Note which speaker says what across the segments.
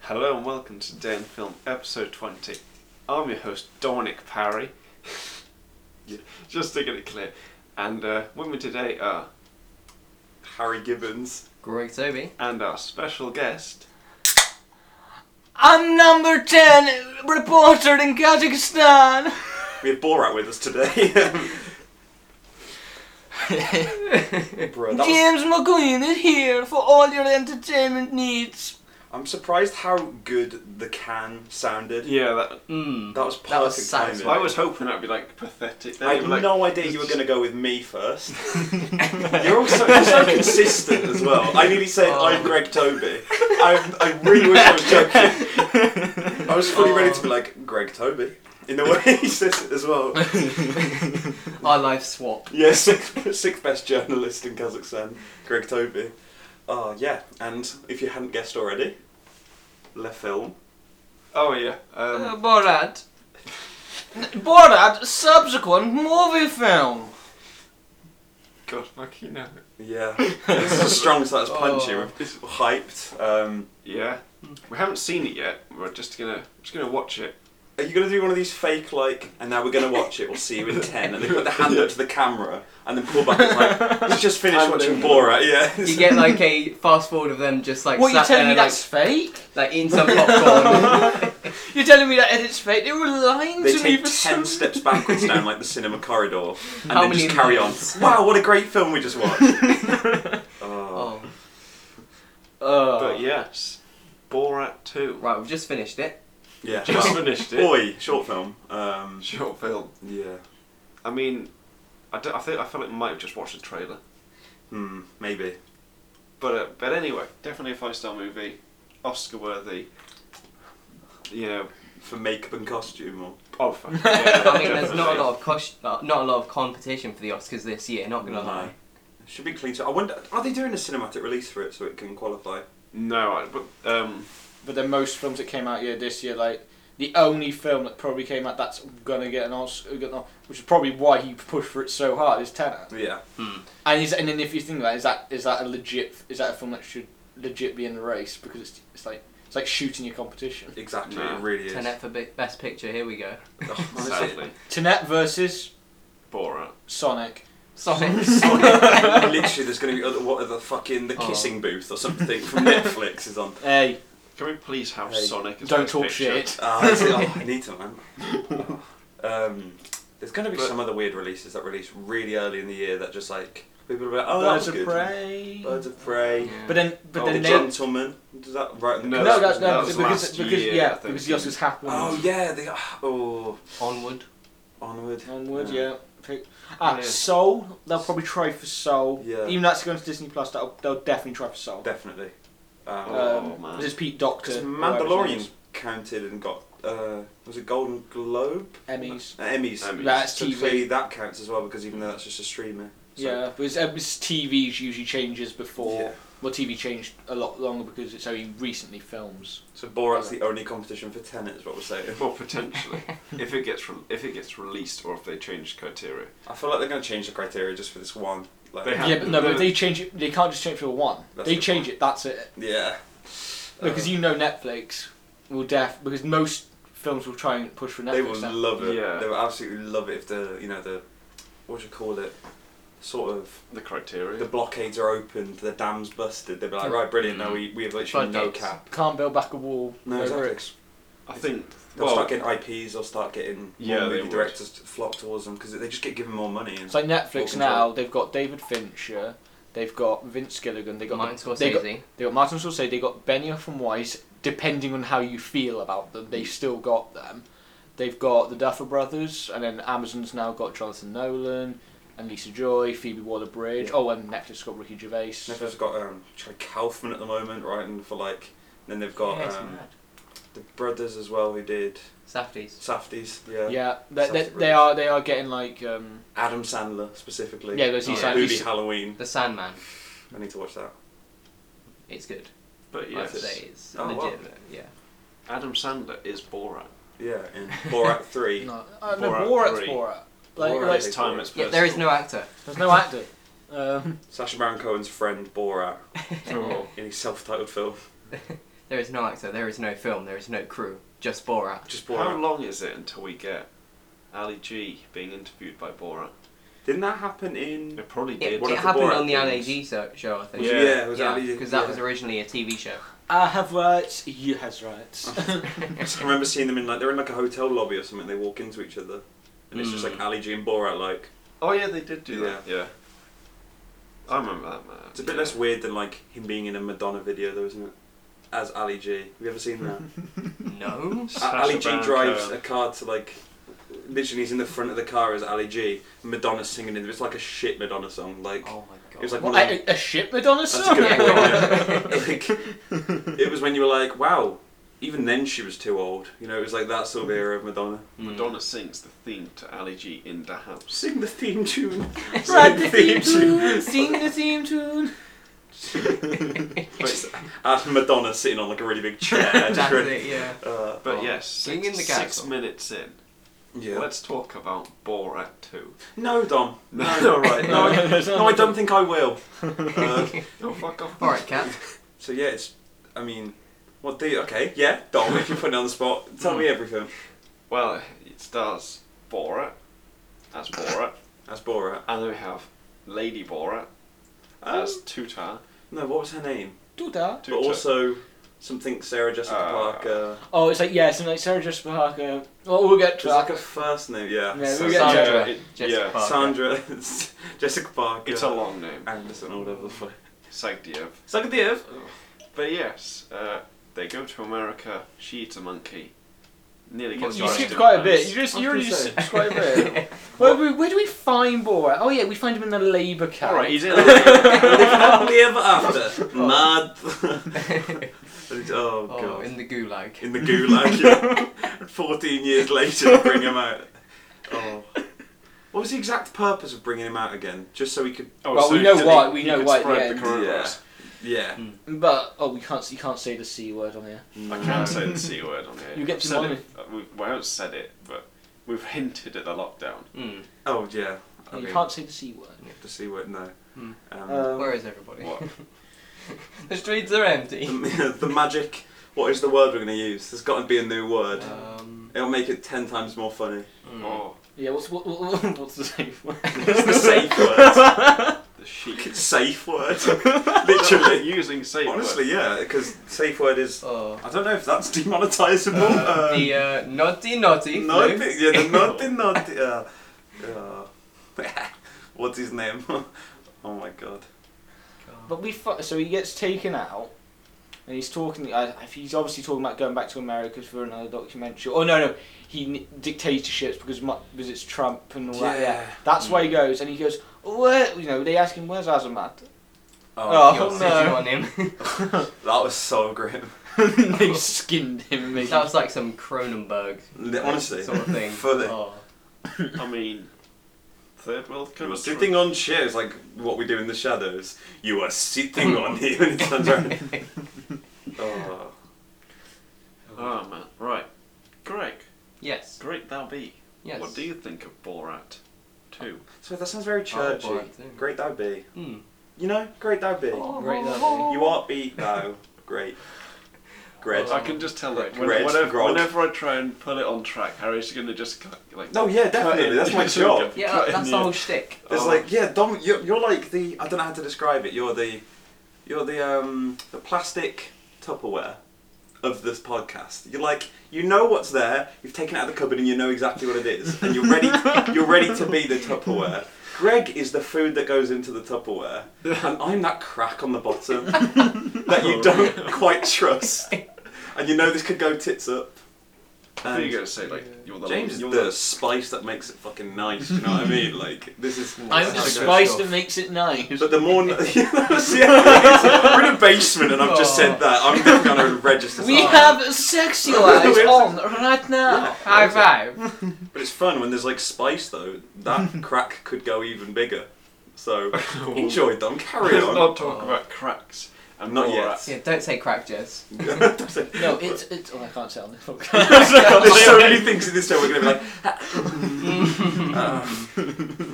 Speaker 1: Hello and welcome to Day in Film, episode 20. I'm your host, Dominic Parry. Yeah, Just to get it clear. And uh, with me today are,
Speaker 2: Harry Gibbons.
Speaker 3: Greg Toby.
Speaker 1: and our special guest,
Speaker 3: I'm number 10 reporter in Kazakhstan.
Speaker 2: We have Borat with us today. Bro, that was,
Speaker 3: James McQueen is here for all your entertainment needs.
Speaker 2: I'm surprised how good the can sounded.
Speaker 1: yeah, that,
Speaker 4: Hmm.
Speaker 3: Mm.
Speaker 2: That was perfect
Speaker 3: That was
Speaker 2: timing.
Speaker 3: satisfying.
Speaker 1: I was hoping that'd be like pathetic.
Speaker 2: I had
Speaker 1: like,
Speaker 2: no idea you were going to go with me first. You're also you're so consistent as well. I nearly said
Speaker 3: Oh.
Speaker 2: I'm Greg Toby. I, I really wish I was joking. I was fully ready to be like Greg Toby in the way he says it as well.
Speaker 3: Our life swap.
Speaker 2: Yeah, sixth, sixth best journalist in Kazakhstan, Greg Toby. Oh, yeah, and if you hadn't guessed already, Le Film.
Speaker 1: Oh, yeah.
Speaker 3: Uh,
Speaker 1: Um,
Speaker 3: Borat. N- Borat subsequent movie film.
Speaker 1: God, like, you know.
Speaker 2: Yeah. this is as strong as that's punchy.
Speaker 3: Oh.
Speaker 2: We're hyped. Um,
Speaker 1: Yeah. We haven't seen it yet. We're just gonna just gonna watch it.
Speaker 2: are you going to do one of these fake, like, and now we're going to watch it, we'll see you in 10, and they put their hand up to the camera and then pull back? It's like, let's just finish
Speaker 1: I'm
Speaker 2: watching
Speaker 1: doing-
Speaker 2: Borat, yeah.
Speaker 4: You get like a fast forward of them just like
Speaker 3: what, you're
Speaker 4: sat
Speaker 3: telling me
Speaker 4: there, like,
Speaker 3: that's fake?
Speaker 4: like eating some popcorn.
Speaker 3: You're telling me that edit's fake? They were lying
Speaker 2: They
Speaker 3: to
Speaker 2: take
Speaker 3: me for
Speaker 2: ten
Speaker 3: some...
Speaker 2: steps backwards down like the cinema corridor, and
Speaker 4: How
Speaker 2: then
Speaker 4: many
Speaker 2: just carry on.
Speaker 4: minutes?
Speaker 2: Wow, what a great film we just watched! oh.
Speaker 4: oh.
Speaker 3: Uh,
Speaker 1: But yes, Borat 2.
Speaker 4: Right, we've just finished it.
Speaker 2: Yeah,
Speaker 1: Just
Speaker 2: well,
Speaker 1: finished it.
Speaker 2: Boy, short film. Um,
Speaker 1: Short film.
Speaker 2: yeah.
Speaker 1: I mean, I, don't- I think I feel like we might have just watched the trailer.
Speaker 2: Hmm. Maybe.
Speaker 1: But uh, but anyway, definitely a five star movie, Oscar worthy. You know,
Speaker 2: For makeup and costume, or
Speaker 1: oh fuck.
Speaker 4: I mean, there's not a lot of cost- uh, not a lot of competition for the Oscars this year. Not gonna lie.
Speaker 2: It Should be clean. So I wonder, are they doing a cinematic release for it so it can qualify?
Speaker 1: No, I- but um,
Speaker 5: But then most films that came out yeah this year, like the only film that probably came out that's gonna get an Oscar, get an Os- which is probably why he pushed for it so hard is Tenet.
Speaker 2: Yeah.
Speaker 5: And is and then if you think about it, is that is that a legit is that a film that should legit be in the race because it's it's like it's like shooting your competition.
Speaker 2: Exactly.
Speaker 1: Nah.
Speaker 2: It really is.
Speaker 4: Tenet for bi- best picture. Here we go.
Speaker 2: Oh, honestly.
Speaker 1: sadly,
Speaker 5: Tenet versus
Speaker 1: Borat.
Speaker 5: Sonic.
Speaker 4: Sonic.
Speaker 2: Literally, there's going to be other, what other fucking the
Speaker 4: Oh.
Speaker 2: kissing booth or something from Netflix is on.
Speaker 5: Hey,
Speaker 1: Can we please have
Speaker 2: Hey,
Speaker 1: Sonic? As
Speaker 5: don't
Speaker 1: best
Speaker 5: talk
Speaker 1: picture?
Speaker 5: shit.
Speaker 2: Ah, that's it. Oh, I need to man. Um, there's going to be
Speaker 1: But-
Speaker 2: some other weird releases that release really early in the year that just like people will be like, oh,
Speaker 5: Birds
Speaker 2: that was
Speaker 5: of
Speaker 2: good.
Speaker 5: prey.
Speaker 2: Birds of prey.
Speaker 4: Yeah.
Speaker 5: But then but
Speaker 2: oh,
Speaker 5: then
Speaker 2: the
Speaker 5: they,
Speaker 2: gentleman. Does that right?
Speaker 1: No,
Speaker 5: no, that's,
Speaker 1: that
Speaker 5: no,
Speaker 1: was
Speaker 5: because
Speaker 1: last
Speaker 5: because
Speaker 1: year, I
Speaker 5: yeah,
Speaker 1: think.
Speaker 5: because the Oscars happened.
Speaker 2: Oh yeah, the oh
Speaker 4: Onward.
Speaker 2: onward.
Speaker 5: Onward, yeah. Pick- Ah,
Speaker 4: Yeah.
Speaker 5: Soul. They'll probably try for Soul.
Speaker 2: Yeah.
Speaker 5: Even that's going to Disney Plus. That'll, they'll definitely try for Soul.
Speaker 2: Definitely.
Speaker 5: Uh,
Speaker 2: Um,
Speaker 1: Oh, man.
Speaker 5: This is Pete Doctor.
Speaker 2: because
Speaker 5: whatever his
Speaker 2: Mandalorian counted and got uh, was it Golden Globe
Speaker 5: name is. Emmys.
Speaker 2: uh, Emmys.
Speaker 1: Emmys.
Speaker 5: That's
Speaker 2: So
Speaker 5: TV.
Speaker 2: clearly that counts as well because even though that's just a streamer. So,
Speaker 5: Yeah, but it's, uh, it's TV's usually changes before.
Speaker 2: Yeah.
Speaker 5: Well, TV changed a lot longer because it's only recently films.
Speaker 2: So Borat's the only competition for Tenet is what we're saying.
Speaker 1: Well, potentially, if it gets re- if it gets released or if they change criteria.
Speaker 2: I feel like they're going to change the criteria just for this one. Like,
Speaker 1: They Yeah.
Speaker 5: Yeah, but no, but if they change it, they can't just change it for one.
Speaker 2: That's a
Speaker 5: they
Speaker 2: good
Speaker 5: change
Speaker 2: point.
Speaker 5: it. That's it.
Speaker 2: Yeah.
Speaker 5: Because
Speaker 2: Uh,
Speaker 5: you know Netflix will def because most films will try and push for Netflix.
Speaker 2: they will
Speaker 5: now.
Speaker 2: love it.
Speaker 1: Yeah.
Speaker 2: They will absolutely love it if the you know the what do you call it sort of
Speaker 1: The criteria.
Speaker 2: the blockades are opened, the dam's busted. They'll be like, right, brilliant.
Speaker 1: Mm-hmm.
Speaker 2: Now we we have literally no
Speaker 4: Floodgates.
Speaker 2: cap.
Speaker 5: Can't build back a wall.
Speaker 2: No,
Speaker 5: over
Speaker 2: exactly.
Speaker 5: it.
Speaker 1: I think.
Speaker 2: They'll
Speaker 1: well,
Speaker 2: start getting IPs. They'll start getting
Speaker 1: Yeah,
Speaker 2: more
Speaker 1: they
Speaker 2: movie
Speaker 1: would.
Speaker 2: directors to flock towards them because they just get given more money. And
Speaker 5: It's like
Speaker 2: More
Speaker 5: Netflix
Speaker 2: control.
Speaker 5: now. They've got David Fincher. They've got Vince Gilligan. They got
Speaker 4: Martin
Speaker 5: They got,
Speaker 4: Scorsese.
Speaker 5: they got Martin Scorsese. They got Benioff and Weiss. Depending on how you feel about them, they've still got them. They've got the Duffer Brothers, and then Amazon's now got Jonathan Nolan and Lisa Joy, Phoebe Waller-Bridge.
Speaker 2: Yeah.
Speaker 5: Oh, and Netflix got Ricky Gervais.
Speaker 2: Netflix got um Charlie Kaufman at the moment, right? And for like, then they've got
Speaker 4: Yeah, it's
Speaker 2: um,
Speaker 4: mad.
Speaker 2: the brothers as well who did
Speaker 4: Safdies.
Speaker 2: Safdies. Yeah.
Speaker 5: Yeah, they, they,
Speaker 2: Something
Speaker 5: they are they are getting like um,
Speaker 2: Adam Sandler specifically.
Speaker 5: yeah. There's
Speaker 4: Oh,
Speaker 5: these
Speaker 4: yeah.
Speaker 5: like,
Speaker 2: Movie
Speaker 5: these-
Speaker 2: Halloween.
Speaker 4: The Sandman.
Speaker 2: I need to watch that.
Speaker 4: It's good.
Speaker 1: But
Speaker 4: I'd
Speaker 1: yes,
Speaker 4: say it's
Speaker 2: Oh, wow.
Speaker 4: legit. Yeah.
Speaker 1: Adam Sandler is Borat.
Speaker 2: Yeah, in Borat Three.
Speaker 5: no, uh, no,
Speaker 1: Borat
Speaker 5: Borat's
Speaker 1: three.
Speaker 5: Borat. Like,
Speaker 2: Borat.
Speaker 5: like,
Speaker 1: This time it's
Speaker 4: Yeah, there is no actor.
Speaker 5: there's no actor. Um,
Speaker 2: Sacha Baron Cohen's friend Borat
Speaker 1: personal.
Speaker 2: in his self-titled film.
Speaker 4: There is no actor, there is no film, there is no crew. Just Borat.
Speaker 2: Just
Speaker 1: How
Speaker 2: Borat.
Speaker 1: long is it until we get Ali G being interviewed by Borat?
Speaker 2: Didn't that happen in?
Speaker 1: It probably
Speaker 4: It,
Speaker 1: did.
Speaker 2: One
Speaker 4: it
Speaker 2: of the
Speaker 4: happened
Speaker 2: Borat
Speaker 4: on the
Speaker 2: films.
Speaker 4: LAG so, show, I think.
Speaker 1: Yeah.
Speaker 2: yeah, it was Ali.
Speaker 4: because that
Speaker 2: yeah.
Speaker 4: was originally a TV show.
Speaker 5: I have rights. Ah, You has rights.
Speaker 2: I remember seeing them in like they're in like a hotel lobby or something. They walk into each other, and it's just
Speaker 4: Mm.
Speaker 1: Hmm.
Speaker 2: like Ali G and Borat. Like
Speaker 1: Oh yeah, they did do that. Yeah. I remember that man.
Speaker 2: it's a bit
Speaker 1: Yeah.
Speaker 2: less weird than like him being in a Madonna video, though, isn't it? As Ali G. Have you ever seen that?
Speaker 4: no.
Speaker 2: A- Ali G
Speaker 1: Sacha Baron
Speaker 2: drives
Speaker 1: Cohen.
Speaker 2: a car to like. Literally, he's in the front of the car as Ali G. Madonna's singing in It's like a shit Madonna song. Like
Speaker 4: Oh my god.
Speaker 2: it was like
Speaker 5: What,
Speaker 2: one of them-
Speaker 5: a, a ship Madonna
Speaker 2: That's
Speaker 5: song?
Speaker 2: a good
Speaker 4: Yeah.
Speaker 2: point. like, it was when you were like, wow, even then she was too old. You know, it was like that sort of era of Madonna.
Speaker 4: Mm.
Speaker 1: Madonna sings the theme to Ali G in the house.
Speaker 2: Sing the theme tune.
Speaker 5: Write the theme tune. Sing the theme tune.
Speaker 4: Hmm.
Speaker 2: But it's Madonna sitting on like a really big chair. just
Speaker 4: That's
Speaker 2: ready-
Speaker 4: it, yeah.
Speaker 2: Uh,
Speaker 1: But
Speaker 4: Oh,
Speaker 1: yes,
Speaker 4: sing
Speaker 1: six,
Speaker 4: in the
Speaker 1: six
Speaker 4: castle.
Speaker 1: minutes in,
Speaker 2: yeah.
Speaker 1: let's talk about Borat 2.
Speaker 2: No, Dom. No,
Speaker 1: No.
Speaker 2: all right. No, I, no, I don't think I will. Uh,
Speaker 1: Oh, fuck off.
Speaker 4: Alright, Cat.
Speaker 2: so yeah, it's. I mean, what do you? Okay, yeah, Dom. If you put it on the spot,
Speaker 1: Hmm.
Speaker 2: tell me everything.
Speaker 1: Well, it stars Borat. That's Borat.
Speaker 2: That's Borat.
Speaker 1: And then we have Lady Borat. That's
Speaker 2: As,
Speaker 1: Tutar.
Speaker 2: no, what was her name?
Speaker 5: Do that.
Speaker 1: Tutar.
Speaker 2: But also something Sarah Jessica
Speaker 1: Uh,
Speaker 2: Parker.
Speaker 5: Oh, it's like yeah, something like Sarah Jessica Parker. Well, we'll get to
Speaker 2: It's like a
Speaker 5: that.
Speaker 2: first name, yeah.
Speaker 5: Yeah,
Speaker 2: Sa-
Speaker 5: we
Speaker 1: Yeah,
Speaker 5: get to
Speaker 4: Sandra.
Speaker 1: it-
Speaker 4: Jessica
Speaker 1: yeah.
Speaker 4: Parker.
Speaker 2: Sandra, Jessica Parker.
Speaker 1: It's a long name.
Speaker 2: Anderson or whatever the fuck.
Speaker 1: Sagdiev.
Speaker 2: Sagdiev.
Speaker 1: But yes, uh, they go to America. She eats a monkey. Nearly
Speaker 4: Well,
Speaker 1: gets
Speaker 5: You
Speaker 4: Sorry,
Speaker 5: skipped
Speaker 1: arrested
Speaker 5: quite a
Speaker 1: in
Speaker 5: bit.
Speaker 1: Paris.
Speaker 5: You just
Speaker 2: I was
Speaker 5: you
Speaker 2: gonna
Speaker 5: already
Speaker 2: say.
Speaker 5: skipped quite a bit. where, where, where do we find Borat? Oh yeah, we find him in the Labour camp.
Speaker 1: All right, he's in. a-
Speaker 2: Live happily ever after. Mad. oh
Speaker 4: Oh,
Speaker 2: god.
Speaker 4: in the gulag.
Speaker 2: in the gulag. yeah. Fourteen years later, bring him out. Oh. What was the exact purpose of bringing him out again? Just so he could.
Speaker 1: Oh,
Speaker 5: Well, we
Speaker 1: so
Speaker 5: know
Speaker 1: he-
Speaker 5: why- we
Speaker 1: he
Speaker 5: know
Speaker 1: could
Speaker 5: why at the
Speaker 1: Spread
Speaker 5: end.
Speaker 1: the coronavirus.
Speaker 2: Yeah.
Speaker 5: But oh, we can't you can't say the c word on here.
Speaker 1: Mm. I can say the c word on here.
Speaker 5: You get
Speaker 1: I've
Speaker 5: to
Speaker 1: said
Speaker 5: mine.
Speaker 1: it. uh, we- Well, I haven't said it, but we've hinted at the lockdown.
Speaker 4: Mm.
Speaker 2: Oh yeah. I
Speaker 5: You
Speaker 2: mean,
Speaker 5: can't say the c word.
Speaker 2: The C word. No.
Speaker 4: Hmm.
Speaker 2: Um,
Speaker 1: Uh.
Speaker 5: Um,
Speaker 4: Where is everybody?
Speaker 1: What?
Speaker 4: the streets are empty.
Speaker 2: the, the magic. What is the word we're going to use? There's got to be a new word.
Speaker 4: Um,
Speaker 2: It'll make it ten times more funny.
Speaker 5: Hmm.
Speaker 4: mm.
Speaker 1: Oh,
Speaker 5: yeah, what's what, what, what's the safe word?
Speaker 2: It's the safe word.
Speaker 1: the sheep.
Speaker 2: safe word. Literally.
Speaker 1: using safe word.
Speaker 2: Honestly, yeah, because safe word is.
Speaker 4: Oh.
Speaker 2: I don't know if that's demonetisable. um,
Speaker 4: the uh, naughty naughty.
Speaker 2: naughty,
Speaker 4: Luke.
Speaker 2: yeah, the naughty, naughty. Uh, uh, what's his name? oh my god.
Speaker 4: Oh,
Speaker 5: But we fu- so he gets taken out, and he's talking. I, he's obviously talking about going back to America for another documentary. Oh no, no, he n- dictatorships because mu- because it's Trump and all that. Yeah, Mm.
Speaker 2: Yeah.
Speaker 5: that's why he goes, and he goes. Where you know they ask him where's Azamat?
Speaker 2: Oh,
Speaker 4: You're
Speaker 5: Oh,
Speaker 4: sitting
Speaker 5: no.
Speaker 4: on him.
Speaker 2: that was so grim.
Speaker 5: they skinned him. and made him-
Speaker 4: Sounds like some Cronenberg
Speaker 2: Li- Honestly,
Speaker 4: sort of thing.
Speaker 2: fully.
Speaker 4: Oh.
Speaker 1: I mean, third world
Speaker 2: You were
Speaker 1: country.
Speaker 2: sitting on chairs, like what we do in the shadows. You were sitting on here, and it turns around. oh.
Speaker 1: Oh man, right. Greg,
Speaker 4: Yes.
Speaker 1: great thou be.
Speaker 4: Yes.
Speaker 1: What do you think of Borat 2?
Speaker 2: So that sounds
Speaker 4: Oh,
Speaker 2: very churchy.
Speaker 4: Borat, yeah.
Speaker 2: great thou be.
Speaker 4: Mm.
Speaker 2: You know, great thou be.
Speaker 4: Oh.
Speaker 5: Great lovely.
Speaker 2: You are beat thou. great. Great.
Speaker 1: I can just tell that
Speaker 4: Greg.
Speaker 1: when,
Speaker 2: Greg.
Speaker 1: whenever,
Speaker 2: Grog.
Speaker 1: whenever I try and pull it on track, Harry's going to just like.
Speaker 2: No, yeah,
Speaker 1: cut
Speaker 2: definitely.
Speaker 1: in.
Speaker 2: That's my
Speaker 1: Just
Speaker 2: job.
Speaker 1: cut
Speaker 4: Yeah,
Speaker 1: in
Speaker 4: that's the
Speaker 1: your-
Speaker 4: whole shtick.
Speaker 2: It's
Speaker 1: Oh.
Speaker 2: like yeah, Dom. You're, you're like the I don't know how to describe it. You're the you're the um the plastic Tupperware of this podcast. You're like you know what's there. You've taken it out of the cupboard and you know exactly what it is, and you're ready. you're ready to be the Tupperware. Greg is the food that goes into the Tupperware, and I'm that crack on the bottom that you don't quite trust, and you know this could go tits up.
Speaker 1: I think
Speaker 2: And-
Speaker 1: you're going to say, like, you're the
Speaker 2: James is
Speaker 1: you're
Speaker 2: the spice that makes it fucking nice. You know what I mean? Like this is.
Speaker 5: I'm
Speaker 2: this
Speaker 5: the
Speaker 2: is good
Speaker 5: spice
Speaker 2: stuff.
Speaker 5: that makes it nice.
Speaker 2: But the more we're in a basement, and I've just said that I'm definitely gonna register.
Speaker 5: Oh. We
Speaker 2: something.
Speaker 5: have sexualized on right
Speaker 2: Oh,
Speaker 5: now.
Speaker 4: High five.
Speaker 2: but it's fun when there's like spice though. That crack could go even bigger. So enjoy, Dom. Carry
Speaker 1: Let's
Speaker 2: on.
Speaker 1: not talk about cracks. and
Speaker 2: Not
Speaker 1: Borat.
Speaker 4: yeah, don't say crack, Jess.
Speaker 5: No, it's it's. Oh, I can't say on this podcast.
Speaker 2: There's so many things in this show we're gonna be like. um,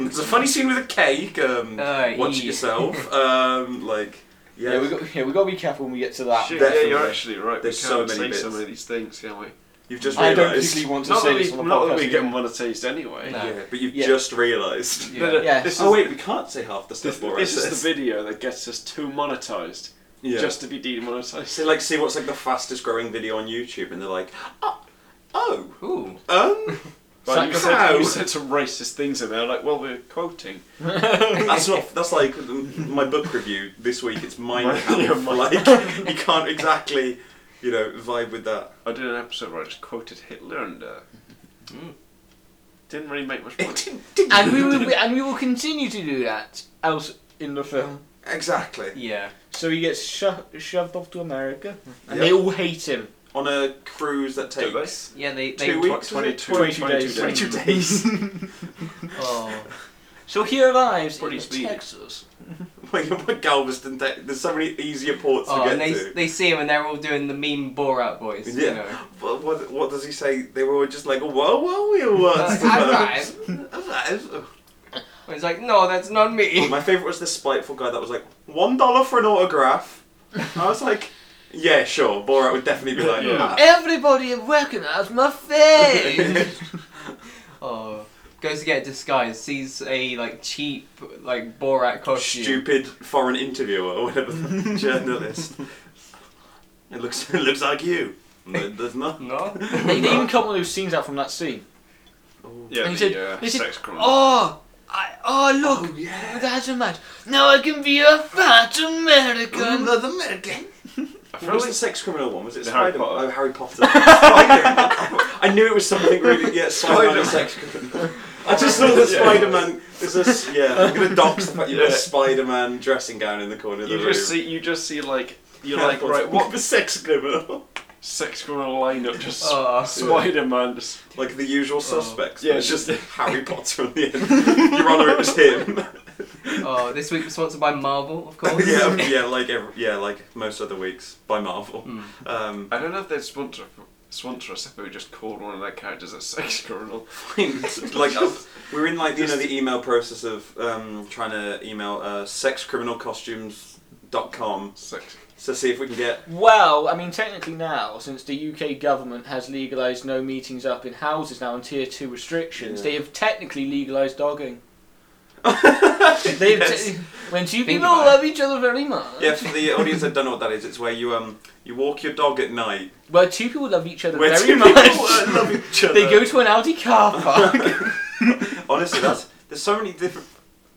Speaker 2: there's a funny scene with a cake. Um,
Speaker 4: Uh,
Speaker 2: watch it
Speaker 4: yeah.
Speaker 2: yourself. Um, like
Speaker 5: Yeah, we got yeah we got to be careful when we get to that.
Speaker 1: Shit, yeah,
Speaker 2: definitely.
Speaker 1: you're actually right.
Speaker 2: There's
Speaker 1: we
Speaker 2: so
Speaker 1: can't
Speaker 2: many
Speaker 1: say
Speaker 2: bits.
Speaker 1: so many of these things, can we?
Speaker 2: You've just
Speaker 5: I don't
Speaker 2: realised.
Speaker 5: particularly want to
Speaker 1: Not
Speaker 5: say
Speaker 1: that,
Speaker 5: this
Speaker 1: we,
Speaker 5: on the
Speaker 1: not that
Speaker 5: podcast,
Speaker 1: we
Speaker 5: yeah.
Speaker 1: get monetized anyway.
Speaker 4: No.
Speaker 2: Yeah, but you've
Speaker 5: Yeah.
Speaker 2: just realised.
Speaker 1: No, no,
Speaker 5: Yeah.
Speaker 1: This is,
Speaker 2: Oh wait, we can't say half the
Speaker 1: this,
Speaker 2: stuff.
Speaker 1: this is the video that gets us too monetized,
Speaker 2: Yeah.
Speaker 1: just to be demonetized.
Speaker 2: So like, see what's like the fastest growing video on YouTube, and they're like, oh, oh
Speaker 4: Ooh.
Speaker 2: um,
Speaker 1: Right, you, said,
Speaker 2: How?
Speaker 1: you said some racist things in there, like, well, we're quoting.
Speaker 2: that's not. That's like my book review this week. It's mine.
Speaker 1: Mine- yeah, mine.
Speaker 2: like, you can't exactly, you know, vibe with that.
Speaker 1: I did an episode where I just quoted Hitler and uh,
Speaker 4: Mm.
Speaker 1: didn't really make much money.
Speaker 5: and we will be, and we will continue to do that else in the film.
Speaker 2: Exactly.
Speaker 4: Yeah.
Speaker 5: So he gets sho- shoved off to America, and
Speaker 2: Yep.
Speaker 5: they all hate him.
Speaker 2: On a cruise that
Speaker 1: Do they?
Speaker 2: takes
Speaker 4: Yeah, they. they
Speaker 2: two
Speaker 4: tw-
Speaker 2: weeks,
Speaker 1: 22,
Speaker 5: 22
Speaker 1: 22
Speaker 5: days.
Speaker 2: twenty-two days.
Speaker 4: Oh.
Speaker 5: So he arrives
Speaker 1: Pretty
Speaker 5: in
Speaker 1: speedy.
Speaker 5: Texas.
Speaker 2: Like what Galveston, Te- there's so many easier ports
Speaker 4: Oh,
Speaker 2: to
Speaker 4: and
Speaker 2: get
Speaker 4: they,
Speaker 2: to.
Speaker 4: they see him and they're all doing the meme Borat voice. Yeah. You
Speaker 2: yeah,
Speaker 4: know.
Speaker 2: but what what does he say? They were all just like, "Whoa, whoa, we was."
Speaker 4: Alright.
Speaker 2: Alright.
Speaker 4: And It's like, no, that's not me.
Speaker 2: Oh, My favourite was this spiteful guy that was like, one dollar for an autograph. I was like, yeah, sure. Borat would definitely be like,
Speaker 1: Yeah.
Speaker 2: "Nah."
Speaker 5: Everybody recognized my face.
Speaker 4: Oh. Goes to get disguised, sees a like cheap like Borat costume.
Speaker 2: stupid foreign interviewer or whatever the journalist. It looks it looks like you. No, there's not.
Speaker 4: No.
Speaker 5: they, they even cut one of those scenes out from that scene.
Speaker 2: Oh,
Speaker 1: Yeah,
Speaker 5: And he
Speaker 1: the
Speaker 5: said-
Speaker 1: uh,
Speaker 5: he said,
Speaker 1: sex crime.
Speaker 5: Oh, I, oh look,
Speaker 2: Oh, yeah.
Speaker 5: that's a match. Now I can be a fat American.
Speaker 2: Another American.
Speaker 1: I feel
Speaker 2: What was
Speaker 1: like
Speaker 2: the sex criminal one? Was it
Speaker 1: The Harry
Speaker 2: Spider?
Speaker 1: Potter.
Speaker 2: Oh, Harry Potter. Spider. I knew it was something really. Yeah, Spider
Speaker 1: Spider-Man.
Speaker 2: sex criminal. I just saw the
Speaker 1: Yeah.
Speaker 2: Spider Man. There's this. Yeah, I'm gonna dox the fact you have a
Speaker 1: Yeah.
Speaker 2: Spider Man dressing gown in the corner of the
Speaker 1: you
Speaker 2: room.
Speaker 1: just see, you just see like, you're
Speaker 2: Yeah,
Speaker 1: like,
Speaker 2: of course.
Speaker 1: right, what
Speaker 2: the sex criminal?
Speaker 1: sex criminal lineup? Just
Speaker 5: Ah,
Speaker 4: Oh.
Speaker 1: Spider Man. Just
Speaker 2: Like the usual suspects.
Speaker 1: Yeah,
Speaker 2: but Oh. it's
Speaker 1: just-
Speaker 2: just Harry Potter on the end. Your Honor, it was him.
Speaker 4: Oh, this week was sponsored by Marvel, of course.
Speaker 2: yeah, yeah, like every, yeah, like most other weeks by Marvel.
Speaker 4: Mm.
Speaker 2: Um,
Speaker 1: I don't know if they'd sponsor sponsor us if we just called one of their characters a sex criminal.
Speaker 2: like uh, we're in like you know the email process of um, trying to email uh, sexcriminalcostumes.com
Speaker 1: Sex.
Speaker 2: to see if we can get
Speaker 5: Well, I mean, technically now, since the UK government has legalised no meetings up in houses now and tier two restrictions,
Speaker 2: Yeah.
Speaker 5: they have technically legalised dogging. they have
Speaker 2: Yes.
Speaker 5: te- when two
Speaker 4: Think
Speaker 5: people
Speaker 4: about
Speaker 5: love each other very much,
Speaker 2: yeah for the audience that don't know what that is it's where you um you walk your dog at night
Speaker 5: where two people love each other
Speaker 2: where
Speaker 5: very
Speaker 2: two
Speaker 5: much,
Speaker 2: people uh, love each other
Speaker 5: they go to an Audi car park.
Speaker 2: honestly that's there's so many different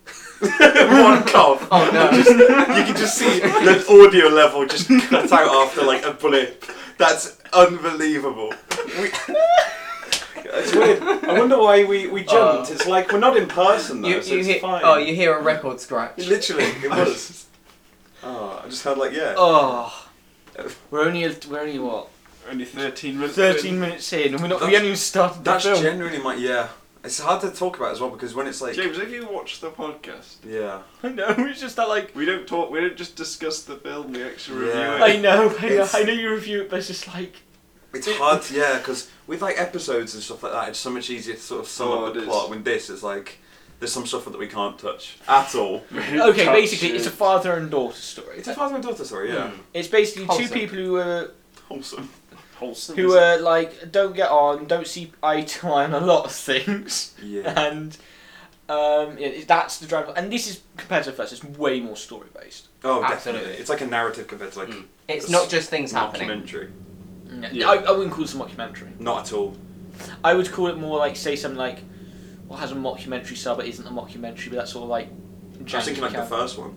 Speaker 2: one cough
Speaker 4: Oh no.
Speaker 2: you can just see the audio level just cut out after like a blip. That's unbelievable. We... It's weird. I wonder why we, we jumped. it's like we're not in person though,
Speaker 4: Uh, you,
Speaker 2: so
Speaker 4: you
Speaker 2: it's
Speaker 4: hear,
Speaker 2: fine.
Speaker 4: oh, you hear a record scratch.
Speaker 2: Literally, it was. oh, I just had like yeah.
Speaker 5: oh, we're only we're only what
Speaker 1: Only thirteen minutes. in.
Speaker 5: thirteen minutes in, and we're not we
Speaker 2: That's-
Speaker 5: haven't even started the
Speaker 2: That's
Speaker 5: film.
Speaker 2: genuinely my yeah. It's hard to talk about as well because when it's like
Speaker 1: James, have you watched the podcast?
Speaker 2: yeah.
Speaker 5: I know it's just that like.
Speaker 1: We don't talk. We don't just discuss the film. We actually
Speaker 2: Yeah.
Speaker 1: review it.
Speaker 5: I know, I know,
Speaker 2: It's-
Speaker 5: I know you review it, but it's just like
Speaker 2: It's hard, yeah, because with like episodes and stuff like that, it's so much easier to sort of sum
Speaker 1: Oh,
Speaker 2: up
Speaker 1: it
Speaker 2: the
Speaker 1: is.
Speaker 2: plot. When this, it's like there's some stuff that we can't touch at all.
Speaker 5: okay,
Speaker 1: Touch
Speaker 5: basically, it's
Speaker 1: it.
Speaker 5: a father and daughter story.
Speaker 2: It's a father and daughter story, yeah.
Speaker 5: It's basically
Speaker 4: Wholesome.
Speaker 5: two people who are
Speaker 2: Wholesome.
Speaker 1: Hmm, wholesome.
Speaker 5: who
Speaker 1: is
Speaker 5: uh,
Speaker 1: it?
Speaker 5: are like don't get on, don't see eye to eye on a lot of things,
Speaker 2: Yeah.
Speaker 5: and um, yeah, it- that's the drive. And this is compared to the first, it's way more story based.
Speaker 2: Oh,
Speaker 4: Absolutely.
Speaker 2: definitely. It's like a narrative compared to like
Speaker 4: Mm. It's
Speaker 2: It's
Speaker 4: not just things happening.
Speaker 2: documentary. Mm.
Speaker 1: Yeah.
Speaker 5: I, I wouldn't call this a mockumentary.
Speaker 2: Not at all.
Speaker 5: I would call it more like say something like what has a mockumentary sub, but isn't a mockumentary, but that's sort of like.
Speaker 2: I was thinking like the
Speaker 5: janky
Speaker 2: first one.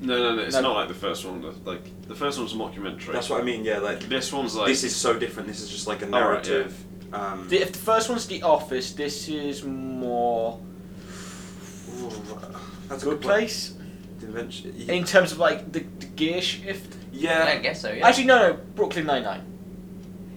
Speaker 1: No, no, no. It's
Speaker 5: No.
Speaker 1: not like the first one. the- Like the first one's a mockumentary.
Speaker 2: That's what I mean. Yeah, like
Speaker 1: This one's like
Speaker 2: this is so different. This is just like a
Speaker 1: All right, yeah.
Speaker 2: narrative. um,
Speaker 5: cal- The- if the first one's The Office, this is more
Speaker 2: ooh, that's a
Speaker 5: good
Speaker 2: good
Speaker 5: place
Speaker 2: Dimension. Yeah.
Speaker 5: in terms of like the, the gear shift.
Speaker 4: Yeah, I
Speaker 2: yeah.
Speaker 4: guess so. Yeah.
Speaker 5: Actually, no, no, Brooklyn Nine Nine.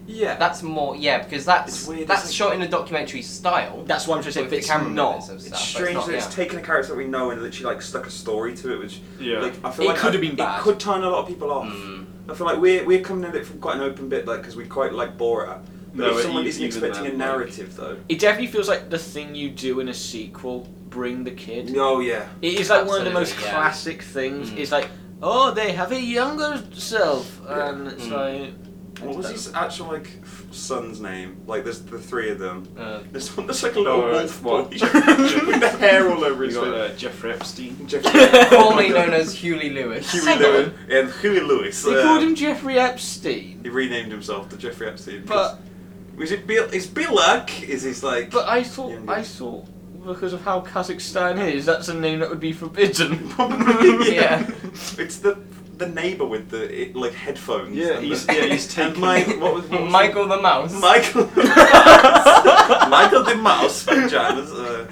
Speaker 2: Yeah.
Speaker 4: that's more. Yeah, because that's
Speaker 2: It's weird,
Speaker 4: that's
Speaker 2: isn't it?
Speaker 4: shot in a documentary style.
Speaker 5: That's what I'm trying to say,
Speaker 4: with
Speaker 5: but
Speaker 4: the
Speaker 5: it's
Speaker 4: camera
Speaker 5: not.
Speaker 4: movements and
Speaker 2: It's
Speaker 4: stuff, but
Speaker 2: strange
Speaker 4: not,
Speaker 2: that it's
Speaker 4: yeah.
Speaker 2: taken a character that we know and literally like stuck a story to it, which
Speaker 1: yeah.
Speaker 2: like I feel
Speaker 5: It
Speaker 2: like
Speaker 5: could
Speaker 2: I-
Speaker 5: have been bad. Hmm.
Speaker 2: It could turn a lot of people off.
Speaker 4: Mm.
Speaker 2: I feel like we're we're coming at it from quite an open bit, like because we quite like Borat. But
Speaker 1: No,
Speaker 2: if
Speaker 1: it-
Speaker 2: someone
Speaker 1: e-
Speaker 2: isn't
Speaker 1: even
Speaker 2: expecting a
Speaker 1: then, like-
Speaker 2: narrative though.
Speaker 5: It definitely feels like the thing you do in a sequel, bring the kid.
Speaker 2: Oh yeah.
Speaker 5: It is like one of the most
Speaker 4: Absolutely, yeah.
Speaker 5: classic things.
Speaker 4: Mm.
Speaker 5: It's like oh, they have a younger self,
Speaker 2: Yeah.
Speaker 5: and it's like.
Speaker 2: What was his actual like f- son's name? Like there's the three of them.
Speaker 4: Uh,
Speaker 2: There's one that's like a little
Speaker 1: Oh,
Speaker 2: wolf boy
Speaker 1: what?
Speaker 2: with the hair all over
Speaker 1: We
Speaker 2: his
Speaker 1: got
Speaker 2: face.
Speaker 1: uh, Jeffrey Epstein.
Speaker 2: Jeff-
Speaker 4: uh, formerly known as Huey Lewis.
Speaker 2: Huey
Speaker 3: Hang
Speaker 2: Lewis. And Huey Lewis.
Speaker 5: They
Speaker 2: uh,
Speaker 5: called him Jeffrey Epstein,
Speaker 2: He renamed himself to Jeffrey Epstein. 'cause-
Speaker 5: but
Speaker 2: was it Bill? Is Bilak? Is his like?
Speaker 5: but I thought
Speaker 2: Yeah.
Speaker 5: I thought because of how Kazakhstan is, that's a name that would be forbidden.
Speaker 2: Probably,
Speaker 4: Yeah.
Speaker 2: It's the the neighbor with the it, like headphones.
Speaker 1: Yeah,
Speaker 2: and
Speaker 1: he's-
Speaker 2: the-
Speaker 1: yeah, he's
Speaker 2: and
Speaker 1: taken-
Speaker 2: Mike, what was, what was
Speaker 4: Michael the Mouse.
Speaker 2: Michael. Michael the mouse pajamas. Uh,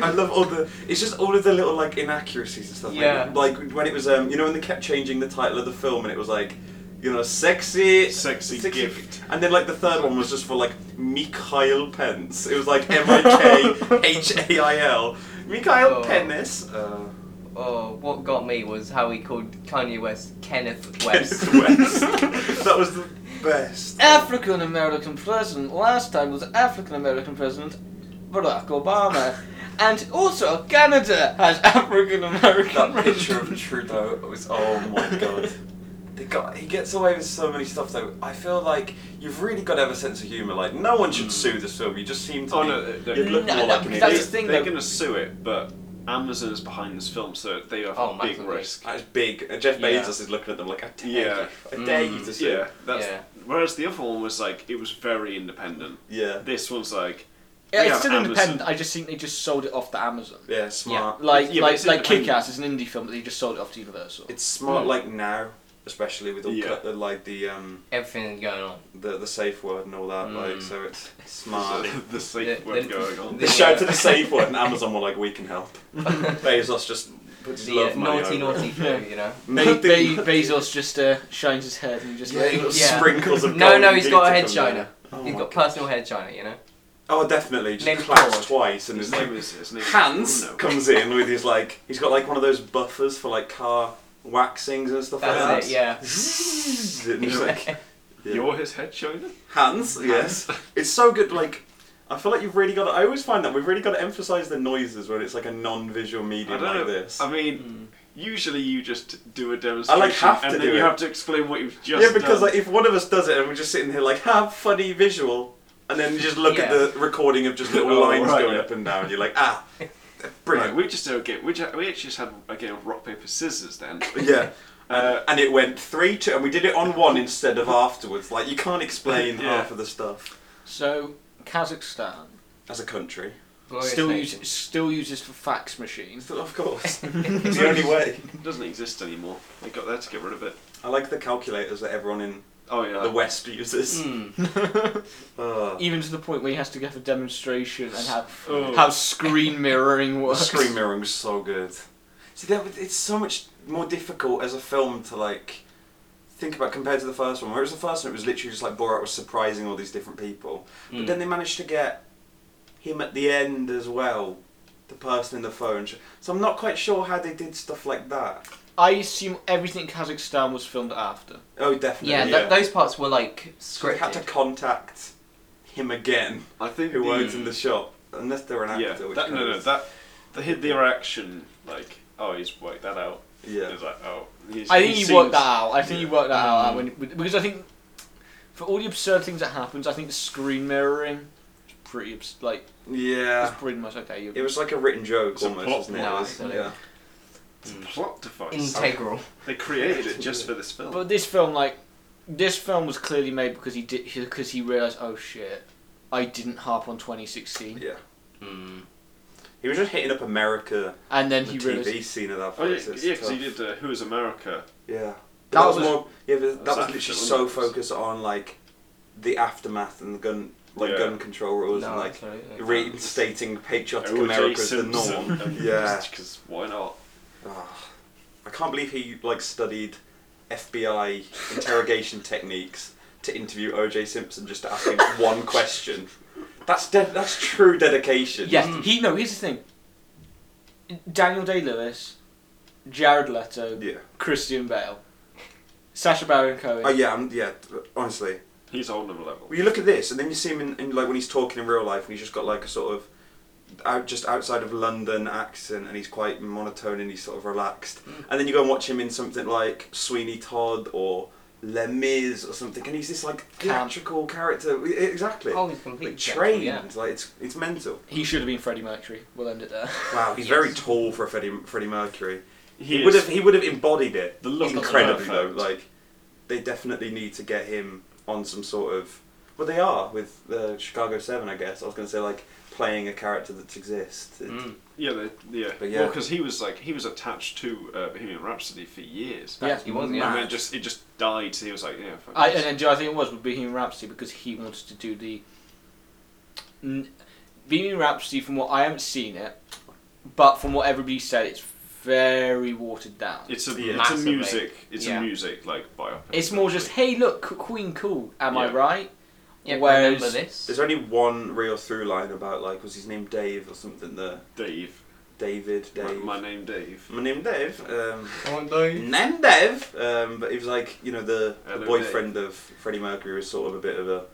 Speaker 2: I love all the. It's just all of the little like inaccuracies and stuff. like
Speaker 4: Yeah.
Speaker 2: that. Like, when it was, um, you know, when they kept changing the title of the film and it was like, you know, sexy,
Speaker 1: Sexy gift.
Speaker 2: and then like the third one was just for like Mikhail Pence. It was like M I K H A I L.
Speaker 4: Oh.
Speaker 2: Mikhail Penis. Uh,
Speaker 4: Oh, what got me was how he called Kanye West Kenneth West.
Speaker 2: Kenneth West. that was the best.
Speaker 5: African American president last time was African American president Barack Obama, and also Canada has African American.
Speaker 2: That picture of Trudeau was oh my god. The guy, he gets away with so many stuff though. I feel like you've really got to have a sense of humour. Like no one should sue this film. You just seem to.
Speaker 1: Oh,
Speaker 2: be,
Speaker 1: no, they- they-
Speaker 2: you'd look
Speaker 5: No,
Speaker 2: more
Speaker 5: no,
Speaker 2: like an
Speaker 5: because
Speaker 2: idiot.
Speaker 5: that's the thing,
Speaker 1: They're
Speaker 5: though.
Speaker 1: going to sue it, but Amazon is behind this film, so they have
Speaker 4: Oh,
Speaker 1: a big
Speaker 4: massively.
Speaker 1: risk.
Speaker 2: That is big. And Jeff
Speaker 4: Yeah.
Speaker 2: Bezos is looking at them like, I dare
Speaker 1: Yeah.
Speaker 2: you, I dare you to
Speaker 4: Mm,
Speaker 2: sue.
Speaker 1: Yeah, that's.
Speaker 4: Yeah.
Speaker 1: Whereas the other one was like, it was very independent.
Speaker 2: yeah,
Speaker 1: This one's like,
Speaker 5: Yeah,
Speaker 1: Yeah,
Speaker 5: it's still
Speaker 1: Amazon.
Speaker 5: independent. I just think they just sold it off to Amazon.
Speaker 2: Yeah, smart.
Speaker 5: Like
Speaker 1: Yeah, but
Speaker 5: like
Speaker 1: it's
Speaker 5: like Kick
Speaker 1: independent.
Speaker 5: Ass is an indie film, but they just sold it off to Universal.
Speaker 2: It's smart. Like now, especially with all
Speaker 1: Yeah.
Speaker 2: cut- like the um
Speaker 4: Everything going on.
Speaker 2: the the safe word and all that. Like
Speaker 4: Mm.
Speaker 2: so, it's smart.
Speaker 1: the safe
Speaker 4: The-
Speaker 1: word
Speaker 4: the-
Speaker 1: going on.
Speaker 2: they shouted the safe word, and Amazon were like, we can help. Bezos just puts his
Speaker 4: The uh,
Speaker 2: love money
Speaker 4: naughty,
Speaker 2: over it.
Speaker 4: naughty
Speaker 5: Yeah.
Speaker 4: crew, you know.
Speaker 5: Ba-
Speaker 2: Made
Speaker 5: Ba-
Speaker 2: the-
Speaker 5: Bezos just uh, shines his head and he just
Speaker 2: Yeah, he got
Speaker 4: Yeah.
Speaker 2: sprinkles of
Speaker 4: No,
Speaker 2: gold
Speaker 4: no, he's got a
Speaker 2: glitter
Speaker 4: head
Speaker 2: from
Speaker 4: shiner.
Speaker 2: there. Oh,
Speaker 4: he's
Speaker 2: my
Speaker 4: got
Speaker 2: God.
Speaker 4: personal head shiner, you know.
Speaker 2: Oh, definitely. Just
Speaker 4: Named
Speaker 2: claps
Speaker 4: Claude.
Speaker 2: twice, and
Speaker 1: his
Speaker 2: his
Speaker 1: name
Speaker 2: like
Speaker 1: is his name is
Speaker 2: Hans
Speaker 1: Bruno.
Speaker 2: comes in with his like he's got like one of those buffers for like car waxings and stuff like
Speaker 4: That's
Speaker 2: that.
Speaker 4: it, yeah.
Speaker 2: Zzzz, and he's like Yeah.
Speaker 1: You're his head shiner.
Speaker 2: Hans, yes. It's so good. Like I feel like you've really got. to... I always find that we've really got to emphasize the noises when it's like a non-visual
Speaker 1: I
Speaker 2: medium
Speaker 1: don't
Speaker 2: like
Speaker 1: know.
Speaker 2: this.
Speaker 1: I mean,
Speaker 4: Mm.
Speaker 1: usually you just do a demonstration,
Speaker 2: have to
Speaker 1: and then
Speaker 2: do
Speaker 1: you
Speaker 2: it.
Speaker 1: have to explain what you've just.
Speaker 2: yeah, because
Speaker 1: done.
Speaker 2: like if one of us does it and we're just sitting here like, have funny visual, and then you just look
Speaker 4: Yeah.
Speaker 2: at the recording of just little
Speaker 1: Oh,
Speaker 2: lines
Speaker 1: right,
Speaker 2: going
Speaker 1: yeah.
Speaker 2: up and down, you're like, ah, brilliant.
Speaker 1: Right, we just do a game. We, ju- we actually just had a game of rock paper scissors then.
Speaker 2: Yeah.
Speaker 1: Uh,
Speaker 2: and it went three two, and we did it on one instead of afterwards. Like you can't explain
Speaker 1: Yeah.
Speaker 2: half of the stuff
Speaker 5: so Kazakhstan
Speaker 2: as a country.
Speaker 4: Glorious
Speaker 5: still
Speaker 4: nation.
Speaker 5: uses still uses fax machines.
Speaker 2: Of course, it's the only way.
Speaker 1: it doesn't exist anymore. They got there to get rid of it.
Speaker 2: I like the calculators that everyone in
Speaker 1: Oh yeah.
Speaker 2: the West uses. Ah.
Speaker 4: Mm.
Speaker 2: Ugh.
Speaker 5: Even to the point where he has to give a demonstration and have
Speaker 1: Oh.
Speaker 5: how screen mirroring
Speaker 2: the
Speaker 5: works.
Speaker 2: screen mirroring was so good. See, that was- it's so much more difficult as a film to like think about compared to the first one. Whereas the first one, it was literally just like Borat was surprising all these different people. But
Speaker 4: Mm.
Speaker 2: then they managed to get him at the end as well, the person in the phone. sh- So I'm not quite sure how they did stuff like that.
Speaker 5: I assume everything Kazakhstan was filmed after.
Speaker 2: Oh, definitely.
Speaker 4: Yeah, th- those parts were like
Speaker 2: So they had to
Speaker 4: scripted.
Speaker 2: contact him again,
Speaker 1: I think
Speaker 2: who
Speaker 1: the-
Speaker 2: owns in the
Speaker 4: Hmm.
Speaker 2: shop, unless they're an
Speaker 1: Yeah.
Speaker 2: actor. which
Speaker 1: That, no, no.
Speaker 2: counts.
Speaker 1: That they hid their action like. Oh, he's worked that out.
Speaker 2: Yeah.
Speaker 1: It's like oh. He's,
Speaker 5: I think
Speaker 1: he
Speaker 5: he worked
Speaker 1: seems-
Speaker 5: that out. I think he
Speaker 2: Yeah.
Speaker 5: worked that out
Speaker 4: Mm.
Speaker 5: when, because I think for all the absurd things that happens, I think screen mirroring is pretty abs- like
Speaker 2: Yeah.
Speaker 5: it's pretty much okay. You
Speaker 2: It was like a written joke
Speaker 1: It's a
Speaker 2: almost,
Speaker 1: plot
Speaker 2: isn't it?
Speaker 4: point.
Speaker 2: It
Speaker 4: No,
Speaker 2: was-
Speaker 4: absolutely.
Speaker 2: yeah.
Speaker 1: It's a plot device.
Speaker 4: Integral.
Speaker 1: They created it just for this film.
Speaker 5: But this film, like, this film was clearly made because he did because he realized, oh shit, I didn't harp on 2016,
Speaker 2: Yeah.
Speaker 4: Mm.
Speaker 2: He was just hitting up America,
Speaker 5: and then
Speaker 2: the
Speaker 5: he
Speaker 2: TV
Speaker 5: realized.
Speaker 2: scene of that
Speaker 1: Oh, yeah,
Speaker 2: place. it's
Speaker 1: yeah, because
Speaker 2: tough.
Speaker 1: he did uh, Who is America?
Speaker 2: Yeah. But
Speaker 5: That
Speaker 2: that was
Speaker 5: was-
Speaker 2: more. Yeah, but that was
Speaker 1: Exactly,
Speaker 2: literally
Speaker 1: wasn't
Speaker 2: so
Speaker 1: it?
Speaker 2: focused on like the aftermath and the gun, like
Speaker 1: Yeah.
Speaker 2: gun control rules,
Speaker 4: No,
Speaker 2: and like
Speaker 4: absolutely.
Speaker 2: reinstating patriotic
Speaker 1: O.J.
Speaker 2: America as the
Speaker 1: Simpson.
Speaker 2: norm.
Speaker 1: And
Speaker 2: yeah.
Speaker 1: Because why not?
Speaker 2: Ah. I can't believe he like studied FBI interrogation techniques to interview O.J. Simpson just to ask him one question. That's de- that's true dedication.
Speaker 5: Yes, he no. Here's the thing. Daniel Day Lewis, Jared Leto,
Speaker 2: Yeah.
Speaker 5: Christian Bale, Sasha Baron Cohen.
Speaker 2: Oh yeah. I'm, yeah. Honestly.
Speaker 1: He's on another level.
Speaker 2: Well, you look at this, and then you see him in, in like when he's talking in real life, and he's just got like a sort of out just outside of London accent, and he's quite monotone and he's sort of relaxed.
Speaker 4: Hmm.
Speaker 2: And then you go and watch him in something like Sweeney Todd or Les Mis or something, and he's this like
Speaker 4: Camp.
Speaker 2: theatrical character. E- Exactly.
Speaker 4: Oh, he's completely
Speaker 2: like trained,
Speaker 4: Yeah.
Speaker 2: like it's it's mental.
Speaker 5: He should have been Freddie Mercury. We'll end it there.
Speaker 2: Wow, he's
Speaker 4: Yes.
Speaker 2: very tall for a Freddie, Freddie Mercury.
Speaker 1: He,
Speaker 2: He
Speaker 1: is
Speaker 2: would have he would have embodied it.
Speaker 1: The look is
Speaker 2: incredibly though.
Speaker 1: perfect.
Speaker 2: Like they definitely need to get him on some sort of. Well, they are with the Chicago Seven, I guess. I was going to say like playing a character that exists. It-
Speaker 4: Mm.
Speaker 1: Yeah, they, yeah.
Speaker 2: But
Speaker 1: Well,
Speaker 2: yeah.
Speaker 1: because he was like he was attached to uh, Bohemian Rhapsody for years,
Speaker 5: Yeah.
Speaker 4: He was,
Speaker 1: and
Speaker 4: yeah.
Speaker 1: then it just it just died. So he was like, yeah. Fuck
Speaker 5: I,
Speaker 1: this.
Speaker 5: and, and do you know, I think it was with Bohemian Rhapsody because he wanted to do the. N- Bohemian Rhapsody, from what I haven't seen it, but from what everybody said, it's very watered down. It's,
Speaker 1: it's a
Speaker 2: Yeah.
Speaker 1: it's a
Speaker 4: Massively.
Speaker 1: music it's
Speaker 4: Yeah.
Speaker 1: a music like biopic.
Speaker 5: more just, hey, look, Queen cool, am I
Speaker 1: Yeah.
Speaker 5: right?
Speaker 4: Yep,
Speaker 5: Whereas-
Speaker 4: remember this?
Speaker 2: There's only one real through line about like was his name Dave or something? The
Speaker 1: Dave.
Speaker 2: David
Speaker 1: My,
Speaker 2: Dave.
Speaker 1: my name Dave.
Speaker 2: My name Dave. Um,
Speaker 4: Oh, no.
Speaker 2: name Dave. Um, but he was like you know the, the
Speaker 1: Hello,
Speaker 2: boyfriend of Freddie Mercury was sort of a bit of a.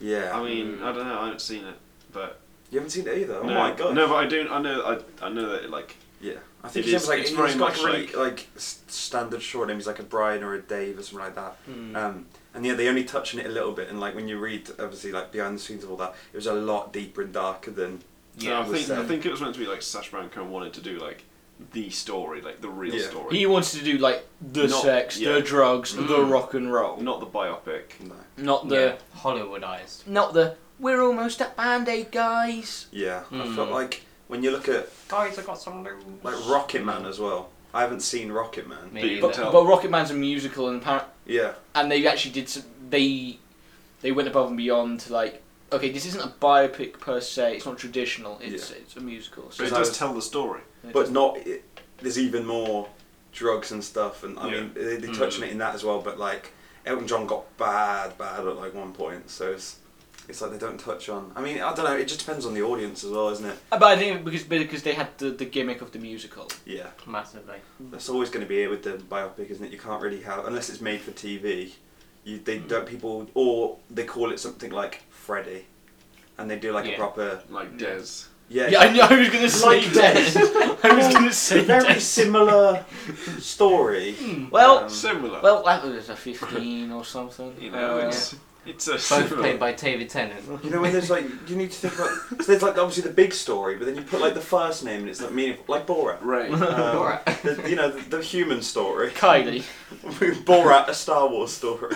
Speaker 2: Yeah.
Speaker 1: I mean, I don't know. I haven't seen it, but
Speaker 2: you haven't seen it either. Oh
Speaker 1: no,
Speaker 2: my god.
Speaker 1: No, but I do. I know. I, I know that it, like
Speaker 2: Yeah, I think
Speaker 1: It
Speaker 2: he's
Speaker 1: is-
Speaker 2: like
Speaker 1: it's
Speaker 2: he's
Speaker 1: very
Speaker 2: got
Speaker 1: much
Speaker 2: like, really,
Speaker 1: like-
Speaker 2: like s- standard short name. He's like a Brian or a Dave or something like that.
Speaker 4: Hmm.
Speaker 2: Um, and yeah, they only touch on it a little bit. And like when you read, obviously, like behind the scenes of all that, it was a lot deeper and darker than.
Speaker 1: yeah.
Speaker 4: Yeah.
Speaker 1: I think
Speaker 2: so-
Speaker 1: I think it was meant to be like Sash Baron Cohen wanted to do like the story, like the real
Speaker 2: Yeah.
Speaker 1: story,
Speaker 5: He wanted to do, like, the
Speaker 1: Not-
Speaker 5: sex,
Speaker 1: yeah.
Speaker 5: the drugs, the
Speaker 4: Mm.
Speaker 5: rock and roll.
Speaker 1: not the biopic.
Speaker 2: No.
Speaker 5: Not the.
Speaker 4: Yeah. Hollywoodized.
Speaker 5: Not the. We're almost at Band Aid, guys.
Speaker 2: Yeah, I
Speaker 4: Hmm.
Speaker 2: felt like when you look at
Speaker 4: Guys, I got some news.
Speaker 2: like Rocket Man as well. I haven't seen Rocket Man.
Speaker 4: Me
Speaker 1: But-
Speaker 4: neither.
Speaker 5: But,
Speaker 1: Tell.
Speaker 5: but Rocket Man's a musical, and apparently.
Speaker 2: Yeah,
Speaker 5: and they actually did some, they they went above and beyond to like okay this isn't a biopic per se it's not traditional it's it's a musical so
Speaker 1: But it
Speaker 2: I
Speaker 1: does
Speaker 2: was-
Speaker 1: tell the story.
Speaker 5: it
Speaker 2: but
Speaker 5: does-
Speaker 2: not. It, there's even more drugs and stuff, and I
Speaker 1: Yeah.
Speaker 2: mean they, they
Speaker 5: Mm.
Speaker 2: touch on
Speaker 4: Hmm.
Speaker 2: it in that as well. But like Elton John got bad, bad at like one point, so it's it's like they don't touch on. I mean, I don't know. It just depends on the audience as well, isn't it?
Speaker 5: Uh, but I think because because they had the, the gimmick of the musical
Speaker 2: Yeah,
Speaker 4: Massively.
Speaker 2: that's always going to be it with the biopic, isn't it? You can't really have unless it's made for TV. You they
Speaker 5: Mm.
Speaker 2: don't people or they call it something like Freddy, and they do like a
Speaker 4: Yeah.
Speaker 2: proper
Speaker 1: Like Des.
Speaker 2: yeah.
Speaker 5: yeah I, know, I was gonna say
Speaker 2: Like
Speaker 5: this I was gonna say
Speaker 2: very
Speaker 5: this.
Speaker 2: similar story.
Speaker 5: well
Speaker 2: Um,
Speaker 1: Similar.
Speaker 5: well that was a 15 or something
Speaker 1: you know,
Speaker 5: Uh,
Speaker 1: it's it's a
Speaker 4: Both
Speaker 1: similar.
Speaker 4: played by David Tennant.
Speaker 2: You know when there's like you need to think about so there's like obviously the big story, but then you put like the first name and it's not meaningful, like Borat.
Speaker 1: Right.
Speaker 2: Um,
Speaker 4: Borat.
Speaker 2: the, you know the, the human story.
Speaker 5: Kylie
Speaker 2: Borat, a Star Wars story,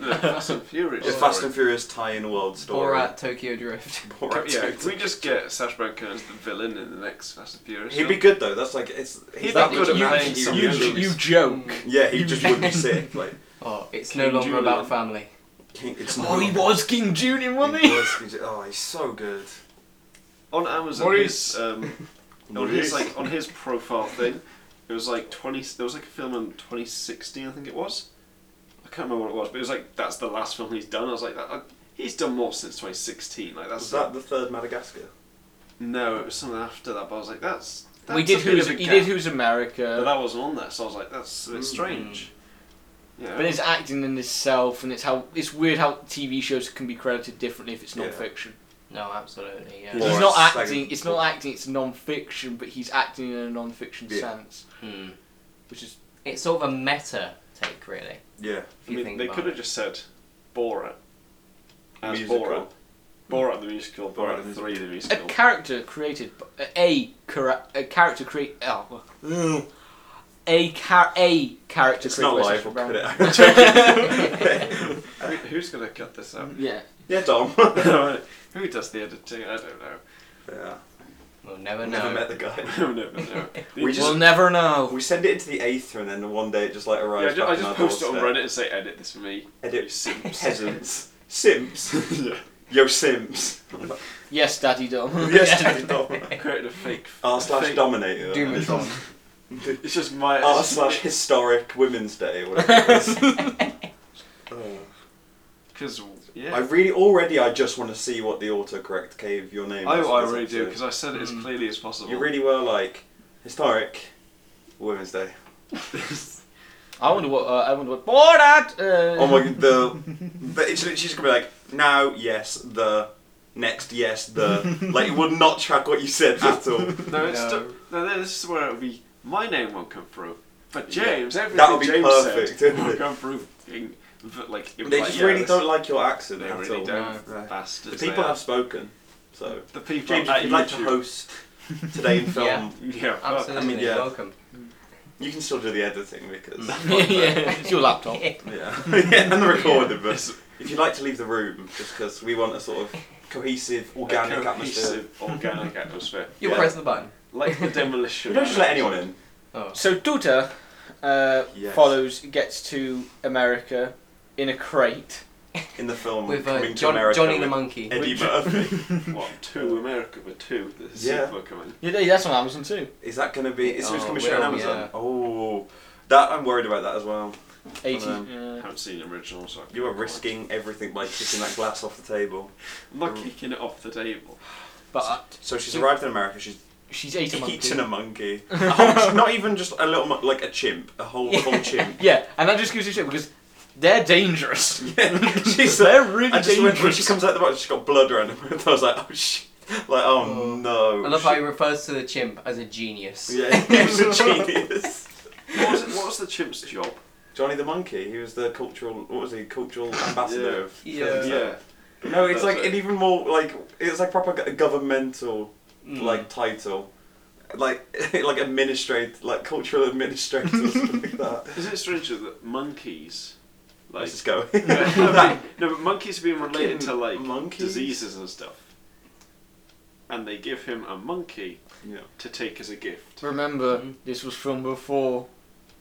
Speaker 1: No, Fast and Furious.
Speaker 2: the Fast and Furious tie-in world story.
Speaker 4: Borat, Tokyo Drift.
Speaker 1: Can-
Speaker 2: Borat.
Speaker 1: Yeah, can we just get Sash Baron Cohen as the villain in the next Fast and Furious?
Speaker 2: He'd
Speaker 1: film?
Speaker 2: be good though. That's like it's.
Speaker 1: He'd
Speaker 2: He's
Speaker 1: be
Speaker 2: that
Speaker 1: good
Speaker 2: good
Speaker 1: at
Speaker 2: at
Speaker 1: playing some
Speaker 5: you,
Speaker 1: Usually.
Speaker 5: you joke
Speaker 2: Yeah, he just would be sick. Like
Speaker 4: Oh, it's
Speaker 1: King
Speaker 4: no longer
Speaker 1: Julian.
Speaker 4: about family.
Speaker 2: he- it's
Speaker 5: oh
Speaker 2: not-
Speaker 5: he was King Julian
Speaker 2: he
Speaker 5: wasn't he
Speaker 2: was- he's- Oh, he's so good.
Speaker 1: On Amazon,
Speaker 4: Maurice.
Speaker 1: his, um, on his like on his profile thing, it was like twenty. There was like a film in twenty sixteen, I think it was. I can't remember what it was, but it was like that's the last film he's done. I was like, that, I, he's done more since twenty sixteen. Like that's
Speaker 2: Was that the third Madagascar?
Speaker 1: no, it was something after that. But I was like, that's, that's
Speaker 5: we did
Speaker 1: a bit
Speaker 5: who's
Speaker 1: of a
Speaker 5: he
Speaker 1: gap.
Speaker 5: did who's America
Speaker 1: but that wasn't on there, so I was like, that's a bit
Speaker 2: Mm.
Speaker 1: strange. Yeah,
Speaker 5: But it's acting in itself, and it's how it's weird how TV shows can be credited differently if it's
Speaker 2: Yeah.
Speaker 5: non-fiction.
Speaker 4: No, absolutely. Yeah.
Speaker 2: He's
Speaker 5: He's
Speaker 2: Or
Speaker 5: not
Speaker 2: it's like
Speaker 5: acting.
Speaker 2: a-
Speaker 5: It's not acting. It's non-fiction, but he's acting in a non-fiction
Speaker 2: Yeah.
Speaker 5: sense,
Speaker 4: Hmm.
Speaker 5: which is
Speaker 4: It's sort of a meta take, really.
Speaker 2: Yeah.
Speaker 4: If
Speaker 1: I
Speaker 4: you
Speaker 1: mean,
Speaker 4: think
Speaker 1: they
Speaker 4: about
Speaker 1: could have
Speaker 4: it.
Speaker 1: just said Borat as
Speaker 2: Musical.
Speaker 1: Borat. Borat the musical,
Speaker 2: Borat
Speaker 1: Borat
Speaker 2: the
Speaker 1: three the
Speaker 5: a
Speaker 1: musical.
Speaker 5: character created. b- A, cora- a character create. Oh, ugh. a car a character.
Speaker 2: It's
Speaker 5: created
Speaker 2: not
Speaker 5: by
Speaker 2: live.
Speaker 5: Sacha
Speaker 2: We'll
Speaker 5: Baron
Speaker 2: cut it
Speaker 5: Cohen.
Speaker 2: out. Joking.
Speaker 1: Who- Who's gonna cut this out?
Speaker 5: Yeah,
Speaker 2: yeah, Dom.
Speaker 1: Who does the editing? I don't know.
Speaker 2: yeah.
Speaker 4: We'll never know.
Speaker 2: Never met the guy.
Speaker 1: no, no, no.
Speaker 2: We just-
Speaker 5: we'll never know.
Speaker 2: We send it into the aether, and then one day it just like
Speaker 1: yeah, I
Speaker 2: arrives.
Speaker 1: just, I
Speaker 2: back
Speaker 1: just
Speaker 2: our
Speaker 1: post it on
Speaker 2: doorstep.
Speaker 1: Reddit and say edit this for me. You
Speaker 2: Edit
Speaker 1: simps.
Speaker 2: peasants. Sims.
Speaker 1: yeah.
Speaker 2: Yo, Sims.
Speaker 5: Yes, Daddy Dom.
Speaker 2: yes, Daddy Dom.
Speaker 1: Create a fake.
Speaker 2: R
Speaker 1: a
Speaker 2: slash
Speaker 1: fake-
Speaker 2: Dominator.
Speaker 4: Doomatron.
Speaker 1: It's just my.
Speaker 2: R slash historic Women's Day or whatever it is. Ugh.
Speaker 1: Because
Speaker 2: I
Speaker 1: yeah.
Speaker 2: really already I just want to see what the autocorrect gave your
Speaker 1: I,
Speaker 2: name.
Speaker 1: Oh, I,
Speaker 2: as- as
Speaker 1: really do
Speaker 2: episode.
Speaker 1: because I said it as
Speaker 4: Mm.
Speaker 1: clearly as possible.
Speaker 2: you really were like historic Women's Day.
Speaker 5: I wonder what. Uh, I wonder what. Borat. Uh,
Speaker 2: Oh my god, the, the it's literally just gonna be like now yes the next, yes, the. like, it would not track what you said at all.
Speaker 1: No, it's
Speaker 4: No.
Speaker 1: still- no, this is where it'll be. My name won't come through, but
Speaker 2: Yeah.
Speaker 1: James, everything
Speaker 2: That would be
Speaker 1: James
Speaker 2: perfect,
Speaker 1: said
Speaker 2: wouldn't
Speaker 1: will
Speaker 2: it?
Speaker 1: come through. In, v- like in
Speaker 2: They
Speaker 1: like,
Speaker 2: just
Speaker 1: yeah,
Speaker 2: really
Speaker 1: this-
Speaker 2: don't like your accent
Speaker 1: They
Speaker 2: at
Speaker 1: really
Speaker 2: all.
Speaker 1: don't.
Speaker 2: No. The
Speaker 1: Bastards.
Speaker 2: people
Speaker 1: they are.
Speaker 2: have spoken, so.
Speaker 1: the people.
Speaker 2: James,
Speaker 1: at
Speaker 2: if you'd like
Speaker 1: YouTube.
Speaker 2: to host today in film,
Speaker 4: Yeah.
Speaker 1: Yeah, fuck.
Speaker 4: Absolutely.
Speaker 2: I mean, yeah.
Speaker 4: Welcome. Hmm.
Speaker 2: you can still do the editing because.
Speaker 5: yeah, it's your laptop.
Speaker 2: Yeah. yeah, and the recording, but if you'd like to leave the room, just because we want a sort of cohesive, organic
Speaker 1: A
Speaker 2: atmosphere.
Speaker 1: cohesive, organic atmosphere.
Speaker 4: You
Speaker 2: Yeah.
Speaker 4: press the button.
Speaker 1: Like the demolition.
Speaker 2: We don't just let anyone in.
Speaker 4: Oh.
Speaker 5: So Duta uh,
Speaker 2: Yes.
Speaker 5: follows, gets to America in a crate.
Speaker 2: In the film,
Speaker 4: With uh,
Speaker 2: coming to
Speaker 4: John-
Speaker 2: America
Speaker 4: Johnny the
Speaker 2: with
Speaker 4: Monkey.
Speaker 2: Eddie
Speaker 1: Which-
Speaker 2: Murphy.
Speaker 1: What? Two America, but two. The
Speaker 2: Yeah.
Speaker 1: sequel coming.
Speaker 5: Yeah, they- that's on Amazon too.
Speaker 2: Is that going to be? Is it
Speaker 4: Oh,
Speaker 2: coming straight on
Speaker 4: well,
Speaker 2: Amazon?
Speaker 4: yeah.
Speaker 2: Oh, that I'm worried about that as well.
Speaker 5: Eighty. uh,
Speaker 2: Um,
Speaker 1: I
Speaker 5: yeah.
Speaker 1: haven't seen the original, so I
Speaker 2: You are
Speaker 1: can't-
Speaker 2: risking everything by kicking that glass off the table.
Speaker 1: I'm not kicking it off the table.
Speaker 5: but uh,
Speaker 2: So she's arrived in America. She's
Speaker 5: she's eighty.
Speaker 2: eaten a monkey. A whole, not even just a little, mon- like a chimp. A whole full chimp.
Speaker 5: Yeah, and that just gives you shit because they're dangerous.
Speaker 2: she's
Speaker 5: they're really
Speaker 2: I just went, when
Speaker 5: dangerous.
Speaker 2: she comes out the box, she's got blood around her mouth. I was like, oh shit. Like, oh,
Speaker 4: Oh.
Speaker 2: no.
Speaker 4: I love how he refers to the chimp as a genius.
Speaker 2: Yeah, he was a genius.
Speaker 1: What was, what was the chimp's job?
Speaker 2: Johnny the Monkey, he was the cultural, what was he, cultural ambassador
Speaker 1: Yeah.
Speaker 2: of
Speaker 4: Yeah.
Speaker 2: films.
Speaker 1: Yeah.
Speaker 2: No, it's
Speaker 1: That's
Speaker 2: like
Speaker 1: it.
Speaker 2: an even more, like, it's like proper go- governmental,
Speaker 4: Mm.
Speaker 2: like, title. Like, like administrate, like cultural administrator, or something like that.
Speaker 1: Is it strange that monkeys, like,
Speaker 2: Let's just go.
Speaker 1: Yeah, no, but- no, but monkeys are being related to
Speaker 2: Fucking
Speaker 1: like
Speaker 2: monkeys.
Speaker 1: diseases and stuff, and they give him a monkey
Speaker 2: yeah.
Speaker 1: to take as a gift.
Speaker 5: Remember,
Speaker 4: Mhm.
Speaker 5: this was from before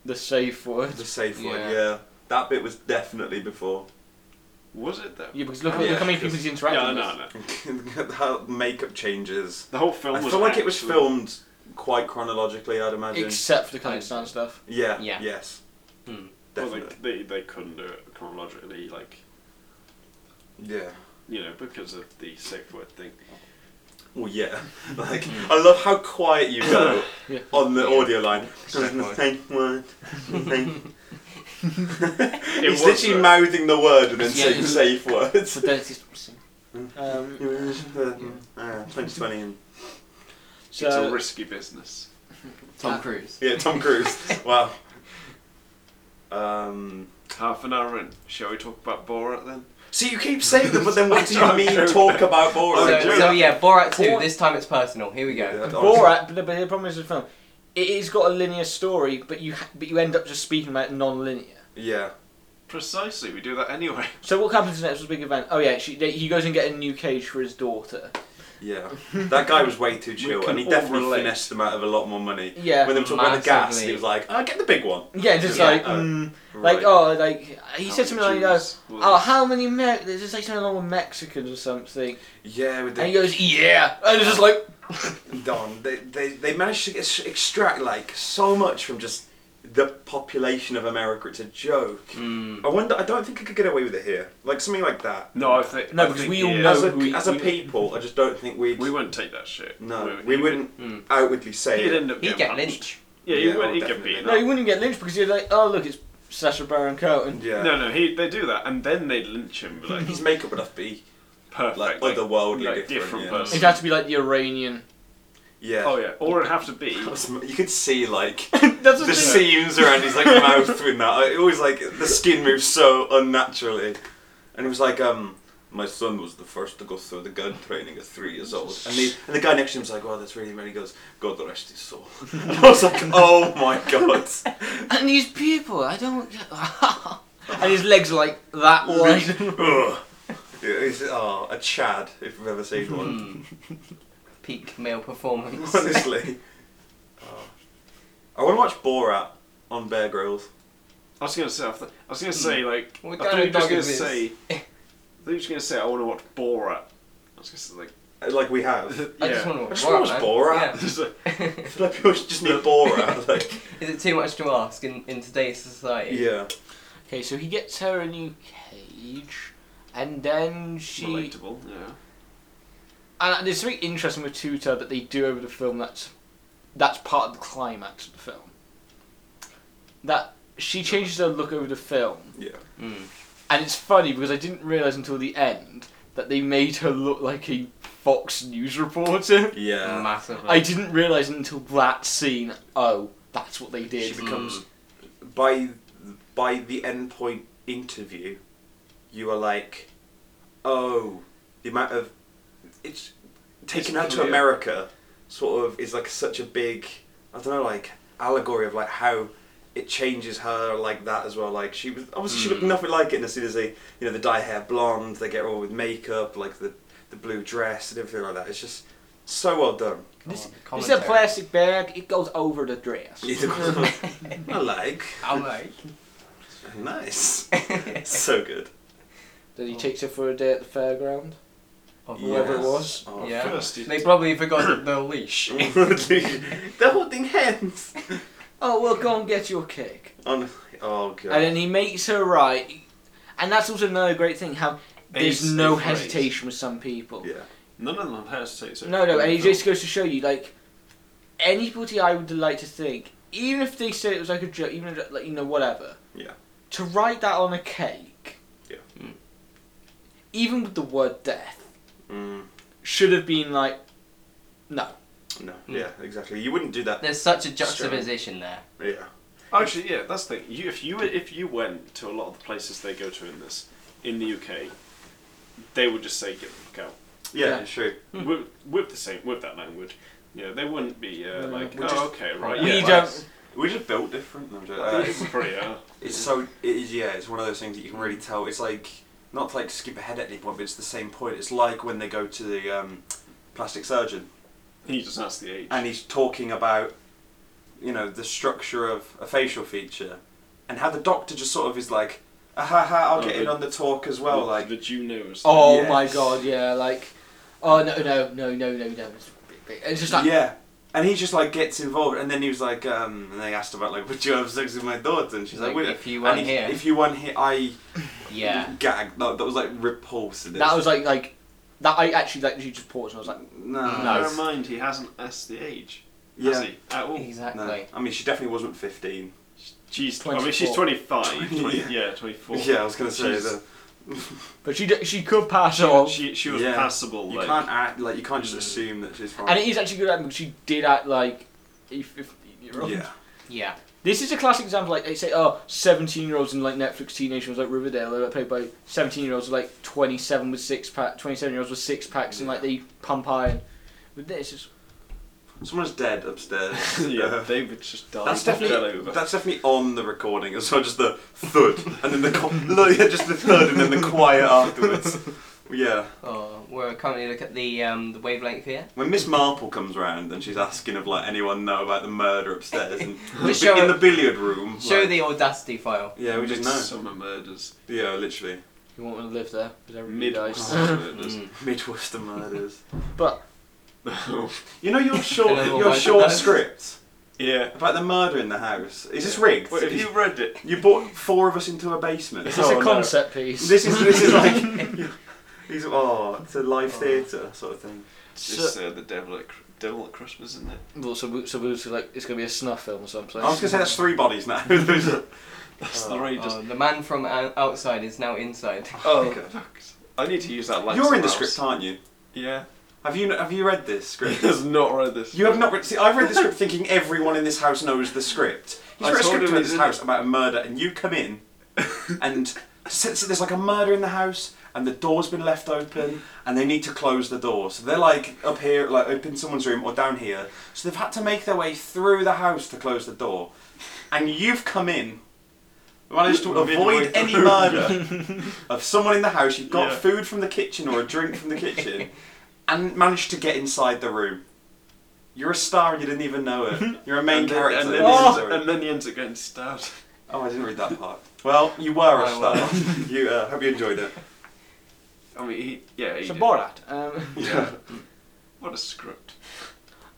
Speaker 5: the safe word.
Speaker 2: The safe one,
Speaker 4: Yeah.
Speaker 2: yeah. That bit was definitely before.
Speaker 1: Was it though?
Speaker 5: Yeah, because look,
Speaker 2: Oh,
Speaker 5: look
Speaker 2: yeah,
Speaker 5: how many people
Speaker 2: because-
Speaker 5: he's interacting
Speaker 1: Yeah,
Speaker 5: with.
Speaker 1: no, no.
Speaker 2: how makeup changes.
Speaker 1: The whole film
Speaker 2: I
Speaker 1: was.
Speaker 2: feel like it was
Speaker 1: actually-
Speaker 2: filmed quite chronologically, I'd imagine.
Speaker 5: Except for the Kazakhstan stuff.
Speaker 2: yeah,
Speaker 4: Yeah.
Speaker 2: Yes.
Speaker 4: Mm.
Speaker 1: Hmm. Well, they-
Speaker 2: Definitely.
Speaker 1: they, they couldn't do it chronologically, like
Speaker 2: yeah.
Speaker 1: you know, because of the safe word thing.
Speaker 2: Well, yeah. Like, I love how quiet you go
Speaker 5: Yeah.
Speaker 2: on the
Speaker 4: Yeah.
Speaker 2: audio line.
Speaker 4: Safe word.
Speaker 2: Safe word. He's
Speaker 1: was
Speaker 2: literally
Speaker 1: though.
Speaker 2: mouthing the word and then
Speaker 5: Yeah.
Speaker 2: saying safe words.
Speaker 5: But then it's just- Um,
Speaker 2: Uh, 2020 and-
Speaker 1: it's a
Speaker 5: so,
Speaker 1: risky business.
Speaker 4: Tom Cruise.
Speaker 2: Yeah, Tom Cruise. wow. Um,
Speaker 1: Half an hour in. Shall we talk about Borat then?
Speaker 2: so you keep saying them, but then what do you
Speaker 1: I'm
Speaker 2: mean
Speaker 1: joking.
Speaker 2: talk about
Speaker 1: Oh,
Speaker 2: Borat?
Speaker 1: I'm
Speaker 4: So,
Speaker 1: joking.
Speaker 4: so yeah, Borat 2.
Speaker 5: Borat-
Speaker 4: This time it's personal. Here we go.
Speaker 5: Borat, but the, but the problem is with the film, it has got a linear story, but you ha- but you end up just speaking about non-linear.
Speaker 2: Yeah.
Speaker 1: Precisely, we do that anyway.
Speaker 5: So what happens in the next big event? Oh yeah, she, they, he goes and get a new cage for his daughter.
Speaker 2: Yeah, that guy was way too chill,
Speaker 1: We can
Speaker 2: and he
Speaker 1: all
Speaker 2: definitely
Speaker 1: relate.
Speaker 2: finessed them out of a lot more money.
Speaker 5: Yeah.
Speaker 2: when they were talking about the gas,
Speaker 4: Massively.
Speaker 2: he was like, "I get the big one."
Speaker 5: Yeah, just
Speaker 4: Yeah,
Speaker 5: like,
Speaker 2: oh,
Speaker 5: mm,
Speaker 2: Right.
Speaker 5: like oh, like he
Speaker 1: How
Speaker 5: said something
Speaker 1: many
Speaker 5: like, uh,
Speaker 1: Jews will
Speaker 5: "Oh,
Speaker 1: this-
Speaker 5: how many Me- There's just like something along with Mexicans or something,"
Speaker 2: yeah, with
Speaker 5: and he
Speaker 2: the
Speaker 5: goes, "Yeah," and it's just like,
Speaker 2: Don, they, they they managed to ex- extract like so much from just the population of America. It's a joke.
Speaker 4: Mm.
Speaker 2: I wonder. I don't think I could get away with it here. Like something like that.
Speaker 1: No, I think
Speaker 5: No,
Speaker 1: I
Speaker 5: because
Speaker 1: think,
Speaker 5: we all
Speaker 1: yeah,
Speaker 5: know-
Speaker 2: as a
Speaker 5: we-
Speaker 2: as a
Speaker 5: we-
Speaker 2: people, I just don't think we'd.
Speaker 1: we wouldn't take that shit.
Speaker 2: no, we wouldn't
Speaker 4: Mm.
Speaker 2: outwardly say
Speaker 1: He'd
Speaker 2: it.
Speaker 1: end up
Speaker 4: He'd
Speaker 1: getting
Speaker 4: get
Speaker 1: punched.
Speaker 4: lynched.
Speaker 1: Yeah, he
Speaker 2: Yeah,
Speaker 1: would.
Speaker 2: oh,
Speaker 1: He'd get
Speaker 2: definitely.
Speaker 1: beaten.
Speaker 5: no, you
Speaker 1: up.
Speaker 5: wouldn't get lynched because you're like, "Oh, look, it's Sacha Baron Cohen."
Speaker 2: Yeah.
Speaker 1: No, no, he they do that, and then they lynch him. Like
Speaker 2: His makeup would have to be
Speaker 1: perfect,
Speaker 2: like,
Speaker 1: like,
Speaker 2: otherworldly,
Speaker 1: like,
Speaker 2: different.
Speaker 1: different
Speaker 2: yeah.
Speaker 1: person.
Speaker 5: It'd have to be like the Iranian.
Speaker 2: yeah.
Speaker 1: Oh yeah, or it'd have to be.
Speaker 2: You could see like
Speaker 5: That's
Speaker 2: the
Speaker 5: what
Speaker 2: seams around his like mouth in that. It was like the skin moves so unnaturally, and it was like um. My son was the first to go through the gun training at three years old, and the and the guy next to him was like, "Wow, that's really." And he goes, "God rest his soul." And I was like, "Oh my god!"
Speaker 5: And these people, I don't. get- and his legs are like that wide.
Speaker 2: Ugh. It's, oh, a Chad, if we've ever seen one.
Speaker 4: Mm. Peak male performance.
Speaker 2: Honestly, Oh. I want to watch Borat on Bear Grylls.
Speaker 1: I was gonna say. I thought- I was
Speaker 2: Hmm.
Speaker 1: gonna say like.
Speaker 4: What
Speaker 1: I thought
Speaker 4: kind
Speaker 1: you
Speaker 4: of
Speaker 1: were just
Speaker 4: dog
Speaker 1: gonna
Speaker 4: is this?
Speaker 1: say. I thought you were just gonna say I want to watch Borat. I was gonna say like.
Speaker 2: Like we have.
Speaker 1: yeah.
Speaker 4: I just want to watch
Speaker 2: I just
Speaker 4: Borat.
Speaker 2: watch
Speaker 4: man.
Speaker 2: Borat.
Speaker 1: It's like,
Speaker 4: Yeah.
Speaker 2: I feel like people just need Borat. Like,
Speaker 4: Is it too much to ask in, in today's society?
Speaker 2: yeah.
Speaker 5: Okay, so he gets her a new cage, and then she.
Speaker 1: relatable. Yeah.
Speaker 5: And it's very interesting with Tutor that they do over the film. That's that's part of the climax of the film. That she changes her look over the film,
Speaker 2: Yeah.
Speaker 4: Mm.
Speaker 5: and it's funny because I didn't realize until the end that they made her look like a Fox News reporter.
Speaker 2: Yeah.
Speaker 4: Massively.
Speaker 5: I didn't realise until that scene, oh, that's what they
Speaker 2: She
Speaker 5: did.
Speaker 2: becomes by by the end point interview, you are like, oh, the amount of it's taking her to
Speaker 1: peculiar.
Speaker 2: America sort of is like such a big I don't know like allegory of like how it changes her like that as well. Like she was obviously she looked nothing like it, and as soon as they you know they dye hair blonde, they get her all with makeup, like the the blue dress and everything like that. It's just so well done.
Speaker 5: This,
Speaker 4: Come on,
Speaker 5: this is a
Speaker 4: commentary.
Speaker 5: plastic bag, it goes over the dress.
Speaker 2: I like
Speaker 4: I'm like.
Speaker 2: nice, so good.
Speaker 5: Then
Speaker 2: Oh.
Speaker 5: he takes her for a day at the fairground.
Speaker 4: Oh,
Speaker 5: Whoever it
Speaker 2: Yes.
Speaker 5: was.
Speaker 2: Oh,
Speaker 4: yeah.
Speaker 1: First, you-
Speaker 4: They probably forgot the leash.
Speaker 2: They're holding hands.
Speaker 5: Oh, well, go and get your cake.
Speaker 2: On, oh god.
Speaker 5: And then he makes her right. And that's also another great thing how
Speaker 1: They
Speaker 5: there's
Speaker 1: just-
Speaker 5: no
Speaker 1: they phrase.
Speaker 5: hesitation with some people.
Speaker 2: yeah.
Speaker 1: None of them hesitate. So
Speaker 5: No, no, and it just goes to show you, like, anybody I would like to think, even if they say it was like a joke, even if, like, you know, whatever.
Speaker 2: Yeah.
Speaker 5: To write that on a cake.
Speaker 2: Yeah.
Speaker 4: Mm.
Speaker 5: Even with the word death,
Speaker 2: Mm,
Speaker 5: should have been like, no.
Speaker 2: no. Yeah. Exactly. You wouldn't do that.
Speaker 4: There's such a juxtaposition there.
Speaker 2: Yeah.
Speaker 1: Oh, Actually, yeah, that's the thing. You, if you were- if you went to a lot of the places they go to in this, in the UK, they would just say get the fuck out
Speaker 2: Yeah.
Speaker 5: Yeah.
Speaker 2: Sure.
Speaker 1: with, with the same with that language. Yeah, they wouldn't be uh,
Speaker 5: No,
Speaker 1: like,
Speaker 5: we
Speaker 1: oh,
Speaker 5: just-
Speaker 1: okay, right.
Speaker 5: we
Speaker 1: yeah,
Speaker 5: don't.
Speaker 2: We just built different. No, I'm joking. Uh,
Speaker 1: Like,
Speaker 2: it's,
Speaker 1: it's pretty. Uh,
Speaker 2: it's so. It is. Yeah. It's one of those things that you can really tell. It's like not to, like skip ahead at any point, but it's the same point. It's like when they go to the um, plastic surgeon
Speaker 1: he just asked the age.
Speaker 2: and he's talking about you know the structure of a facial feature and how the doctor just sort of is like, ah, ha ha, I'll
Speaker 1: Oh,
Speaker 2: get in
Speaker 1: the-
Speaker 2: on the talk as well.
Speaker 1: the,
Speaker 2: Like
Speaker 1: the Jew knows.
Speaker 5: Oh my
Speaker 2: Yes.
Speaker 5: god, yeah, like, oh no, no, no, no, no, no. It's, it's just like,
Speaker 2: yeah. And he just like gets involved, and then he was like, um, and they asked about like, would you have sex with my daughter? And she's like,
Speaker 4: Like,
Speaker 2: "Would-"
Speaker 4: if you
Speaker 2: And
Speaker 4: weren't
Speaker 2: he-
Speaker 4: here.
Speaker 2: if you weren't here, I
Speaker 4: Yeah.
Speaker 2: gagged. No, that was like repulsive.
Speaker 5: that was like, like, that I actually, like, you just paused and I was like,
Speaker 2: no,
Speaker 4: No.
Speaker 1: Bear
Speaker 4: Nice.
Speaker 1: in mind, he hasn't asked the age.
Speaker 2: yeah,
Speaker 1: Has he? At all.
Speaker 4: Exactly.
Speaker 2: no. I mean, she definitely wasn't fifteen.
Speaker 1: She's. I mean, she's
Speaker 5: 24.
Speaker 1: 25. 20,
Speaker 2: Yeah.
Speaker 1: yeah. 24.
Speaker 2: Yeah, I was gonna say
Speaker 1: She's-
Speaker 2: that.
Speaker 5: but she, d- she could pass on.
Speaker 1: She, she was
Speaker 2: Yeah.
Speaker 1: passable.
Speaker 2: You
Speaker 1: like,
Speaker 2: can't act like you can't just
Speaker 1: Mm.
Speaker 2: assume that she's fine.
Speaker 5: And it is actually good at because she did act like a 15 year old.
Speaker 2: yeah,
Speaker 4: Yeah.
Speaker 5: This is a classic example. Like they say, oh, 17 year olds in like Netflix teenage shows like Riverdale, they're played by 17 year olds like 27 with six pack, 27 year olds with six packs, and like they pump iron. With this, it's,
Speaker 2: someone's dead upstairs.
Speaker 1: yeah,
Speaker 2: Uh,
Speaker 1: David just died.
Speaker 2: That's
Speaker 1: and fell
Speaker 2: definitely
Speaker 1: over.
Speaker 2: that's definitely on the recording as well. Just the thud, and then the co- no, yeah, just the thud, and then the quiet afterwards. Yeah,
Speaker 4: Oh, we're currently looking at the um, the wavelength here.
Speaker 2: when Miss Marple comes round and she's asking if like anyone know about the murder upstairs and
Speaker 4: Just
Speaker 2: the-
Speaker 4: show
Speaker 2: in
Speaker 4: her-
Speaker 2: the billiard room.
Speaker 4: Show
Speaker 2: like-
Speaker 4: the audacity file.
Speaker 2: yeah, we just know.
Speaker 1: Midsummer murders.
Speaker 2: Yeah, literally
Speaker 5: you won't want to live there because everybody
Speaker 1: Mid
Speaker 5: dies.
Speaker 1: murders.
Speaker 4: Mm.
Speaker 2: Midwestern murders.
Speaker 5: but
Speaker 2: You know your short
Speaker 4: And then we'll
Speaker 2: your
Speaker 4: back
Speaker 2: short
Speaker 4: up.
Speaker 2: script
Speaker 1: yeah.
Speaker 2: about the murder in the house. Is this rigged?
Speaker 1: Wait, have you read it?
Speaker 2: you brought four of us into a basement.
Speaker 5: is this
Speaker 1: Oh,
Speaker 5: a
Speaker 1: no.
Speaker 5: concept piece?
Speaker 2: This is this is like these oh, it's a live theatre sort of thing.
Speaker 1: It's
Speaker 5: so,
Speaker 1: uh, the devil at, Cr- devil at Christmas, isn't it?
Speaker 5: well, so, we- so we- so, like it's gonna be a snuff film or something.
Speaker 2: I was gonna say that's three bodies now. There's a-
Speaker 1: That's
Speaker 2: Oh,
Speaker 1: the right. Just,
Speaker 4: Oh, the man from o- outside is now inside.
Speaker 1: oh,
Speaker 2: God.
Speaker 1: fuck. I need to use that. Like
Speaker 2: You're in the
Speaker 1: somewhere else.
Speaker 2: script, aren't you?
Speaker 1: Yeah.
Speaker 2: Have you have you read this
Speaker 1: He
Speaker 2: script?
Speaker 1: has not read this.
Speaker 2: You have not read. See, I've read the script thinking everyone in this house knows the script. He's
Speaker 1: I
Speaker 2: read a
Speaker 1: told
Speaker 2: script
Speaker 1: him
Speaker 2: about
Speaker 1: he
Speaker 2: this
Speaker 1: didn't.
Speaker 2: house about a murder, and you come in, and since there's like a murder in the house, and the door's been left open, and they need to close the door, so they're like up here, like up in someone's room or down here, so they've had to make their way through the house to close the door, and you've come in. Managed to
Speaker 1: Midway
Speaker 2: avoid any
Speaker 1: through.
Speaker 2: murder of someone in the house. You've got
Speaker 1: Yeah.
Speaker 2: food from the kitchen or a drink from the kitchen, and managed to get inside the room. You're a star and you didn't even know it. You're a main
Speaker 1: and then,
Speaker 2: character.
Speaker 1: And
Speaker 2: Oh. in
Speaker 1: then,
Speaker 2: this
Speaker 1: he
Speaker 2: story.
Speaker 1: ends, and then he ends up getting stabbed.
Speaker 2: oh, I didn't read that part. Well, you were a
Speaker 4: Oh, well.
Speaker 2: star. you uh, hope you enjoyed it.
Speaker 1: I mean, he, yeah. He
Speaker 5: It's a
Speaker 1: did.
Speaker 5: Borat. Um,
Speaker 1: Yeah. what a script.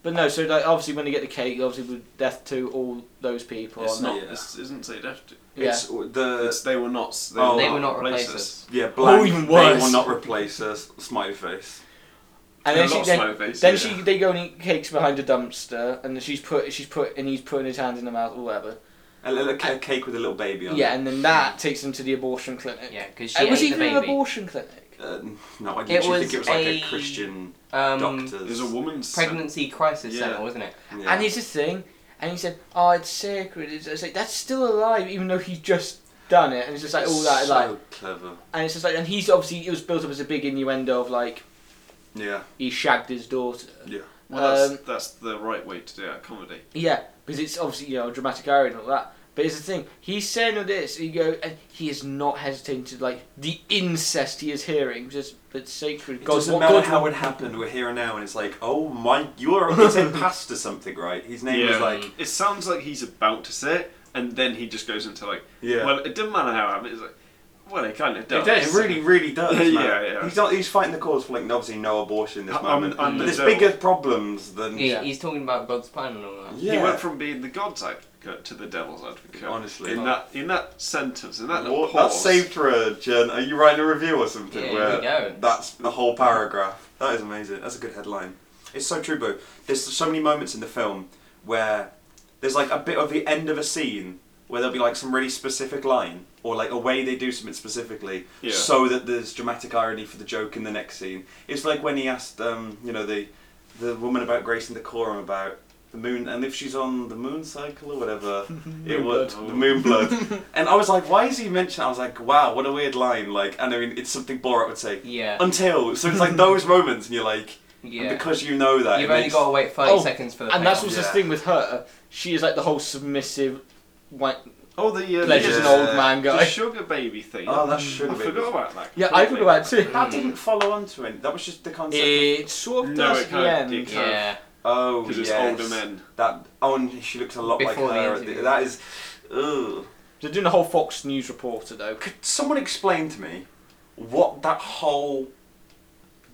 Speaker 5: but no, so like, obviously when you get the cake, obviously with death to all those people.
Speaker 1: It's
Speaker 5: and-
Speaker 1: not.
Speaker 2: yeah.
Speaker 1: This isn't say left.
Speaker 5: yeah.
Speaker 2: It's the
Speaker 1: It's, they were not. They,
Speaker 2: Oh.
Speaker 1: were,
Speaker 4: they
Speaker 1: not
Speaker 4: will not replace
Speaker 1: replace
Speaker 4: us.
Speaker 2: yeah blank.
Speaker 5: even
Speaker 2: They
Speaker 5: worse.
Speaker 2: will not replace us. Smiley face.
Speaker 5: And then
Speaker 1: A
Speaker 5: she
Speaker 1: lot of
Speaker 5: then,
Speaker 1: smiley faces,
Speaker 5: then
Speaker 1: yeah.
Speaker 5: she they go and eat cakes behind a dumpster, and she's put she's put and he's putting his hand in her mouth or whatever.
Speaker 2: A, little, ca- cake with a little baby on
Speaker 5: Yeah, and then that takes them to the abortion clinic.
Speaker 4: Yeah, because
Speaker 5: Uh,
Speaker 4: she
Speaker 5: was
Speaker 4: ate
Speaker 5: even
Speaker 4: the
Speaker 5: an
Speaker 4: baby.
Speaker 5: abortion clinic.
Speaker 2: it. Uh, no, I
Speaker 4: It
Speaker 2: literally
Speaker 4: was
Speaker 2: think it was like a,
Speaker 4: a-
Speaker 2: Christian
Speaker 4: um,
Speaker 2: doctor's.
Speaker 1: There's a woman's
Speaker 4: pregnancy crisis
Speaker 1: Yeah.
Speaker 4: center, wasn't it?
Speaker 2: Yeah.
Speaker 5: And here's the thing. And he said, "Oh, it's sacred." It's, it's like that's still alive, even though he's just done it. And it's just like all that,
Speaker 2: so
Speaker 5: like,
Speaker 2: clever.
Speaker 5: and it's just like, and he's obviously it was built up as a big innuendo of like
Speaker 2: Yeah,
Speaker 5: he shagged his daughter.
Speaker 2: yeah.
Speaker 1: Well, that's,
Speaker 5: Um,
Speaker 1: that's the right way to do it, comedy.
Speaker 5: Yeah, because it's obviously you know dramatic irony and all that. But it's the thing he's saying all this. You go, and he is not hesitating to like the incest he is hearing. Just but sacred.
Speaker 2: It
Speaker 5: God,
Speaker 2: doesn't
Speaker 5: what
Speaker 2: matter
Speaker 5: God
Speaker 2: how
Speaker 5: would-
Speaker 2: it happened. We're here and now, and it's like, oh my, you're it's in past or something, right? His name was
Speaker 1: Yeah.
Speaker 2: like,
Speaker 1: It sounds like he's about to say it, and then he just goes into like,
Speaker 2: yeah.
Speaker 1: well, it doesn't matter how I am. It's like, well, it kind of does.
Speaker 2: It does. It really, really does. Man.
Speaker 1: Yeah, yeah.
Speaker 2: He's not. He's fighting the cause for like obviously no abortion in this
Speaker 1: I'm-
Speaker 2: moment.
Speaker 1: I'm
Speaker 4: the
Speaker 2: There's
Speaker 1: devil.
Speaker 2: bigger problems than.
Speaker 4: He,
Speaker 5: Yeah.
Speaker 4: He's talking about God's plan and all that.
Speaker 1: He
Speaker 2: Yeah.
Speaker 1: went from being the god's advocate to the devil's advocate.
Speaker 2: Honestly.
Speaker 1: in that in that sentence, in that little
Speaker 2: What- that's
Speaker 1: pause,
Speaker 2: saved for a Jen. Are you writing a review or something?
Speaker 4: Yeah,
Speaker 2: where
Speaker 4: here we go.
Speaker 2: That's the whole paragraph. That is amazing. That's a good headline. It's so true, boo. There's so many moments in the film where there's like a bit of the end of a scene where there'll be like some really specific line or like a way they do something specifically
Speaker 1: Yeah.
Speaker 2: so that there's dramatic irony for the joke in the next scene. It's like when he asked, um, you know, the the woman about Grace and Decorum about the moon and if she's on the moon cycle or whatever it was
Speaker 1: blood.
Speaker 2: the moon blood and i was like why is he mentioning i was like wow what a weird line like and i mean it's something borat would say
Speaker 4: Yeah.
Speaker 2: until so it's like those moments and you're like and
Speaker 4: yeah.
Speaker 2: because you know that
Speaker 4: You've
Speaker 2: it
Speaker 4: only
Speaker 2: makes-
Speaker 4: got to wait 30
Speaker 5: Oh,
Speaker 4: seconds for the
Speaker 5: And that's
Speaker 4: payoff.
Speaker 5: what's
Speaker 2: Yeah.
Speaker 5: the thing with her. She is like the whole submissive, white
Speaker 1: Oh, the uh,
Speaker 5: pleasure's
Speaker 1: the,
Speaker 5: an
Speaker 2: Yeah.
Speaker 5: old man
Speaker 1: the
Speaker 5: guy.
Speaker 1: sugar baby thing.
Speaker 2: oh that
Speaker 1: I
Speaker 2: should have been
Speaker 1: forgot about that.
Speaker 5: Yeah, I forgot
Speaker 1: completely.
Speaker 5: about it too.
Speaker 2: that didn't follow on to it that was just the concept
Speaker 5: It sort of
Speaker 1: No,
Speaker 5: does
Speaker 1: it
Speaker 5: at
Speaker 1: can't-
Speaker 5: the end.
Speaker 1: it can't.
Speaker 4: yeah.
Speaker 2: oh
Speaker 1: because it's
Speaker 2: yes.
Speaker 1: older men.
Speaker 2: that oh and she looks a lot
Speaker 4: Before the
Speaker 2: like her at the,
Speaker 4: interview.
Speaker 2: that is ugh.
Speaker 5: They're doing a whole Fox News reporter though.
Speaker 2: could someone explain to me what that whole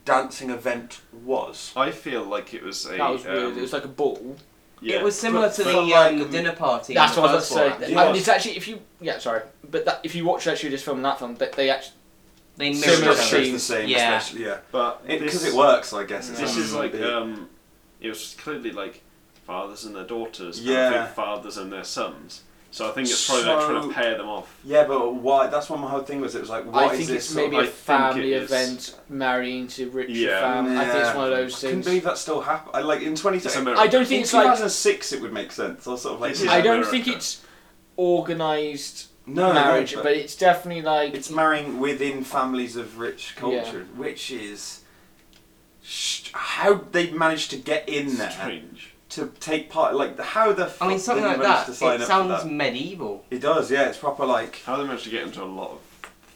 Speaker 2: dancing event was
Speaker 1: I feel like it was a.
Speaker 5: That was weird.
Speaker 1: um,
Speaker 5: It was like a ball.
Speaker 1: yeah.
Speaker 4: It was similar
Speaker 2: But-
Speaker 4: to
Speaker 2: but
Speaker 4: the
Speaker 2: like-
Speaker 4: um, dinner party.
Speaker 5: That's
Speaker 4: in
Speaker 5: what
Speaker 4: the
Speaker 5: I was
Speaker 4: first
Speaker 5: about to
Speaker 4: one.
Speaker 5: say.
Speaker 2: Yeah.
Speaker 5: I mean, it's actually if you yeah sorry, but that if you watch actually this film and that film, they, they actually
Speaker 4: They mirrored
Speaker 5: Similar
Speaker 4: each
Speaker 2: Structure's
Speaker 4: other.
Speaker 5: scene.
Speaker 2: the same
Speaker 4: Yeah.
Speaker 2: especially- yeah
Speaker 1: but
Speaker 2: because
Speaker 1: this-
Speaker 2: it works I guess it's
Speaker 1: This
Speaker 2: not
Speaker 1: is like
Speaker 2: big.
Speaker 1: um, it was clearly like fathers and their daughters. and I
Speaker 2: Yeah.
Speaker 1: think fathers and their sons. So I think it's probably like trying
Speaker 2: So-
Speaker 1: to pair them off.
Speaker 2: Yeah, but why? That's what my whole thing was. It was like, what is
Speaker 5: I think
Speaker 2: this?
Speaker 5: it's maybe
Speaker 1: I
Speaker 5: a
Speaker 1: think it
Speaker 5: family
Speaker 1: is.
Speaker 5: event marrying to richer
Speaker 1: Yeah.
Speaker 5: family. um, I think it's one of those
Speaker 2: I couldn't
Speaker 5: things.
Speaker 2: believe that still happened. I like in twenty.
Speaker 1: It's
Speaker 2: in
Speaker 1: America.
Speaker 5: I don't think it's like
Speaker 2: 2006, it would make sense. Or sort of like.
Speaker 1: This is
Speaker 5: I don't
Speaker 1: America.
Speaker 5: think it's organised
Speaker 2: no, no,
Speaker 5: marriage, but, it's definitely like
Speaker 2: it's marrying within families of rich culture, which is sh- how they managed to get in there
Speaker 1: Strange.
Speaker 2: to take part. Like how the fuck
Speaker 4: I mean, something
Speaker 2: did
Speaker 4: like
Speaker 2: you manage
Speaker 4: that.
Speaker 2: To sign
Speaker 4: It
Speaker 2: up for
Speaker 4: sounds
Speaker 2: that?
Speaker 4: medieval.
Speaker 2: It does. Yeah, it's proper like
Speaker 1: How they managed to get into a lot of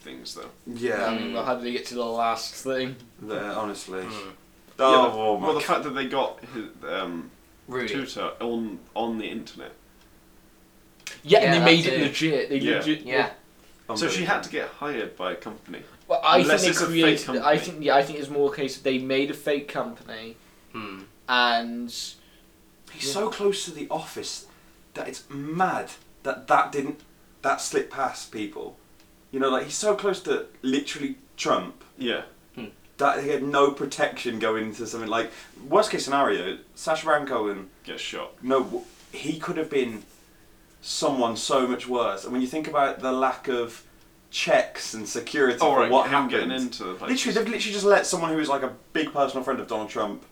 Speaker 1: things though.
Speaker 5: I
Speaker 2: yeah.
Speaker 5: mean, well, how did they get to the last thing?
Speaker 2: the- honestly.
Speaker 4: Mm.
Speaker 2: Oh,
Speaker 1: Yeah, but-
Speaker 2: oh my
Speaker 1: well, the fact that they got his, um,
Speaker 4: Rudy.
Speaker 1: tutor on on the internet.
Speaker 5: Yeah, and
Speaker 4: Yeah,
Speaker 5: they made
Speaker 4: that's
Speaker 5: it
Speaker 4: it.
Speaker 5: legit. They
Speaker 1: Yeah.
Speaker 5: legit.
Speaker 4: Yeah.
Speaker 1: So she had to get hired by a company.
Speaker 5: Well, I
Speaker 1: Unless
Speaker 5: think
Speaker 1: it's
Speaker 5: they
Speaker 1: a fake
Speaker 5: created. I
Speaker 1: company.
Speaker 5: think yeah. I think it's more a case of they made a fake company
Speaker 4: Hmm.
Speaker 5: and
Speaker 2: He's so close to the office that it's mad that that didn't that slipped past people. You know, like he's so close to literally Trump
Speaker 1: Yeah.
Speaker 2: that he had no protection going into something like worst case scenario. Sacha Baron Cohen,
Speaker 1: Get shot.
Speaker 2: no, w- he could have been someone so much worse. And when you think about the lack of checks and security
Speaker 1: Oh
Speaker 2: for
Speaker 1: right,
Speaker 2: what
Speaker 1: him
Speaker 2: happened,
Speaker 1: getting into the place.
Speaker 2: Literally, they've literally just let someone who is like a big personal friend of Donald Trump.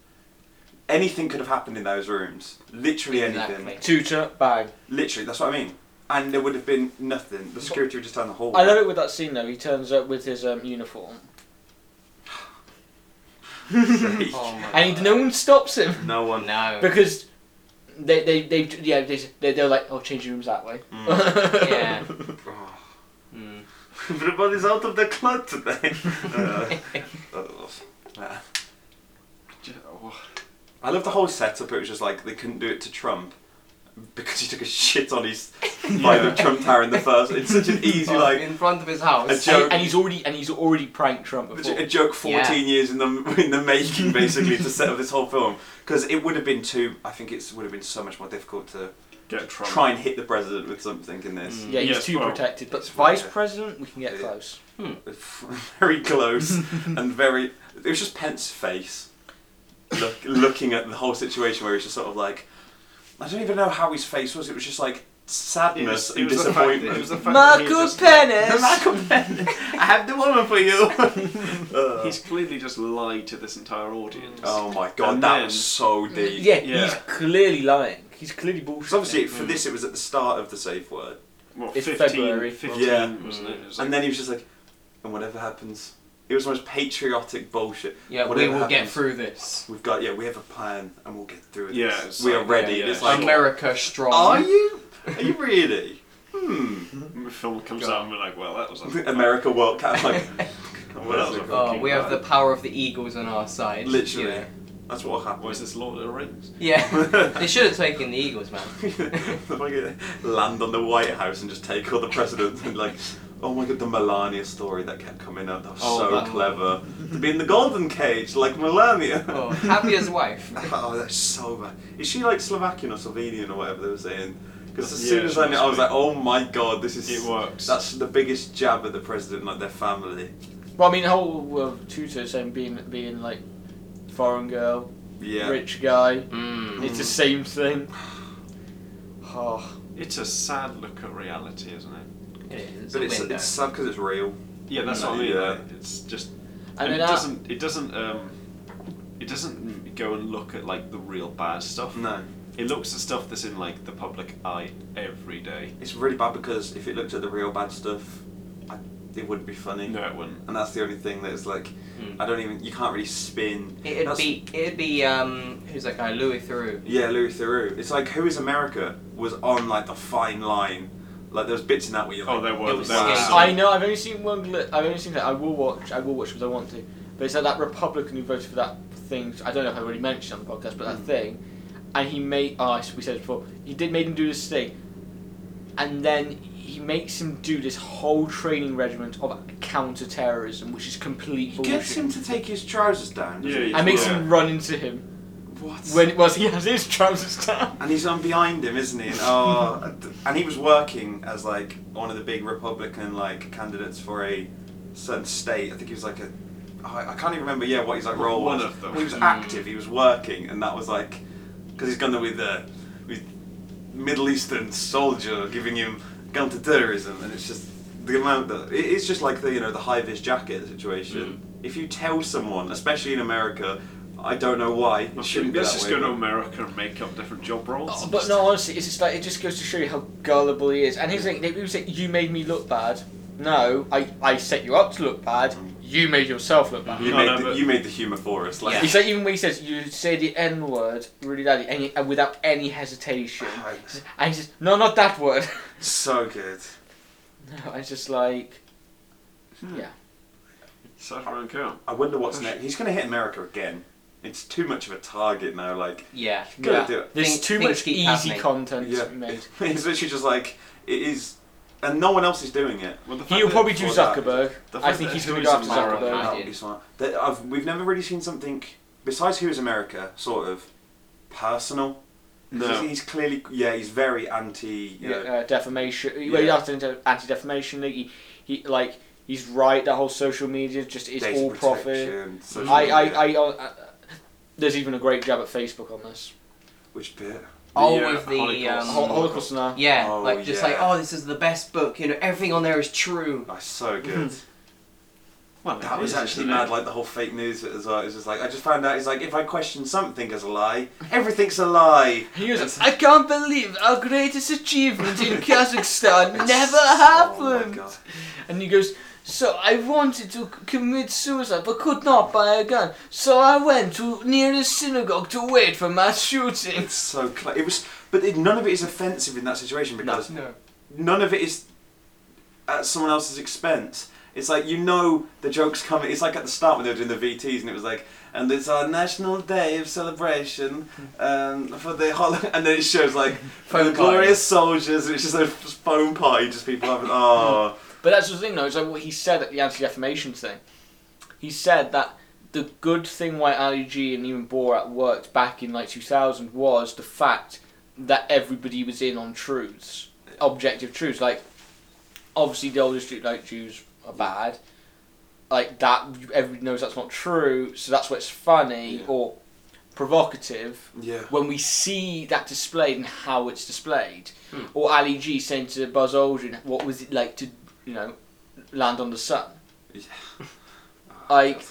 Speaker 2: Anything could have happened in those rooms. Literally anything.
Speaker 4: Exactly.
Speaker 5: tutor bang.
Speaker 2: Literally, that's what I mean. And there would have been nothing. The security would just turn the
Speaker 1: Oh.
Speaker 2: whole.
Speaker 5: I love it with that scene though. He turns up with his um, uniform,
Speaker 4: Oh my
Speaker 5: and
Speaker 4: God.
Speaker 5: he, no one stops him
Speaker 2: no one.
Speaker 4: No.
Speaker 5: because they they they yeah they they they're like oh change your rooms that way. Mm.
Speaker 4: yeah. Hmm.
Speaker 2: Everybody's out of the club today. Uh, uh,
Speaker 1: Ju- oh,
Speaker 2: I love the whole setup. It was just like they couldn't do it to Trump because he took a shit on his by the
Speaker 1: Yeah.
Speaker 2: Trump Tower in the first. It's such an easy
Speaker 4: Oh,
Speaker 2: like
Speaker 4: in front of his house.
Speaker 2: a
Speaker 5: And,
Speaker 2: joke.
Speaker 5: and he's already and he's already pranked Trump before.
Speaker 2: A joke 14
Speaker 4: Yeah.
Speaker 2: years in the in the making, basically, to set up this whole film. Because it would have been too. I think it would have been so much more difficult to
Speaker 1: get Trump.
Speaker 2: try and hit the president with something in
Speaker 4: Mm.
Speaker 2: this.
Speaker 5: Yeah, he's
Speaker 1: Yes,
Speaker 5: too
Speaker 1: well,
Speaker 5: protected. But
Speaker 2: it's-
Speaker 5: vice
Speaker 2: yeah.
Speaker 5: president, we can get
Speaker 2: Yeah.
Speaker 5: close.
Speaker 2: very close and very. It was just Pence's face, look, looking at the whole situation where he's just sort of like, I don't even know how his face was. It was just like
Speaker 1: It was-
Speaker 2: sadness
Speaker 1: it
Speaker 2: and
Speaker 1: was the fact-
Speaker 2: disappointment.
Speaker 1: it was the fact that he had
Speaker 3: Marco
Speaker 1: just-
Speaker 3: Penis.
Speaker 4: I have the woman for you.
Speaker 2: Ugh.
Speaker 1: He's clearly just lied to this entire audience.
Speaker 2: oh my god,
Speaker 1: And
Speaker 2: that
Speaker 1: then-
Speaker 2: was so deep.
Speaker 5: Yeah, he's
Speaker 1: Yeah.
Speaker 5: clearly lying. He's clearly bullshit.
Speaker 2: Because obviously for
Speaker 1: Mm.
Speaker 2: this it was at the start of the safe word,
Speaker 1: What,
Speaker 5: It's
Speaker 1: 15,
Speaker 5: February.
Speaker 1: 15,
Speaker 2: Yeah.
Speaker 1: wasn't it? It was
Speaker 2: and
Speaker 1: like-
Speaker 2: then he was just like, and whatever happens, it was the most patriotic bullshit.
Speaker 4: Yeah, we
Speaker 2: Whatever
Speaker 4: will get
Speaker 2: happens,
Speaker 4: through this.
Speaker 2: We've got yeah, we have a plan, and we'll get through it.
Speaker 1: Yeah, it's
Speaker 2: we
Speaker 1: like-
Speaker 2: are ready.
Speaker 1: yeah, yeah,
Speaker 2: It's like,
Speaker 4: America strong.
Speaker 2: are you? Are you really? Hmm.
Speaker 1: the film comes
Speaker 4: God.
Speaker 1: out and we're like, well, that was a
Speaker 2: America World Cup. Like,
Speaker 1: Well, that was a
Speaker 4: Oh,
Speaker 1: fucking
Speaker 4: we have the
Speaker 1: lie.
Speaker 4: power of the Eagles on our side.
Speaker 2: literally.
Speaker 4: you know.
Speaker 2: That's what
Speaker 1: What is
Speaker 2: happened.
Speaker 1: this Lord of the Rings?
Speaker 4: Yeah. they should have taken the Eagles, man.
Speaker 2: If I could land on the White House and just take all the presidents and like, oh my god, the Melania story that kept coming up. That was
Speaker 1: Oh,
Speaker 2: so
Speaker 1: that-
Speaker 2: clever. to be in the golden cage like Melania.
Speaker 4: Oh, happy as wife.
Speaker 2: Oh, that's so bad. Is she like Slovakian or Slovenian or whatever they were saying? Because as
Speaker 1: Yeah,
Speaker 2: soon as I
Speaker 1: she
Speaker 2: knew, I was
Speaker 1: must
Speaker 2: like, oh my god, this is.
Speaker 1: It works.
Speaker 2: That's the biggest jab at the president, like their family.
Speaker 5: Well, I mean, the whole uh, Tutor saying being being like foreign girl,
Speaker 2: Yeah.
Speaker 5: rich guy.
Speaker 4: Mm.
Speaker 5: It's the same thing. Oh,
Speaker 1: It's a sad look at reality, isn't it?
Speaker 4: It is.
Speaker 2: But
Speaker 4: a
Speaker 2: it's,
Speaker 4: window.
Speaker 2: it's sad because it's real.
Speaker 1: Yeah, that's what I
Speaker 2: Yeah.
Speaker 1: mean. like, it's just, and,
Speaker 5: and then
Speaker 1: it
Speaker 5: I-
Speaker 1: doesn't, it doesn't, um, it doesn't go and look at like the real bad stuff.
Speaker 2: No.
Speaker 1: It looks at stuff that's in like the public eye every day.
Speaker 2: It's really bad because if it looked at the real bad stuff, I, it wouldn't be funny.
Speaker 1: No, it wouldn't.
Speaker 2: And that's the only thing that is like,
Speaker 4: Mm.
Speaker 2: I don't even. You can't really spin.
Speaker 4: It'd
Speaker 2: That's-
Speaker 4: be it'd be um who's that guy Louis Theroux.
Speaker 2: Yeah, Louis Theroux. It's like Who is America was on like the fine line. Like there was bits in that where you're like,
Speaker 1: Oh, there were.
Speaker 4: It was
Speaker 1: there were
Speaker 4: scary.
Speaker 1: some-
Speaker 5: I know. I've only seen one. Gl- I've only seen that. I will watch. I will watch because I want to. But it's like that Republican who voted for that thing. I don't know if I already mentioned on the podcast, but
Speaker 2: Mm.
Speaker 5: that thing, and he made. Oh, I s- we said it before. He did made him do this thing, and then he makes him do this whole training regiment of counter-terrorism, which is complete
Speaker 2: He gets
Speaker 5: bullshit.
Speaker 2: him to take his trousers down. doesn't
Speaker 1: Yeah,
Speaker 2: he?
Speaker 1: yeah.
Speaker 5: and makes
Speaker 1: Yeah.
Speaker 5: him run into him
Speaker 2: What?
Speaker 5: when it was he has his trousers down.
Speaker 2: and he's on behind him, isn't he? And, oh, and he was working as like one of the big Republican like candidates for a certain state. I think he was like a, oh, I I can't even remember. Yeah, what his like role
Speaker 1: One
Speaker 2: was.
Speaker 1: of them. Hmm.
Speaker 2: He was
Speaker 4: Mm.
Speaker 2: active. He was working, and that was like because he's gonna be the with Middle Eastern soldier giving him gun to terrorism, and it's just the amount that it- it's just like the you know the high vis jacket situation.
Speaker 1: Hmm.
Speaker 2: If you tell someone, especially in America. I don't know why. It shouldn't be
Speaker 1: Let's
Speaker 2: that
Speaker 1: just
Speaker 2: way,
Speaker 1: go to
Speaker 2: but-
Speaker 1: America and make up different job roles.
Speaker 5: Oh, but no, honestly, it's just like it just goes to show you how gullible he is. And he's like, people say, "You made me look bad." No, I, I set you up to look bad. You made yourself look bad.
Speaker 2: You,
Speaker 1: No,
Speaker 2: made
Speaker 1: no,
Speaker 2: the,
Speaker 1: but-
Speaker 2: you made the humour for us. Like,
Speaker 4: Yeah.
Speaker 5: He's like, even when he says, "You say the N word really loudly," and, he- and without any hesitation,
Speaker 2: Oh, it's
Speaker 5: and he says, "No, not that word."
Speaker 2: so good.
Speaker 5: no, it's just like, yeah,
Speaker 1: South America.
Speaker 2: I wonder what's next. He's going to hit America again. It's too much of a target now. Like,
Speaker 4: Yeah.
Speaker 2: Gotta
Speaker 5: yeah.
Speaker 2: do it.
Speaker 5: There's
Speaker 4: Think-
Speaker 5: too
Speaker 4: things
Speaker 5: much
Speaker 4: keep
Speaker 5: easy
Speaker 4: happening.
Speaker 5: content
Speaker 2: yeah,
Speaker 5: to be made.
Speaker 2: it's literally just like it is, and no one else is doing it.
Speaker 1: Well, the fact
Speaker 5: He'll
Speaker 1: that-
Speaker 5: probably do
Speaker 2: for that-
Speaker 5: Zuckerberg.
Speaker 2: the
Speaker 5: I
Speaker 2: fact
Speaker 5: think
Speaker 1: that
Speaker 5: he's going to go
Speaker 1: tourism
Speaker 5: after
Speaker 1: is
Speaker 4: America-
Speaker 5: Zuckerberg.
Speaker 2: That would be smart. That- I've, we've never really seen something besides Who Is America, sort of personal.
Speaker 1: No.
Speaker 2: He's clearly, yeah, he's very anti. You
Speaker 5: yeah.
Speaker 2: know,
Speaker 5: uh, defamation. Well, he's
Speaker 2: Yeah.
Speaker 5: after anti defamation league. He, he like he's right. That whole social media just it's
Speaker 2: data
Speaker 5: all profit.
Speaker 2: protection,
Speaker 5: I
Speaker 2: social
Speaker 5: I,
Speaker 2: media.
Speaker 5: I, uh, uh, there's even a great jab at Facebook on this.
Speaker 2: Which bit?
Speaker 4: Oh,
Speaker 1: The, uh,
Speaker 4: with the
Speaker 1: Holocaust.
Speaker 2: Mm.
Speaker 5: Hol-
Speaker 4: um,
Speaker 5: Holocaust now.
Speaker 4: yeah,
Speaker 2: Oh,
Speaker 4: like just like
Speaker 2: yeah.
Speaker 4: oh, this is the best book. You know, everything on there is true.
Speaker 2: That's so good.
Speaker 1: Well,
Speaker 2: That
Speaker 1: it
Speaker 2: was
Speaker 1: is,
Speaker 2: actually
Speaker 1: isn't it?
Speaker 2: mad, like the whole fake news bit as well. It was just like, I just found out, it's like, if I question something as a lie, everything's a lie.
Speaker 5: He goes,
Speaker 2: It's-
Speaker 5: I can't believe our greatest achievement in Kazakhstan
Speaker 2: It's-
Speaker 5: never
Speaker 2: Oh my
Speaker 5: happened.
Speaker 2: God.
Speaker 5: and he goes, so I wanted to c- commit suicide but could not buy a gun. So I went to nearest synagogue to wait for mass shootings.
Speaker 2: It's so cla It was, but it, none of it is offensive in that situation because
Speaker 4: No.
Speaker 2: none of it is at someone else's expense. It's like you know the joke's coming. It's like at the start when they were doing the VTs and it was like, and it's our national day of celebration um, for the hol- and then it shows like for the
Speaker 4: Phone pie.
Speaker 2: glorious soldiers and it's just a phone pie, just people having oh.
Speaker 5: But that's the thing, though. It's like what he said at the anti-defamation thing. He said that the good thing why Ali G and even Borat worked back in like 2000 was the fact that everybody was in on truths, objective truths. Like, obviously, the older street like Jews are bad. Like that, everybody knows that's not true. So that's why it's funny
Speaker 2: Yeah.
Speaker 5: or provocative
Speaker 2: Yeah.
Speaker 5: when we see that displayed and how it's displayed.
Speaker 4: Hmm.
Speaker 5: Or Ali G saying to Buzz Aldrin, "What was it like to, you know, land on the sun?"
Speaker 2: Yeah. Ah,
Speaker 5: Like,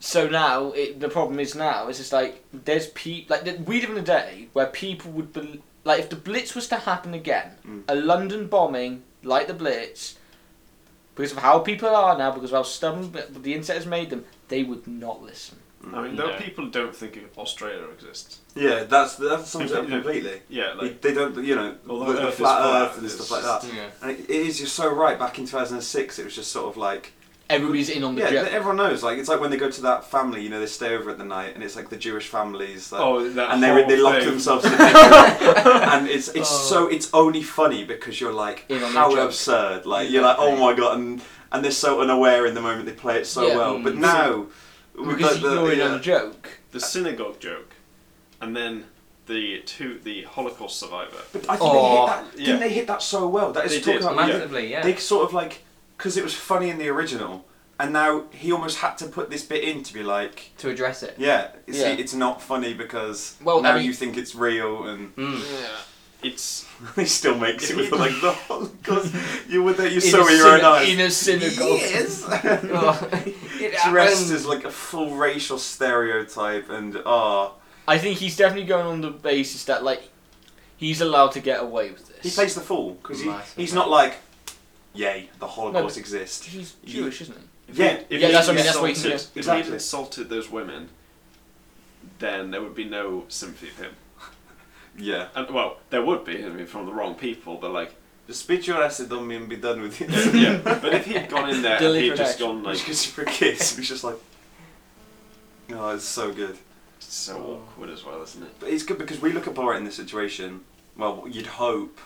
Speaker 5: so now it, the problem is now it's just like there's people like th- we live in a day where people would be, like if the Blitz was to happen again,
Speaker 2: Mm.
Speaker 5: a London bombing like the Blitz. Because of how people are now, because of how stubborn the the internet has made them, they would not listen.
Speaker 1: I mean, there
Speaker 4: Yeah.
Speaker 1: are people who don't think Australia exists.
Speaker 2: Yeah, that's that sums it up
Speaker 1: Yeah.
Speaker 2: completely.
Speaker 1: Yeah, like
Speaker 2: they don't, you know,
Speaker 1: Although
Speaker 2: the, the
Speaker 1: Earth is
Speaker 2: flat
Speaker 1: flat,
Speaker 2: Earth and
Speaker 1: it's
Speaker 2: stuff like that.
Speaker 4: Yeah.
Speaker 2: And it, it is, you're so right. Back in 2006, it was just sort of like,
Speaker 5: Everybody's in on the
Speaker 2: yeah,
Speaker 5: joke.
Speaker 2: everyone knows. Like, it's like when they go to that family, you know, they stay over at the night, and it's like the Jewish families. That,
Speaker 1: oh, that
Speaker 2: and they
Speaker 1: whole
Speaker 2: they lock
Speaker 1: thing.
Speaker 2: themselves in the bedroom. and it's it's
Speaker 4: Oh.
Speaker 2: so it's only funny because you're like
Speaker 5: In on the
Speaker 2: how
Speaker 5: joke.
Speaker 2: absurd like you're like oh my god and and they're so unaware in the moment they play it so
Speaker 5: Yeah.
Speaker 2: well but
Speaker 4: Mm.
Speaker 2: now with
Speaker 5: Because
Speaker 2: the- the-
Speaker 5: you're in
Speaker 2: yeah.
Speaker 5: on the joke.
Speaker 1: the synagogue joke, and then the two the Holocaust survivor.
Speaker 2: but I think
Speaker 5: Aw.
Speaker 2: they hit that,
Speaker 1: Yeah.
Speaker 2: didn't they hit that so well that is
Speaker 1: They
Speaker 2: talking
Speaker 1: did,
Speaker 2: about
Speaker 4: Massively, yeah.
Speaker 2: they sort of like because it was funny in the original and now he almost had to put this bit in to be like
Speaker 4: To address it.
Speaker 2: yeah, see,
Speaker 5: Yeah.
Speaker 2: it's not funny because
Speaker 5: Well, I
Speaker 2: now
Speaker 5: mean-
Speaker 2: you think it's real and
Speaker 4: Mm.
Speaker 1: It's
Speaker 2: he still makes it with like the because you were there you
Speaker 5: In
Speaker 2: saw
Speaker 5: a
Speaker 2: with your own
Speaker 5: syna-
Speaker 2: eyes
Speaker 5: In a synagogue.
Speaker 2: Yes.
Speaker 4: Oh, it
Speaker 2: Dressed
Speaker 4: happened.
Speaker 2: as like a full racial stereotype and ah,
Speaker 5: I think he's definitely going on the basis that like he's allowed to get away with this.
Speaker 2: he plays the fool because he,
Speaker 4: Massive.
Speaker 2: he's not like, yay, the Holocaust
Speaker 5: but-
Speaker 2: exists.
Speaker 5: He's Jewish, isn't he?
Speaker 1: if
Speaker 2: Yeah.
Speaker 1: he'd- if
Speaker 5: Yeah, that's
Speaker 1: he'd
Speaker 5: what I mean, that's what he
Speaker 1: insulted-
Speaker 5: can
Speaker 1: If
Speaker 2: do. Exactly.
Speaker 1: he'd insulted those women, then there would be no sympathy for him.
Speaker 2: Yeah,
Speaker 1: And well, there would be. I mean, from the wrong people, but like,
Speaker 2: just spit your acid on me and be done with it.
Speaker 1: yeah. yeah. But if he'd gone in there, and he'd
Speaker 5: Deliberate
Speaker 1: just
Speaker 5: action.
Speaker 1: gone like,
Speaker 2: Just gives you for a kiss. It was just like, oh, it's so good.
Speaker 1: it's so awkward as well, isn't it?
Speaker 2: But it's good because we look at Borat in this situation. Well, you'd hope.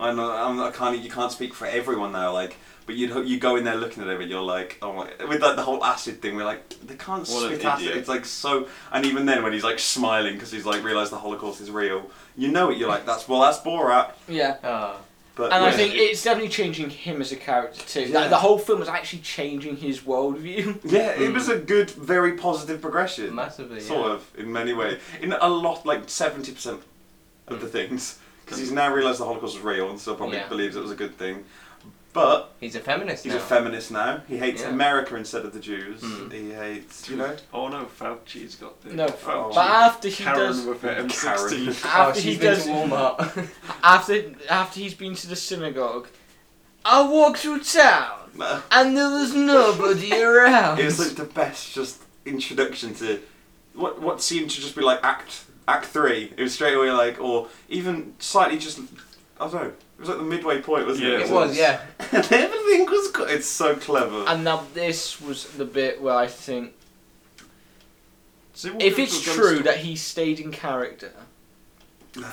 Speaker 2: I know I'm, I can't. You can't speak for everyone now. Like, but you'd hope you go in there looking at him and you're like, oh my. With like the whole acid thing, we're like, they can't
Speaker 1: What an
Speaker 2: spit acid.
Speaker 1: idiot.
Speaker 2: It's like so. And even then, when he's like smiling because he's like realized the Holocaust is real, you know it. You're like, that's well, that's Borat.
Speaker 5: Yeah.
Speaker 4: Oh.
Speaker 2: But
Speaker 5: And I
Speaker 2: Uh, yeah.
Speaker 5: think it's definitely changing him as a character too.
Speaker 2: Yeah.
Speaker 5: Like, the whole film is actually changing his worldview.
Speaker 2: Yeah, it was a good, very positive progression.
Speaker 4: Hmm. Massively, yeah.
Speaker 2: Sort of, in many ways. In a lot, like 70% of the things. Because he's now realised the Holocaust was real and still probably
Speaker 4: Hmm. Yeah.
Speaker 2: believes it was a good thing. But
Speaker 4: He's a feminist
Speaker 2: he's
Speaker 4: now.
Speaker 2: a feminist now. He hates
Speaker 4: Yeah.
Speaker 2: America instead of the Jews.
Speaker 4: Hmm.
Speaker 2: He hates, you know?
Speaker 1: Oh no, Fauci's got the
Speaker 5: No,
Speaker 1: Fauci.
Speaker 2: Oh,
Speaker 5: But after he
Speaker 1: Karen
Speaker 5: does,
Speaker 1: with her
Speaker 2: Karen.
Speaker 1: M16.
Speaker 4: oh,
Speaker 5: after
Speaker 4: she's
Speaker 5: he
Speaker 4: been
Speaker 5: does,
Speaker 4: to Walmart.
Speaker 5: after after he's been to the synagogue, I walked through town
Speaker 2: But
Speaker 5: and there was nobody around.
Speaker 2: it was like the best just introduction to what what seemed to just be like act act three. It was straight away like, or even slightly just, I don't know. It was like the midway point, wasn't
Speaker 1: Yeah,
Speaker 2: it?
Speaker 4: it was, yeah.
Speaker 2: Everything was good. It's so clever.
Speaker 5: and now this was the bit where I think
Speaker 1: So he walked
Speaker 5: if
Speaker 1: up to
Speaker 5: it's
Speaker 1: a gun
Speaker 5: true
Speaker 1: store.
Speaker 5: that he stayed in character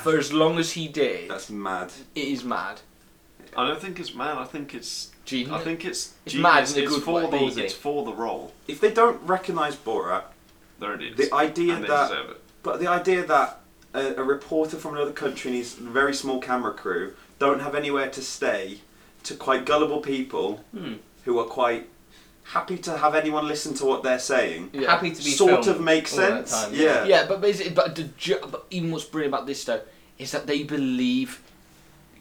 Speaker 5: for as long as he did,
Speaker 2: That's mad.
Speaker 5: it is mad.
Speaker 1: I don't think it's man. I think it's.
Speaker 5: Genius.
Speaker 1: I think it's.
Speaker 5: It's
Speaker 1: genius.
Speaker 5: mad in a
Speaker 1: it's
Speaker 5: good
Speaker 1: for
Speaker 5: way.
Speaker 1: The,
Speaker 4: Ballsy.
Speaker 1: it's for the role.
Speaker 2: If they don't recognise Borat,
Speaker 1: There it is. uh,
Speaker 2: the idea
Speaker 1: and they
Speaker 2: that
Speaker 1: deserve it.
Speaker 2: but the idea that a, a reporter from another country and his very small camera crew don't have anywhere to stay to quite gullible people
Speaker 4: Hmm.
Speaker 2: who are quite happy to have anyone listen to what they're saying
Speaker 5: Yeah.
Speaker 4: Happy to be
Speaker 2: sort
Speaker 4: filmed
Speaker 2: of makes
Speaker 4: all that
Speaker 2: sense.
Speaker 4: time,
Speaker 2: yeah.
Speaker 5: Yeah, but basically, but, the, ju- but even what's brilliant about this though is that they believe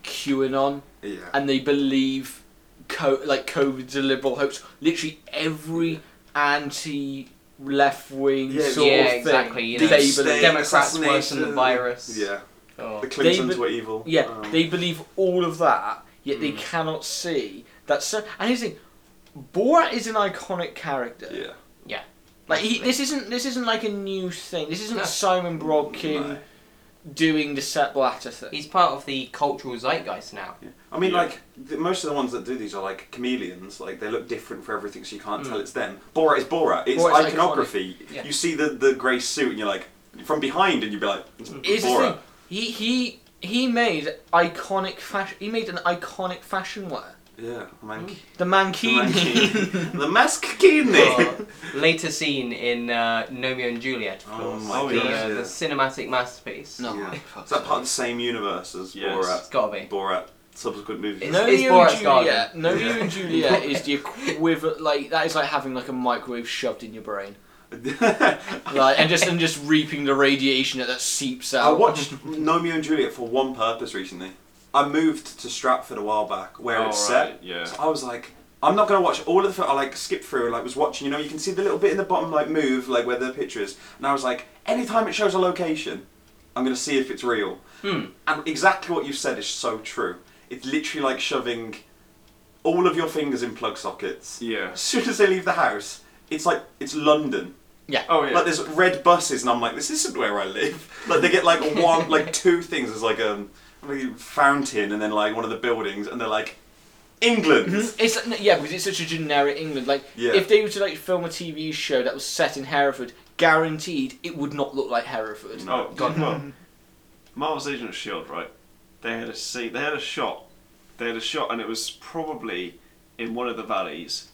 Speaker 5: QAnon
Speaker 2: Yeah.
Speaker 5: and they believe co- like COVID's a liberal hoax. Literally every anti-left wing
Speaker 2: Yeah,
Speaker 5: sort
Speaker 4: yeah,
Speaker 5: of thing.
Speaker 4: exactly, you
Speaker 5: they
Speaker 4: know,
Speaker 5: believe.
Speaker 2: State
Speaker 4: Democrats worse than the
Speaker 2: assassination.
Speaker 4: virus.
Speaker 2: Yeah.
Speaker 4: Oh.
Speaker 2: The Clintons
Speaker 5: be-
Speaker 2: were evil.
Speaker 5: Yeah,
Speaker 2: Um,
Speaker 5: they believe all of that, yet they
Speaker 4: Mm.
Speaker 5: cannot see that. So, and here's the thing: Borat is an iconic character.
Speaker 2: yeah.
Speaker 5: Like he, this isn't this isn't like a new thing. This isn't
Speaker 4: No.
Speaker 5: Simon Brodkin
Speaker 2: No.
Speaker 5: doing the set blatter thing.
Speaker 4: He's part of the cultural zeitgeist now.
Speaker 2: I mean,
Speaker 1: Yeah.
Speaker 2: like the, most of the ones that do these are like chameleons. Like they look different for everything, so you can't
Speaker 4: Mm.
Speaker 2: tell it's them. Borat is Borat. It's
Speaker 5: Borat's
Speaker 2: iconography.
Speaker 4: Yeah.
Speaker 2: You see the the grey suit, and you're like from behind, and you'd be like, it's
Speaker 5: Here's the
Speaker 2: Borat.
Speaker 5: thing: he he he made iconic fashion. He made an iconic fashion wear.
Speaker 2: Yeah, the
Speaker 4: Mm.
Speaker 2: man-
Speaker 5: The
Speaker 2: the
Speaker 5: mankini.
Speaker 2: mankini. the maskini.
Speaker 4: Oh, later seen in uh, Nomeo and Juliet, of
Speaker 2: Oh
Speaker 4: course.
Speaker 2: my
Speaker 4: the,
Speaker 1: gosh,
Speaker 4: uh,
Speaker 2: yeah.
Speaker 4: the cinematic masterpiece.
Speaker 5: No,
Speaker 2: Yeah.
Speaker 5: fuck
Speaker 2: Is that part of
Speaker 5: sake.
Speaker 2: the same universe as
Speaker 1: Yes.
Speaker 4: It's gotta be.
Speaker 2: Borat? Borat subsequent movies.
Speaker 5: No,
Speaker 4: it's
Speaker 5: you
Speaker 4: Borat's
Speaker 5: and Juliet. No,
Speaker 2: Yeah.
Speaker 5: you and Juliet is the equivalent. Like that is like having like a microwave shoved in your brain. like, and just and just reaping the radiation that, that seeps out.
Speaker 2: I watched Romeo and Juliet for one purpose recently. I moved to Stratford a while back, where
Speaker 1: Oh,
Speaker 2: it's
Speaker 1: right,
Speaker 2: set.
Speaker 1: yeah.
Speaker 2: So I was like, I'm not gonna watch all of the. Film. I like skip through. Like was watching. You know, you can see the little bit in the bottom, like move, like where the picture is. And I was like, anytime it shows a location, I'm gonna see if it's real.
Speaker 4: Hmm.
Speaker 2: And exactly what you said is so true. It's literally like shoving all of your fingers in plug sockets.
Speaker 1: Yeah.
Speaker 2: As soon as they leave the house, it's like it's London.
Speaker 5: yeah.
Speaker 1: Oh yeah.
Speaker 2: Like there's red buses, and I'm like, this isn't where I live. Like they get like one, like two things. There's like um, a fountain, and then like one of the buildings, and they're like, England.
Speaker 5: Mhm. It's like- no, yeah, because it's such a generic England. Like,
Speaker 2: Yeah.
Speaker 5: if they were to like film a TV show that was set in Hereford, guaranteed it would not look like Hereford.
Speaker 1: oh god no. Marvel's Agent of Shield, E right? They had a scene. They had a shot. They had a shot, and it was probably in one of the valleys,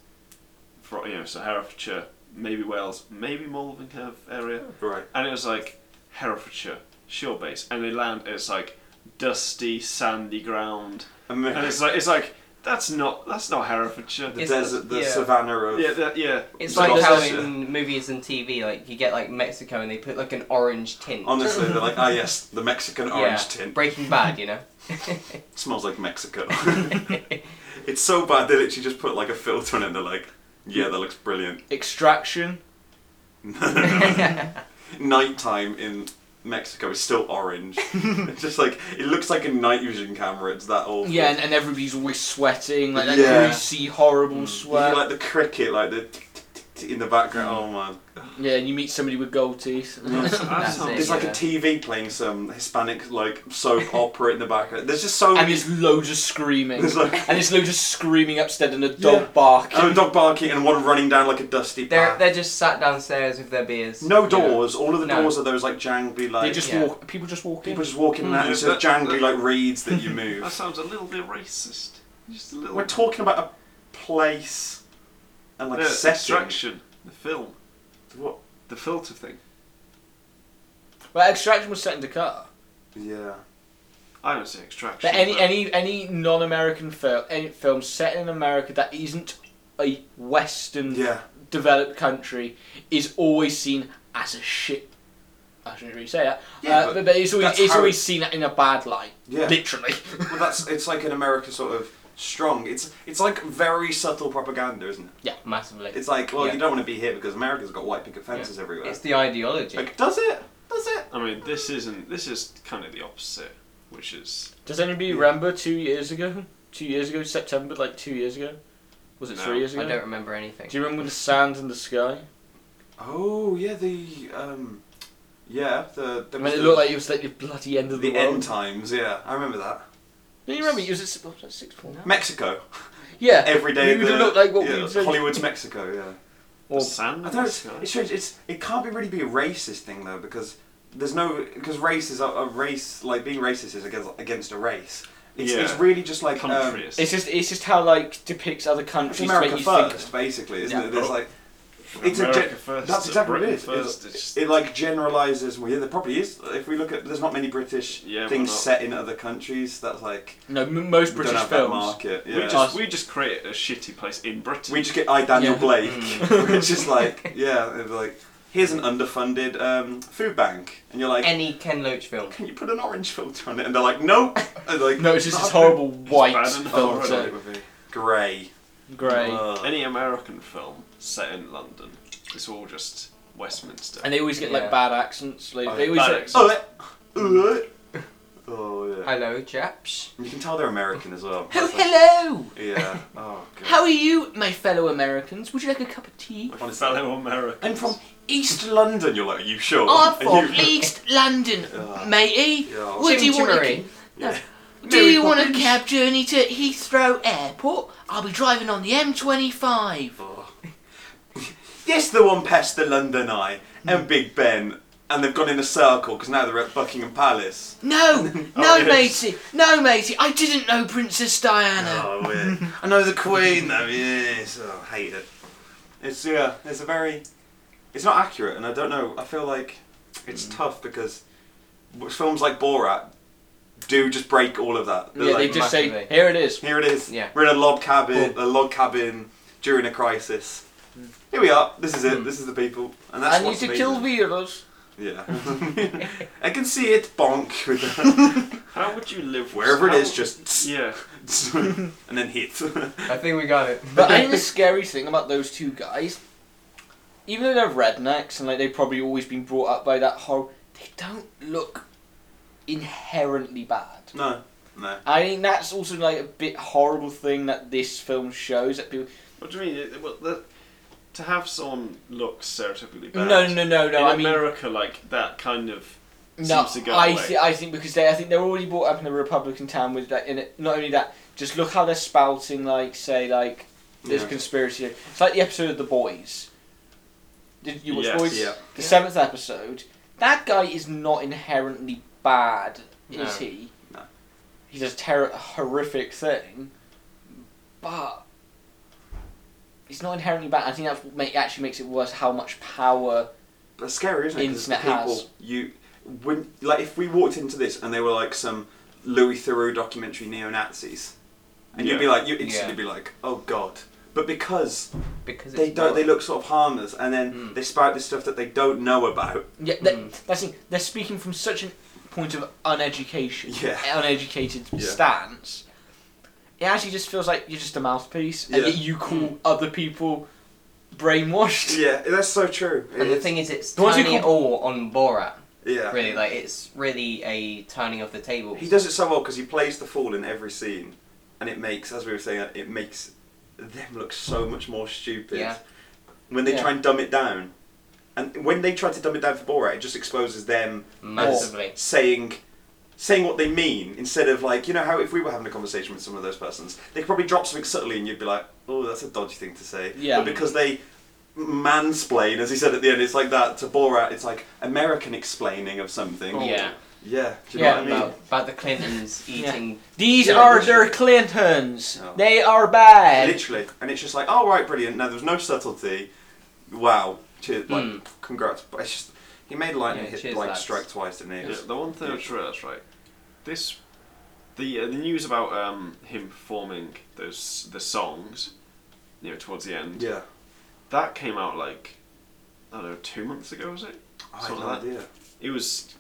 Speaker 1: for you know, so Herefordshire, maybe Wales, maybe Malvern kind of area.
Speaker 2: Right.
Speaker 1: and it was like Herefordshire shore E base, and they land. It's like dusty, sandy ground,
Speaker 2: And
Speaker 1: and it's like it's like that's not that's not Herefordshire.
Speaker 2: the
Speaker 4: It's-
Speaker 2: desert, the
Speaker 4: yeah.
Speaker 2: savannah of.
Speaker 1: yeah, that, yeah.
Speaker 4: It's
Speaker 2: So
Speaker 4: like
Speaker 2: it's
Speaker 4: how
Speaker 2: just-
Speaker 4: in movies and TV, like you get like Mexico and they put like an orange tint.
Speaker 2: Honestly, they're like, ah yes, the Mexican
Speaker 4: Yeah,
Speaker 2: orange tint
Speaker 4: Breaking Bad, you know.
Speaker 2: smells like Mexico. it's so bad they literally just put like a filter on it. and They're like, yeah, that looks brilliant.
Speaker 5: Extraction.
Speaker 2: nighttime in Mexico is still orange. It's just like it looks like a night vision camera. It's that awful.
Speaker 5: Yeah, and, and everybody's always sweating, like that
Speaker 2: Yeah. Mm.
Speaker 5: greasy, horrible
Speaker 2: You hear,
Speaker 5: sweat.
Speaker 2: like the cricket, like the tick, tick, tick, tick in the background. Oh man,
Speaker 5: yeah, and you meet somebody with gold teeth.
Speaker 1: That's not-
Speaker 4: it,
Speaker 2: it's like a
Speaker 4: yeah.
Speaker 2: TV playing some Hispanic like soap opera in the background. There's just so
Speaker 5: and there's loads of screaming.
Speaker 2: There's like-
Speaker 5: and there's loads of screaming upstairs and a dog
Speaker 2: Yeah.
Speaker 5: barking.
Speaker 2: oh, dog barking and one running down like a dusty
Speaker 4: they're
Speaker 2: path.
Speaker 4: they're just sat downstairs with their beers.
Speaker 2: no doors. All of the
Speaker 4: No.
Speaker 2: doors are those like jangly like
Speaker 5: they just
Speaker 4: yeah.
Speaker 5: walk. People just walk
Speaker 2: people
Speaker 5: in.
Speaker 2: just walking around.
Speaker 1: Mm.
Speaker 2: It's just
Speaker 1: That-
Speaker 2: jangly
Speaker 1: that-
Speaker 2: like reeds that you move.
Speaker 1: That sounds a little bit racist. Just a little.
Speaker 2: We're talking about a place and like
Speaker 1: no,
Speaker 2: setting.
Speaker 1: extraction, the film,
Speaker 2: What?
Speaker 1: the filter thing.
Speaker 5: Well, extraction was set in Dakar.
Speaker 2: Yeah.
Speaker 1: I don't say extraction.
Speaker 5: But any any any non-American film, any film set in America that isn't a Western
Speaker 2: Yeah.
Speaker 5: developed country is always seen as a shit. I shouldn't really say that.
Speaker 2: Yeah,
Speaker 5: uh,
Speaker 2: but
Speaker 5: but, but it's always
Speaker 2: that's
Speaker 5: it's
Speaker 2: how
Speaker 5: always
Speaker 2: it-
Speaker 5: seen in a bad light.
Speaker 2: Yeah.
Speaker 5: Literally.
Speaker 2: Well, that's it's like an America sort of strong. It's it's like very subtle propaganda, isn't it?
Speaker 4: massively.
Speaker 2: It's like, well,
Speaker 4: Yeah.
Speaker 2: you don't want to be here because America's got white picket fences everywhere.
Speaker 4: It's the ideology.
Speaker 2: like, does it? Does it?
Speaker 1: I mean, this isn't. This is kind of the opposite, which is
Speaker 5: Does anybody
Speaker 2: Yeah.
Speaker 5: remember two years ago? Two years ago, September, like two years ago. Was it
Speaker 1: No,
Speaker 5: three years ago?
Speaker 4: I don't remember anything.
Speaker 5: Do you remember the sand and the sky?
Speaker 2: Oh yeah, the um, yeah the. the
Speaker 5: I mean, it looked like it was like the bloody end of the,
Speaker 2: the
Speaker 5: world.
Speaker 2: end times. Yeah, I remember that.
Speaker 5: Don't you remember? It was at six, what was that, six point.
Speaker 2: Mexico
Speaker 5: Yeah,
Speaker 2: every day.
Speaker 5: We
Speaker 2: the,
Speaker 5: would look like what
Speaker 2: yeah,
Speaker 5: we would say.
Speaker 2: Hollywood's Mexico. Yeah.
Speaker 1: the
Speaker 5: Or,
Speaker 1: sand. in the
Speaker 2: I don't. It's,
Speaker 1: sky.
Speaker 2: it's strange. It's it can't be really be a racist thing though because there's no because race is a, a race like being racist is against against a race. It's,
Speaker 1: Yeah.
Speaker 2: it's really just like um,
Speaker 1: Country is-
Speaker 5: it's just it's just how like depicts other
Speaker 2: It's
Speaker 5: countries. to
Speaker 2: America
Speaker 5: make you
Speaker 2: first,
Speaker 5: Think,
Speaker 2: basically, isn't
Speaker 5: Yeah.
Speaker 2: it? There's like it's
Speaker 1: America
Speaker 2: a gen-
Speaker 1: first.
Speaker 2: that's
Speaker 1: or
Speaker 2: exactly what it
Speaker 1: Britain
Speaker 2: is.
Speaker 1: First,
Speaker 2: It's-
Speaker 1: it's just-
Speaker 2: it like generalizes. Well, yeah, there probably is. If we look at, there's not many British
Speaker 1: Yeah, we're
Speaker 2: things
Speaker 1: not-
Speaker 2: set in other countries. That's like
Speaker 5: no, m- most
Speaker 2: we
Speaker 5: British
Speaker 2: don't have that
Speaker 5: films.
Speaker 2: market.
Speaker 1: We
Speaker 2: Yeah.
Speaker 1: just we just create a shitty place in Britain.
Speaker 2: We just get I Daniel
Speaker 5: Yeah.
Speaker 2: Blake,
Speaker 4: Mm.
Speaker 2: which is like yeah, it's like here's an underfunded um, food bank, and you're like,
Speaker 4: Any Ken Loach film.
Speaker 2: can you put an orange filter on it? And they're like, nope. And they're like,
Speaker 5: No, it's just
Speaker 2: "Not
Speaker 5: this
Speaker 2: a food-
Speaker 5: horrible white
Speaker 1: bad and
Speaker 2: Oh,
Speaker 1: horrible.
Speaker 5: filter,
Speaker 2: right. Grey.
Speaker 5: grey,
Speaker 2: Ugh.
Speaker 1: Any American film set in London, it's all just Westminster.
Speaker 5: and they always get
Speaker 4: Yeah.
Speaker 5: like bad accents. Like,
Speaker 2: Oh,
Speaker 5: they always
Speaker 1: bad
Speaker 5: say-
Speaker 1: accents.
Speaker 2: Oh, eh. Oh, eh. Oh, yeah.
Speaker 4: Hello, chaps.
Speaker 2: You can tell they're American as well.
Speaker 3: Oh, hello!
Speaker 2: Yeah. Oh god.
Speaker 3: How are you, my fellow Americans? Would you like a cup of tea?
Speaker 1: My fellow Americans.
Speaker 2: I'm from East London. You're like, are you sure?
Speaker 5: Oh,
Speaker 3: I'm
Speaker 2: Oh, Are
Speaker 3: from
Speaker 2: you-
Speaker 3: East London,
Speaker 2: Yeah.
Speaker 3: matey.
Speaker 2: Yeah.
Speaker 3: Would you want
Speaker 4: Chimmery.
Speaker 3: a, do you want a cab journey to Heathrow Airport? I'll be driving on the M25.
Speaker 2: Oh. yes, the one past the London Eye
Speaker 5: Hmm.
Speaker 2: and Big Ben, and they've gone in a circle because now they're at Buckingham Palace.
Speaker 3: No, no,
Speaker 1: Oh, yes.
Speaker 3: matey, no, matey. I didn't know Princess Diana.
Speaker 2: Oh, yeah. I know the Queen though. Yes, oh, I hate it. It's yeah. It's a very. It's not accurate, and I don't know. I feel like
Speaker 5: Hmm.
Speaker 2: it's tough because films like Borat do just break all of that. They're
Speaker 5: Yeah, they
Speaker 2: like,
Speaker 5: just
Speaker 4: massively.
Speaker 5: say here it is.
Speaker 2: Here it is.
Speaker 4: Yeah.
Speaker 2: We're in a log cabin. A log cabin during a crisis. Here we are. This is it. This is the people. And that's
Speaker 5: I need
Speaker 2: what's
Speaker 5: to
Speaker 2: amazing.
Speaker 5: kill Virus.
Speaker 2: Yeah. I can see it bonk with the,
Speaker 1: How would you live with
Speaker 2: wherever it
Speaker 1: how-
Speaker 2: is, just
Speaker 1: Yeah.
Speaker 2: and then hit.
Speaker 4: I think we got it.
Speaker 5: But I think the scary thing about those two guys, even though they're rednecks and like they've probably always been brought up by that horror, they don't look inherently bad.
Speaker 2: no, no.
Speaker 5: I think that's also like a bit horrible thing that this film shows that people.
Speaker 1: What do you mean? It- well, the- to have someone look stereotypically bad.
Speaker 5: No, no, no, no.
Speaker 1: In
Speaker 5: I mean,
Speaker 1: America, like that kind of.
Speaker 5: no.
Speaker 1: seems to go
Speaker 5: I
Speaker 1: away.
Speaker 5: thi- I think because they I think they're already brought up in a Republican town with that. In it, not only that, just look how they're spouting like say like there's
Speaker 2: Yeah.
Speaker 5: a conspiracy. It's like the episode of The Boys. Did you watch
Speaker 1: Yes.
Speaker 5: Boys?
Speaker 2: Yeah.
Speaker 5: The
Speaker 4: Yeah.
Speaker 5: seventh episode. That guy is not inherently bad,
Speaker 4: No.
Speaker 5: is he?
Speaker 2: No.
Speaker 5: He does terror a horrific thing, but he's not inherently bad. I think that's what make, actually makes it worse how much power.
Speaker 2: But it's scary, isn't it? 'Cause
Speaker 5: Internet
Speaker 2: the people
Speaker 5: has.
Speaker 2: you when like if we walked into this and they were like some Louis Theroux documentary neo Nazis, and you'd be
Speaker 1: Yeah.
Speaker 2: like you instantly
Speaker 4: Yeah.
Speaker 2: be like, oh god. But because
Speaker 4: because
Speaker 2: they
Speaker 4: it's
Speaker 2: don't,
Speaker 4: not-
Speaker 2: they look sort of harmless, and then
Speaker 4: Mm.
Speaker 2: they spout this stuff that they don't know about.
Speaker 5: Yeah, that,
Speaker 2: Hmm.
Speaker 4: Mm.
Speaker 5: that's the thing. They're speaking from such a point of uneducation,
Speaker 2: Yeah.
Speaker 5: uneducated
Speaker 2: Yeah.
Speaker 5: stance. It actually just feels like you're just a mouthpiece, and
Speaker 2: Yeah.
Speaker 5: that you call other people brainwashed.
Speaker 2: Yeah, that's so true. It
Speaker 4: And the
Speaker 2: is-
Speaker 4: thing is, it's
Speaker 5: The ones who
Speaker 4: turning it all on Borat.
Speaker 2: yeah,
Speaker 4: Really, like it's really a turning of the table.
Speaker 2: He does it so well because he plays the fool in every scene, and it makes, as we were saying, it makes them look so much more stupid
Speaker 4: Yeah.
Speaker 2: when they
Speaker 5: Yeah.
Speaker 2: try and dumb it down. And when they try to dumb it down for Borat, it just exposes them
Speaker 4: massively.
Speaker 2: as saying saying what they mean instead of like you know how if we were having a conversation with some of those persons, they could probably drop something subtly and you'd be like, oh, that's a dodgy thing to say.
Speaker 5: Yeah.
Speaker 2: But because they mansplain, as he said at the end, it's like that to Borat. It's like American explaining of something.
Speaker 4: Yeah,
Speaker 2: Yeah. Do you
Speaker 5: Yeah,
Speaker 2: know what I mean?
Speaker 4: about, about the Clintons eating.
Speaker 5: These
Speaker 2: Yeah,
Speaker 5: are
Speaker 2: they
Speaker 5: their Clintons.
Speaker 2: No.
Speaker 5: They are bad.
Speaker 2: Literally, and it's just like, oh right, brilliant. No, there was no subtlety. Wow, cheers, like,
Speaker 5: Hmm.
Speaker 4: Mm.
Speaker 2: congrats. But it's just he made lightning
Speaker 4: Yeah,
Speaker 2: hit
Speaker 4: cheers,
Speaker 2: like
Speaker 4: lads.
Speaker 2: strike twice, didn't he?
Speaker 1: Yeah, the one thing I
Speaker 2: Yeah.
Speaker 1: realised, right? This, the uh, the news about um, him performing those the songs, you know, towards the end.
Speaker 2: Yeah.
Speaker 1: That came out like, I don't know, two months ago was it?
Speaker 2: I had
Speaker 1: Something
Speaker 2: no
Speaker 1: like that.
Speaker 2: idea.
Speaker 1: It was,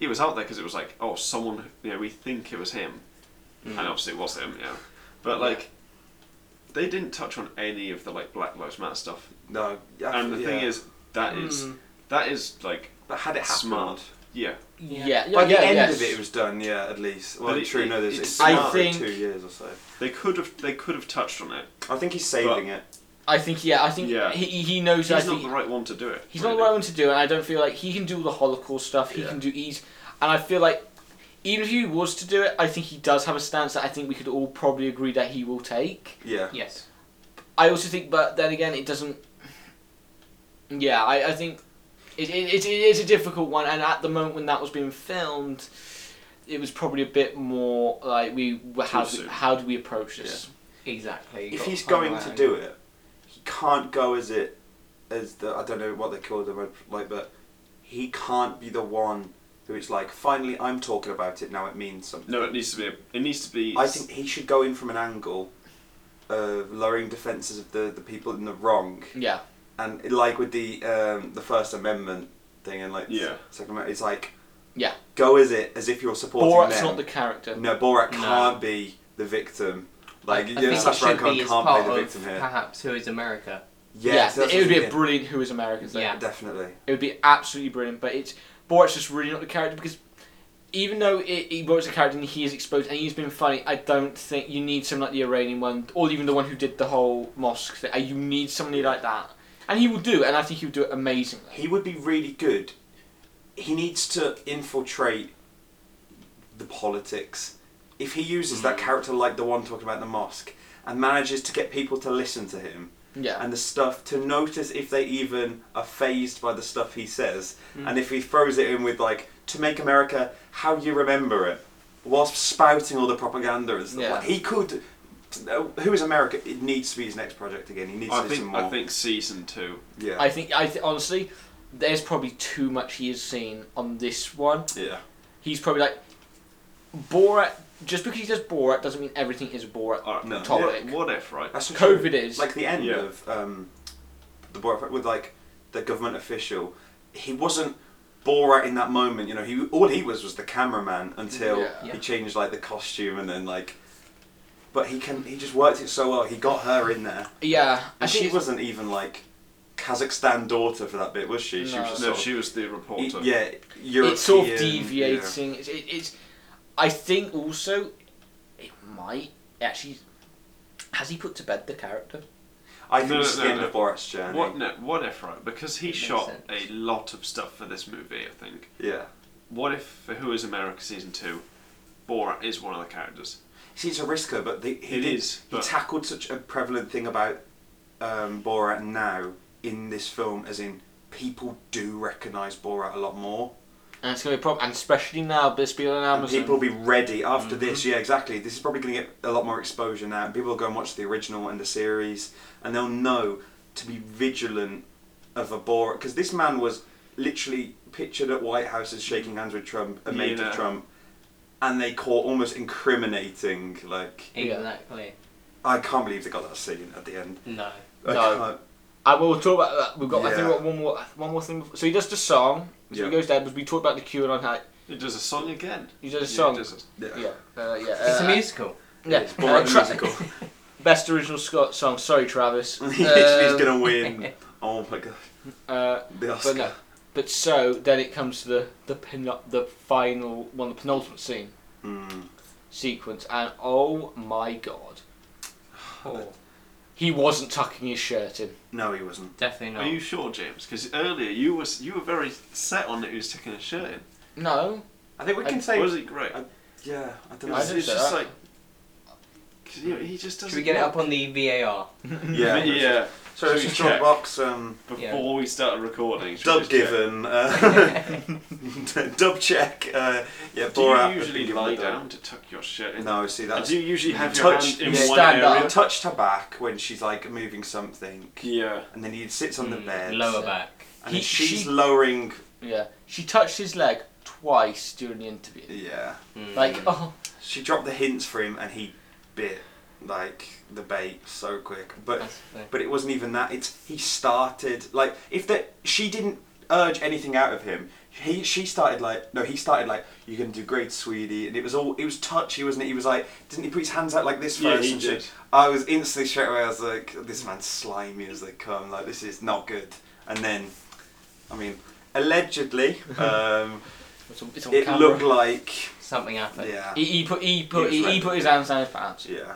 Speaker 1: it was out there because it was like, oh, someone, you know, we think it was him, and
Speaker 5: Mm.
Speaker 1: obviously it was him, yeah. But like, they didn't touch on any of the like Black Lives Matter stuff.
Speaker 2: No. yeah,
Speaker 1: And the
Speaker 2: yeah.
Speaker 1: thing is, that is
Speaker 4: Mm.
Speaker 1: that is like
Speaker 2: but had it happened,
Speaker 1: smart. Yeah,
Speaker 5: Yeah.
Speaker 2: By the
Speaker 5: yeah,
Speaker 2: end
Speaker 5: yes.
Speaker 2: of it, it was done. Yeah, at least. Well,
Speaker 1: But it-
Speaker 2: true. No, there's
Speaker 1: it's
Speaker 2: it's smart
Speaker 5: I
Speaker 2: for
Speaker 5: think-
Speaker 2: two years or so.
Speaker 1: they could have they could have touched on it.
Speaker 2: I think he's saving it.
Speaker 5: I think yeah. I think
Speaker 1: Yeah.
Speaker 5: he he knows.
Speaker 1: He's
Speaker 5: I
Speaker 1: not
Speaker 5: think
Speaker 1: the right one to do it.
Speaker 5: he's not the right one to do, it, and I don't feel like he can do all the Holocaust stuff. He
Speaker 2: Yeah.
Speaker 5: can do ease, and I feel like even if he was to do it, I think he does have a stance that I think we could all probably agree that he will take.
Speaker 2: Yeah.
Speaker 4: Yes.
Speaker 5: I also think, but then again, it doesn't. Yeah, I, I think it, it, it, it is a difficult one, and at the moment when that was being filmed, it was probably a bit more like we how do,
Speaker 1: soon.
Speaker 5: how do we approach this?
Speaker 4: Exactly.
Speaker 2: If he's going to do it, he can't go as it as the I don't know what they call them like, but he can't be the one who is like, finally, I'm talking about it now. It means something.
Speaker 1: No, it needs to be. A, it needs to be.
Speaker 2: I think he should go in from an angle of lowering defences of the, the people in the wrong,
Speaker 4: Mm.
Speaker 5: Yeah,
Speaker 2: and like with the um, the First Amendment thing and like
Speaker 1: Yeah.
Speaker 2: Second Amendment, it's like
Speaker 5: Yeah.
Speaker 2: go as it as if you're supporting
Speaker 5: Borat's
Speaker 2: them.
Speaker 5: not the character.
Speaker 2: no, Borat
Speaker 4: No.
Speaker 2: can't be the victim. Like you
Speaker 4: I
Speaker 2: know,
Speaker 4: think it
Speaker 2: Sacha Baron
Speaker 4: should
Speaker 2: Cohen
Speaker 4: be as
Speaker 2: can't play
Speaker 4: part
Speaker 2: the
Speaker 4: of
Speaker 2: victim here.
Speaker 4: perhaps Who is America?
Speaker 5: Yeah,
Speaker 2: so that's
Speaker 5: it would be
Speaker 2: what
Speaker 5: a brilliant Who is American thing.
Speaker 4: Yeah.
Speaker 2: I'm- definitely.
Speaker 5: It would be absolutely brilliant, but it's Borat's just really not the character because even though it, it Borat's a character and he is exposed and he's been funny, I don't think you need someone like the Iranian one or even the one who did the whole mosque thing. Uh, You need somebody like that, and he will do, it, and I think he will do it amazingly.
Speaker 2: He would be really good. He needs to infiltrate the politics. If he uses
Speaker 5: Mm.
Speaker 2: that character like the one talking about the mosque and manages to get people to listen to him
Speaker 5: yeah,
Speaker 2: and the stuff to notice if they even are phased by the stuff he says
Speaker 5: Mm.
Speaker 2: and if he throws it in with like to make America how you remember it whilst spouting all the propaganda and stuff
Speaker 5: Yeah.
Speaker 2: like, he could uh, who is America it needs to be his next project again he needs
Speaker 1: I
Speaker 2: to do some
Speaker 1: think.
Speaker 2: more
Speaker 1: I think season two.
Speaker 2: yeah
Speaker 5: I think I th- honestly, there's probably too much he has seen on this one.
Speaker 2: yeah
Speaker 5: He's probably like Borat. Just because he does Borat doesn't
Speaker 1: Uh,
Speaker 5: mean everything is a Borat.
Speaker 1: All right.
Speaker 2: No.
Speaker 5: Topic.
Speaker 1: What, what if right?
Speaker 2: That's what-
Speaker 5: COVID is
Speaker 2: like the end
Speaker 1: Yeah.
Speaker 2: of um, the Borat with like the government official. He wasn't Borat in that moment. You know, he all he was was the cameraman until
Speaker 5: Yeah.
Speaker 4: Yeah.
Speaker 2: he changed like the costume and then like. But he can. He just worked it so well. He got her in there,
Speaker 5: Yeah,
Speaker 2: and
Speaker 5: and
Speaker 2: she
Speaker 5: she's
Speaker 2: wasn't even like Kazakhstan daughter for that bit, was she? She
Speaker 5: No.
Speaker 2: was just
Speaker 1: No,
Speaker 2: sort
Speaker 1: she was the
Speaker 2: of, e,
Speaker 1: reporter.
Speaker 2: yeah, European.
Speaker 5: it's sort of
Speaker 2: yeah.
Speaker 5: deviating. It's, it, it's. I think also it might actually. Has he put to bed the character?
Speaker 2: I think
Speaker 1: No,
Speaker 2: this is
Speaker 1: no,
Speaker 2: the
Speaker 1: no,
Speaker 2: end
Speaker 1: no.
Speaker 2: of Borat's journey.
Speaker 1: What, no, what if, right? Because he
Speaker 4: It makes
Speaker 1: shot
Speaker 4: sense.
Speaker 1: a lot of stuff for this movie, I think.
Speaker 2: Yeah.
Speaker 1: What if, for Who is America Season 2, Borat is one of the characters?
Speaker 2: See, it's a risk though, but the, he
Speaker 1: It
Speaker 2: did,
Speaker 1: is,
Speaker 2: He
Speaker 1: but-
Speaker 2: tackled such a prevalent thing about um, Borat now in this film, as in people do recognise Borat a lot more.
Speaker 5: And it's gonna be a problem, and especially now, this being on
Speaker 2: And
Speaker 5: Amazon.
Speaker 2: people will be ready after
Speaker 1: Mm-hmm.
Speaker 2: this. Yeah, exactly. This is probably going to get a lot more exposure now. and People will go and watch the original and the series, and they'll know to be vigilant of a Borat because this man was literally pictured at White House as shaking hands with Trump, a mate
Speaker 1: Yeah.
Speaker 2: of Trump, and they caught almost incriminating. Like,
Speaker 5: Yeah.
Speaker 4: Exactly.
Speaker 2: I can't believe they got that scene at the end.
Speaker 4: No.
Speaker 2: I
Speaker 5: No.
Speaker 2: can't-
Speaker 5: Uh, well, we'll talk about that. We've got I think
Speaker 2: Yeah.
Speaker 5: we've got one more one more thing. So he does the song. So
Speaker 2: Yeah.
Speaker 5: he goes there. But we talked about the QAnon. How
Speaker 1: It does a song again.
Speaker 5: he does a
Speaker 1: Yeah,
Speaker 5: song.
Speaker 1: it does
Speaker 2: Yeah.
Speaker 5: yeah, uh, yeah.
Speaker 4: It's a
Speaker 5: uh,
Speaker 4: musical.
Speaker 5: Yeah,
Speaker 2: It's Borat
Speaker 5: uh,
Speaker 2: the
Speaker 5: tra-
Speaker 2: musical.
Speaker 5: Best original Scott song. Sorry, Travis.
Speaker 2: He's literally
Speaker 5: Um,
Speaker 2: gonna win. Oh my god,
Speaker 5: uh,
Speaker 2: the Oscar.
Speaker 5: But no. But so then it comes to the the pin the final one, the penultimate scene
Speaker 2: Mm.
Speaker 5: sequence, and oh my god,
Speaker 2: Oh.
Speaker 5: he wasn't tucking his shirt in.
Speaker 2: No, he wasn't.
Speaker 4: Definitely
Speaker 1: Are
Speaker 4: not.
Speaker 1: you sure, James? Because earlier you was you were very set on that he was taking a shirt in.
Speaker 5: No,
Speaker 2: I think we
Speaker 5: I-
Speaker 2: can say.
Speaker 1: was it great?
Speaker 2: I- yeah, I
Speaker 1: It
Speaker 2: don't know.
Speaker 1: was,
Speaker 5: didn't
Speaker 1: it's
Speaker 5: say
Speaker 1: just
Speaker 5: that.
Speaker 1: like 'cause, you know, he just doesn't.
Speaker 4: Should we get it up
Speaker 1: look-
Speaker 4: on the VAR?
Speaker 2: yeah,
Speaker 1: yeah.
Speaker 2: So let's
Speaker 1: Should we
Speaker 2: just talk
Speaker 1: check?
Speaker 2: box. Um,
Speaker 1: Before
Speaker 4: Yeah.
Speaker 1: we started recording, should we
Speaker 2: dub
Speaker 1: just check?
Speaker 2: given. Uh, dub check. Uh, yeah,
Speaker 1: Do
Speaker 2: Borat.
Speaker 1: you usually
Speaker 2: Give him
Speaker 1: lie
Speaker 2: the dub.
Speaker 1: down to tuck your shirt in?
Speaker 2: No, see
Speaker 1: And
Speaker 2: that's.
Speaker 1: Do you usually have your
Speaker 2: touch-
Speaker 1: hand in
Speaker 5: you
Speaker 1: one
Speaker 5: stand
Speaker 1: area?
Speaker 5: up.
Speaker 2: Touched her back when she's like moving something,
Speaker 1: Yeah. Hmm,
Speaker 2: and then he sits on the
Speaker 4: Mm,
Speaker 2: bed.
Speaker 4: Lower back.
Speaker 2: And then
Speaker 5: He-
Speaker 2: she's
Speaker 5: she-
Speaker 2: lowering.
Speaker 5: yeah, she touched his leg twice during the interview.
Speaker 2: Yeah.
Speaker 1: Hmm.
Speaker 4: Mm.
Speaker 5: Like oh,
Speaker 2: She dropped the hints for him, and he bit like the bait so quick. But
Speaker 4: That's the thing.
Speaker 2: but it wasn't even that. It's he started like if that she didn't urge anything out of him. He she started like no he started like you're gonna do great, sweetie, and it was all it was touchy, wasn't it? He was like didn't he put his hands out like this
Speaker 1: Yeah,
Speaker 2: first?
Speaker 1: he
Speaker 2: and
Speaker 1: did.
Speaker 2: shit? I was instantly straight away. I was like, this man's slimy as they come. Like this is not good. And then, I mean, allegedly, um,
Speaker 5: it's on, it's on
Speaker 2: it
Speaker 5: camera.
Speaker 2: looked like
Speaker 4: Something happened.
Speaker 2: yeah.
Speaker 5: he, he put he put
Speaker 2: He
Speaker 5: he,
Speaker 2: was
Speaker 5: he put his hands down his pants.
Speaker 2: Yeah.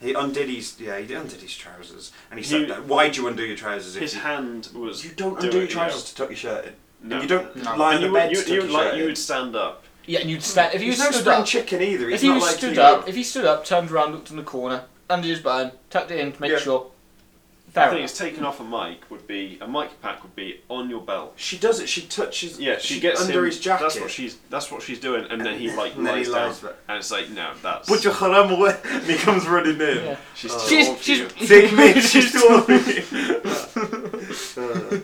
Speaker 2: He undid his yeah, he undid his trousers. And he,
Speaker 1: He-
Speaker 2: said that why'd you undo your trousers if
Speaker 1: His
Speaker 2: you,
Speaker 1: hand was.
Speaker 2: you don't
Speaker 1: do
Speaker 2: undo your
Speaker 1: it, you
Speaker 2: trousers
Speaker 1: know.
Speaker 2: to tuck your shirt in.
Speaker 1: No.
Speaker 2: And you don't
Speaker 5: No.
Speaker 2: lie
Speaker 1: And
Speaker 2: in the
Speaker 1: you
Speaker 2: bed
Speaker 1: would, you,
Speaker 2: to tuck
Speaker 1: you
Speaker 2: your
Speaker 1: would like
Speaker 2: shirt
Speaker 1: you
Speaker 2: in.
Speaker 1: would stand up.
Speaker 5: Yeah, and you'd stand if you
Speaker 2: He's Hmm. no
Speaker 5: stood
Speaker 2: spring
Speaker 5: up.
Speaker 2: chicken either. He's
Speaker 5: If he
Speaker 2: not like
Speaker 5: stood
Speaker 2: you.
Speaker 5: up, if he stood up, turned around, looked in the corner, under his bone, tucked it in to make
Speaker 2: Yeah.
Speaker 5: sure.
Speaker 1: I
Speaker 5: Fair
Speaker 1: think
Speaker 5: enough.
Speaker 1: it's taking off a mic would be a mic pack would be on your belt.
Speaker 2: She does it. She touches.
Speaker 1: Yeah, she, gets
Speaker 2: under
Speaker 1: him-
Speaker 2: his jacket.
Speaker 1: That's what she's. That's what she's doing, and then he like
Speaker 2: And then he
Speaker 1: lies down,
Speaker 2: lies back.
Speaker 1: and it's like no, that's.
Speaker 2: Put your haram away. And he comes running in.
Speaker 5: Yeah.
Speaker 1: she's
Speaker 2: Oh.
Speaker 1: too
Speaker 5: She's-
Speaker 1: old for
Speaker 5: she's-
Speaker 1: you.
Speaker 2: Take me. She's too old. Uh,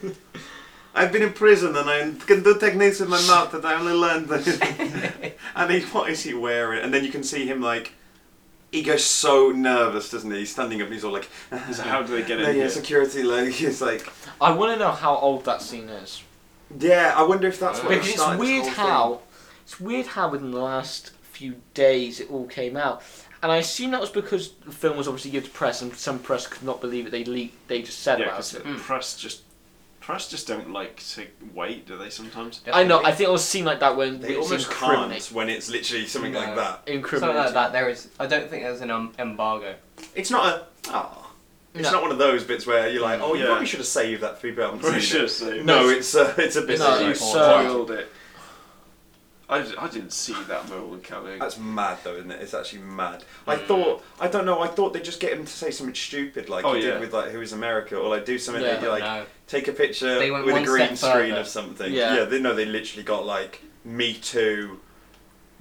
Speaker 2: I've been in prison and I can do techniques with my mouth that I only learned. and he, what is he wearing? And then you can see him like, he goes so nervous, doesn't he? He's standing up and he's all like,
Speaker 1: So how do they get
Speaker 2: yeah,
Speaker 1: in here?
Speaker 2: security. Like he's like,
Speaker 5: I want to know how old that scene is
Speaker 2: yeah. I wonder if
Speaker 1: Uh,
Speaker 2: that's
Speaker 4: Yeah.
Speaker 2: what
Speaker 5: because it's
Speaker 2: started this
Speaker 5: weird
Speaker 2: whole
Speaker 5: how
Speaker 2: thing.
Speaker 5: it's weird how within the last few days it all came out, and I assume that was because the film was obviously given to press and some press could not believe it. They leaked. They just said
Speaker 1: Yeah,
Speaker 5: about
Speaker 1: 'cause
Speaker 5: it. Hmm.
Speaker 4: Mm.
Speaker 1: press just press just don't like to wait, do they? Sometimes.
Speaker 5: I know. I think it was seen like that when
Speaker 2: They
Speaker 5: it's
Speaker 2: almost
Speaker 5: incriminating.
Speaker 2: can't when it's literally something like
Speaker 4: No.
Speaker 2: that.
Speaker 4: Something
Speaker 5: incriminating.
Speaker 4: like that. There is. I don't think there's an um, embargo.
Speaker 2: It's not a. Oh, it's
Speaker 5: No.
Speaker 2: not one of those bits where you're like, oh,
Speaker 1: Mm,
Speaker 2: you
Speaker 1: Yeah.
Speaker 2: probably should have saved that for people who haven't seen it.
Speaker 1: Precious. eh?
Speaker 2: No, it's uh, it's a bit.
Speaker 5: No,
Speaker 2: like-
Speaker 5: it's
Speaker 4: so-
Speaker 1: Spoiled it. I, d- I didn't see that moment coming.
Speaker 2: That's mad though, isn't it? It's actually mad. I thought I don't know. I thought they'd just get him to say something stupid like
Speaker 1: Oh,
Speaker 2: he
Speaker 1: yeah.
Speaker 2: did with like Who Is America, or like do something
Speaker 5: Yeah.
Speaker 2: that you like
Speaker 4: No.
Speaker 2: take a picture
Speaker 4: They went
Speaker 2: with a
Speaker 4: one
Speaker 2: green
Speaker 4: step
Speaker 2: screen
Speaker 4: further.
Speaker 2: of something.
Speaker 5: Yeah.
Speaker 2: they know they literally got like Me Too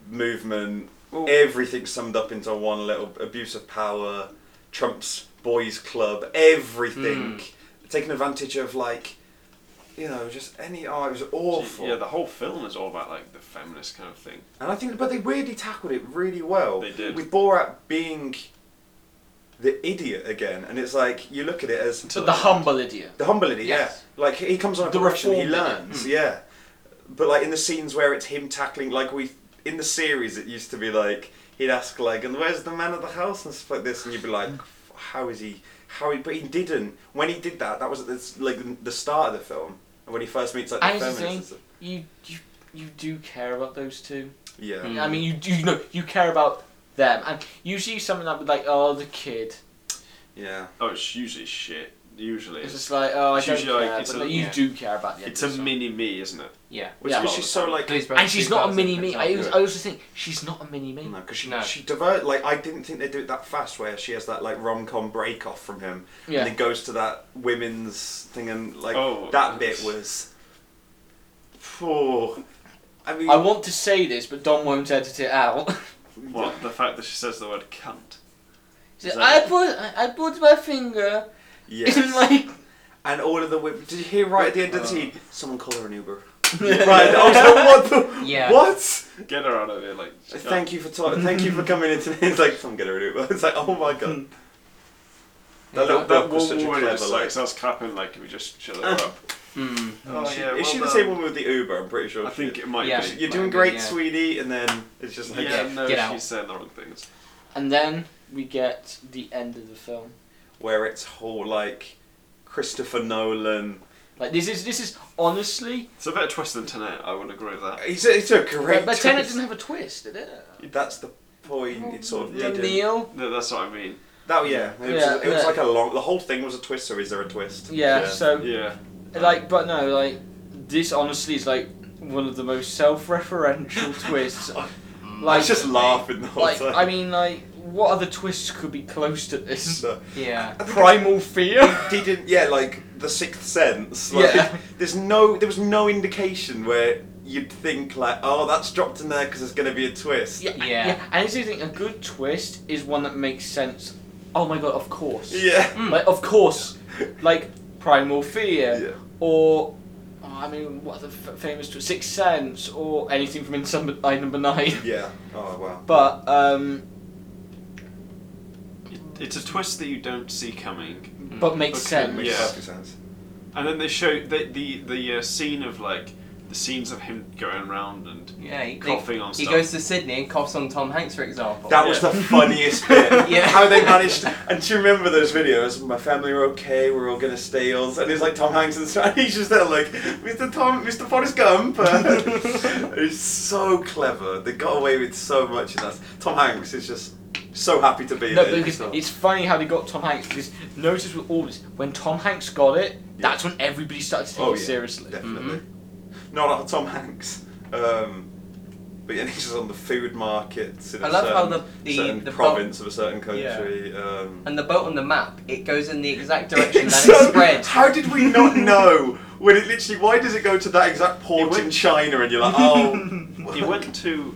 Speaker 2: movement.
Speaker 1: Well-
Speaker 2: Everything summed up into one little abuse of power. Trump's boys club. Everything taking advantage of like. You know, just any. Oh, it was awful.
Speaker 1: Yeah, the whole film is all about like the feminist kind of thing.
Speaker 2: And I think, but they weirdly tackled it really well.
Speaker 1: They did.
Speaker 2: With Borat being the idiot again, and it's like you look at it as
Speaker 5: The humble idiot.
Speaker 2: the humble idiot.
Speaker 4: Yes.
Speaker 2: Yeah, like he comes on a
Speaker 5: The
Speaker 2: correction, he
Speaker 5: reformed idiot.
Speaker 2: learns. Yeah, but like in the scenes where it's him tackling, like we in the series, it used to be like he'd ask like, "And where's the man of the house?" and stuff like this, and you'd be like, "How is he? How?" He, but he didn't. When he did that, that was at the, like the start of the film, and when he first meets like the
Speaker 5: And it's
Speaker 2: feminists.
Speaker 5: the thing,
Speaker 2: and stuff.
Speaker 5: you, you you do care about those two.
Speaker 2: Yeah.
Speaker 4: Mm.
Speaker 5: I mean, you you know you care about them, and usually something that would like, oh, the kid.
Speaker 2: Yeah.
Speaker 1: Oh, it's usually shit. Usually,
Speaker 5: It's
Speaker 1: it's,
Speaker 5: just like, oh, I
Speaker 1: It's
Speaker 5: don't
Speaker 1: usually, like,
Speaker 5: care,
Speaker 1: it's
Speaker 5: but
Speaker 1: a-
Speaker 5: like, you
Speaker 4: yeah.
Speaker 5: do care about the.
Speaker 1: it's a
Speaker 5: other side.
Speaker 1: mini me, isn't it?
Speaker 4: Yeah.
Speaker 2: Which
Speaker 5: Yeah.
Speaker 2: because she's so like
Speaker 5: And she's not a mini me. I, always- I also think she's not a mini me.
Speaker 2: No, because she
Speaker 4: No.
Speaker 2: she divert like I didn't think they do it that fast. Where she has that like rom com break off from him,
Speaker 5: Yeah.
Speaker 2: and then goes to that women's thing, and like
Speaker 1: Oh,
Speaker 2: that
Speaker 1: yes.
Speaker 2: bit was. Poor. I mean,
Speaker 5: I want to say this, but Don won't edit it out.
Speaker 1: What the fact that she says the word cunt?
Speaker 5: She
Speaker 1: Is
Speaker 5: said, I
Speaker 1: that-
Speaker 5: put I put my finger
Speaker 2: yes.
Speaker 5: in like
Speaker 2: and all of the women. Did you hear right at the end
Speaker 1: Oh.
Speaker 2: of the scene? Someone call her an Uber. right.
Speaker 5: right.
Speaker 2: I was like, what? The,
Speaker 4: Yeah.
Speaker 2: What?
Speaker 1: Get her out of here, like.
Speaker 2: Thank you for talking. Thank you for coming in today. It's like someone get her an Uber. It's like oh my god.
Speaker 1: That, that,
Speaker 2: look was
Speaker 1: one
Speaker 2: such a
Speaker 1: woman
Speaker 2: clever
Speaker 1: just
Speaker 2: look.
Speaker 1: like starts clapping like if we just shut her up.
Speaker 4: Mm.
Speaker 1: Oh
Speaker 2: She- is she the same woman with the Uber? I'm pretty sure.
Speaker 1: I
Speaker 2: she
Speaker 1: think
Speaker 2: is.
Speaker 1: it might
Speaker 4: Yeah.
Speaker 1: be.
Speaker 2: You're doing
Speaker 4: Might be,
Speaker 2: great,
Speaker 4: yeah.
Speaker 2: sweetie, and then it's just like
Speaker 1: yeah, no,
Speaker 4: get
Speaker 1: she's
Speaker 4: out.
Speaker 1: saying the wrong things.
Speaker 5: And then we get the end of the film.
Speaker 2: where it's all like Christopher Nolan.
Speaker 5: Like this is this is honestly.
Speaker 1: It's a better twist than Tenet. I would agree with that.
Speaker 2: It's a, it's a
Speaker 5: but
Speaker 2: great.
Speaker 5: but Tenet
Speaker 2: twist.
Speaker 5: didn't have a twist, did it?
Speaker 2: That's the point. It sort of
Speaker 5: The
Speaker 2: didn't.
Speaker 5: meal.
Speaker 1: No, that's what I mean.
Speaker 2: That yeah. It was,
Speaker 5: Yeah,
Speaker 2: it was
Speaker 5: yeah.
Speaker 2: like a long. The whole thing was a twist. Or is there a twist?
Speaker 5: Yeah, So
Speaker 1: Yeah.
Speaker 5: like, but no, like this honestly is like one of the most self-referential twists.
Speaker 2: I
Speaker 5: like,
Speaker 2: was just laughing the whole
Speaker 5: like
Speaker 2: time.
Speaker 5: I mean, like what other twists could be close to this?
Speaker 2: No.
Speaker 4: Yeah.
Speaker 5: Primal fear.
Speaker 2: he didn't. Yeah, like the sixth sense. Like,
Speaker 5: Yeah.
Speaker 2: There's no. There was no indication where you'd think like, oh, that's dropped in there because there's going to be a twist.
Speaker 5: Yeah,
Speaker 4: Yeah.
Speaker 5: yeah. And it's the thing, a good twist is one that makes sense. Oh my god, of course.
Speaker 2: Yeah.
Speaker 4: Mm.
Speaker 5: Like, of course. Like, Primal Fear.
Speaker 2: Yeah.
Speaker 5: Or, oh, I mean, what are the f- famous twists? Sixth Sense, or anything from Inside Number 9.
Speaker 2: Yeah. Oh wow.
Speaker 5: But, um,
Speaker 1: It, it's a twist that you don't see coming.
Speaker 2: Mm.
Speaker 5: but makes
Speaker 1: Okay,
Speaker 5: sense.
Speaker 2: Makes
Speaker 1: Yeah.
Speaker 2: perfect sense.
Speaker 1: And then they show the the, the uh, scene of like the scenes of him going around and
Speaker 4: Yeah. He, they-
Speaker 1: coughing on
Speaker 4: he
Speaker 1: stuff.
Speaker 4: goes to Sydney and coughs on Tom Hanks, for example.
Speaker 2: That was the funniest bit.
Speaker 4: Yeah.
Speaker 2: How they managed. And do you remember those videos? My family were okay. We're all gonna stay on. And it's like Tom Hanks and stuff. and he's just there like Mr. Tom, Mr. Forrest Gump. it's so clever. They got away with so much in that. Tom Hanks is just so happy to be
Speaker 5: No,
Speaker 2: there.
Speaker 5: because it's funny how they got Tom Hanks because notice with all this, when Tom Hanks got it, that's when everybody started to take
Speaker 2: Oh,
Speaker 5: it
Speaker 2: yeah.
Speaker 5: seriously.
Speaker 2: Definitely.
Speaker 4: Mm-hmm.
Speaker 2: No, not Tom Hanks. Um, but yeah, he's just on the food markets in a
Speaker 4: I love how
Speaker 2: certain,
Speaker 4: the- the-
Speaker 2: certain
Speaker 4: the
Speaker 2: province of a certain country. Um,
Speaker 4: And the boat on the map, it goes in the exact direction that
Speaker 2: So,
Speaker 4: it spread.
Speaker 2: How did we not know when it literally? Why does it go to that exact port
Speaker 1: It went-
Speaker 2: in China and you're like, oh,
Speaker 1: He went to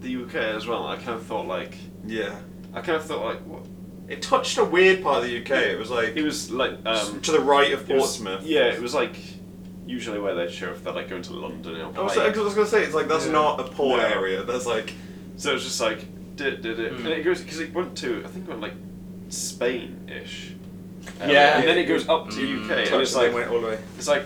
Speaker 1: the UK as well. I kind of thought like
Speaker 2: yeah.
Speaker 1: I kind of thought like what
Speaker 2: It touched a weird part of the UK. It was like
Speaker 1: he was like um
Speaker 2: to the right of
Speaker 1: it was-
Speaker 2: Portsmouth.
Speaker 1: yeah, it was like usually where they show if they're like going to London or.
Speaker 2: I was, I was gonna say it's like that's
Speaker 1: Yeah.
Speaker 2: not a port
Speaker 1: No.
Speaker 2: area. That's like
Speaker 1: So it's just like did did it,
Speaker 4: Mm.
Speaker 1: and it goes because it went to I think it went like Spain ish.
Speaker 5: Yeah.
Speaker 1: and then it goes up to
Speaker 4: Mm.
Speaker 1: UK, and
Speaker 2: touched
Speaker 1: it's
Speaker 2: and then
Speaker 1: like
Speaker 2: went all the way.
Speaker 1: it's like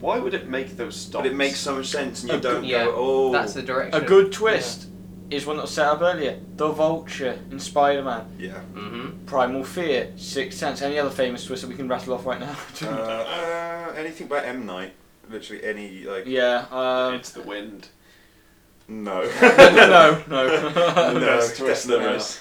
Speaker 1: why would it make those stops?
Speaker 2: But it makes so much sense, and you
Speaker 5: A
Speaker 2: don't
Speaker 4: good- yeah.
Speaker 2: go. Oh,
Speaker 4: That's the direction.
Speaker 5: A good twist is one that was set up earlier. The Vulture in Spider-Man.
Speaker 2: yeah.
Speaker 4: Mm-hmm.
Speaker 5: Primal Fear, Sixth Sense, any other famous twist that we can rattle off right now?
Speaker 2: Uh, uh, anything by M Night? Literally any like
Speaker 5: yeah, um,
Speaker 1: it's the wind.
Speaker 2: no.
Speaker 5: no,
Speaker 2: no,
Speaker 5: no.
Speaker 1: That's twist
Speaker 2: definitely
Speaker 1: there
Speaker 2: not.
Speaker 1: is.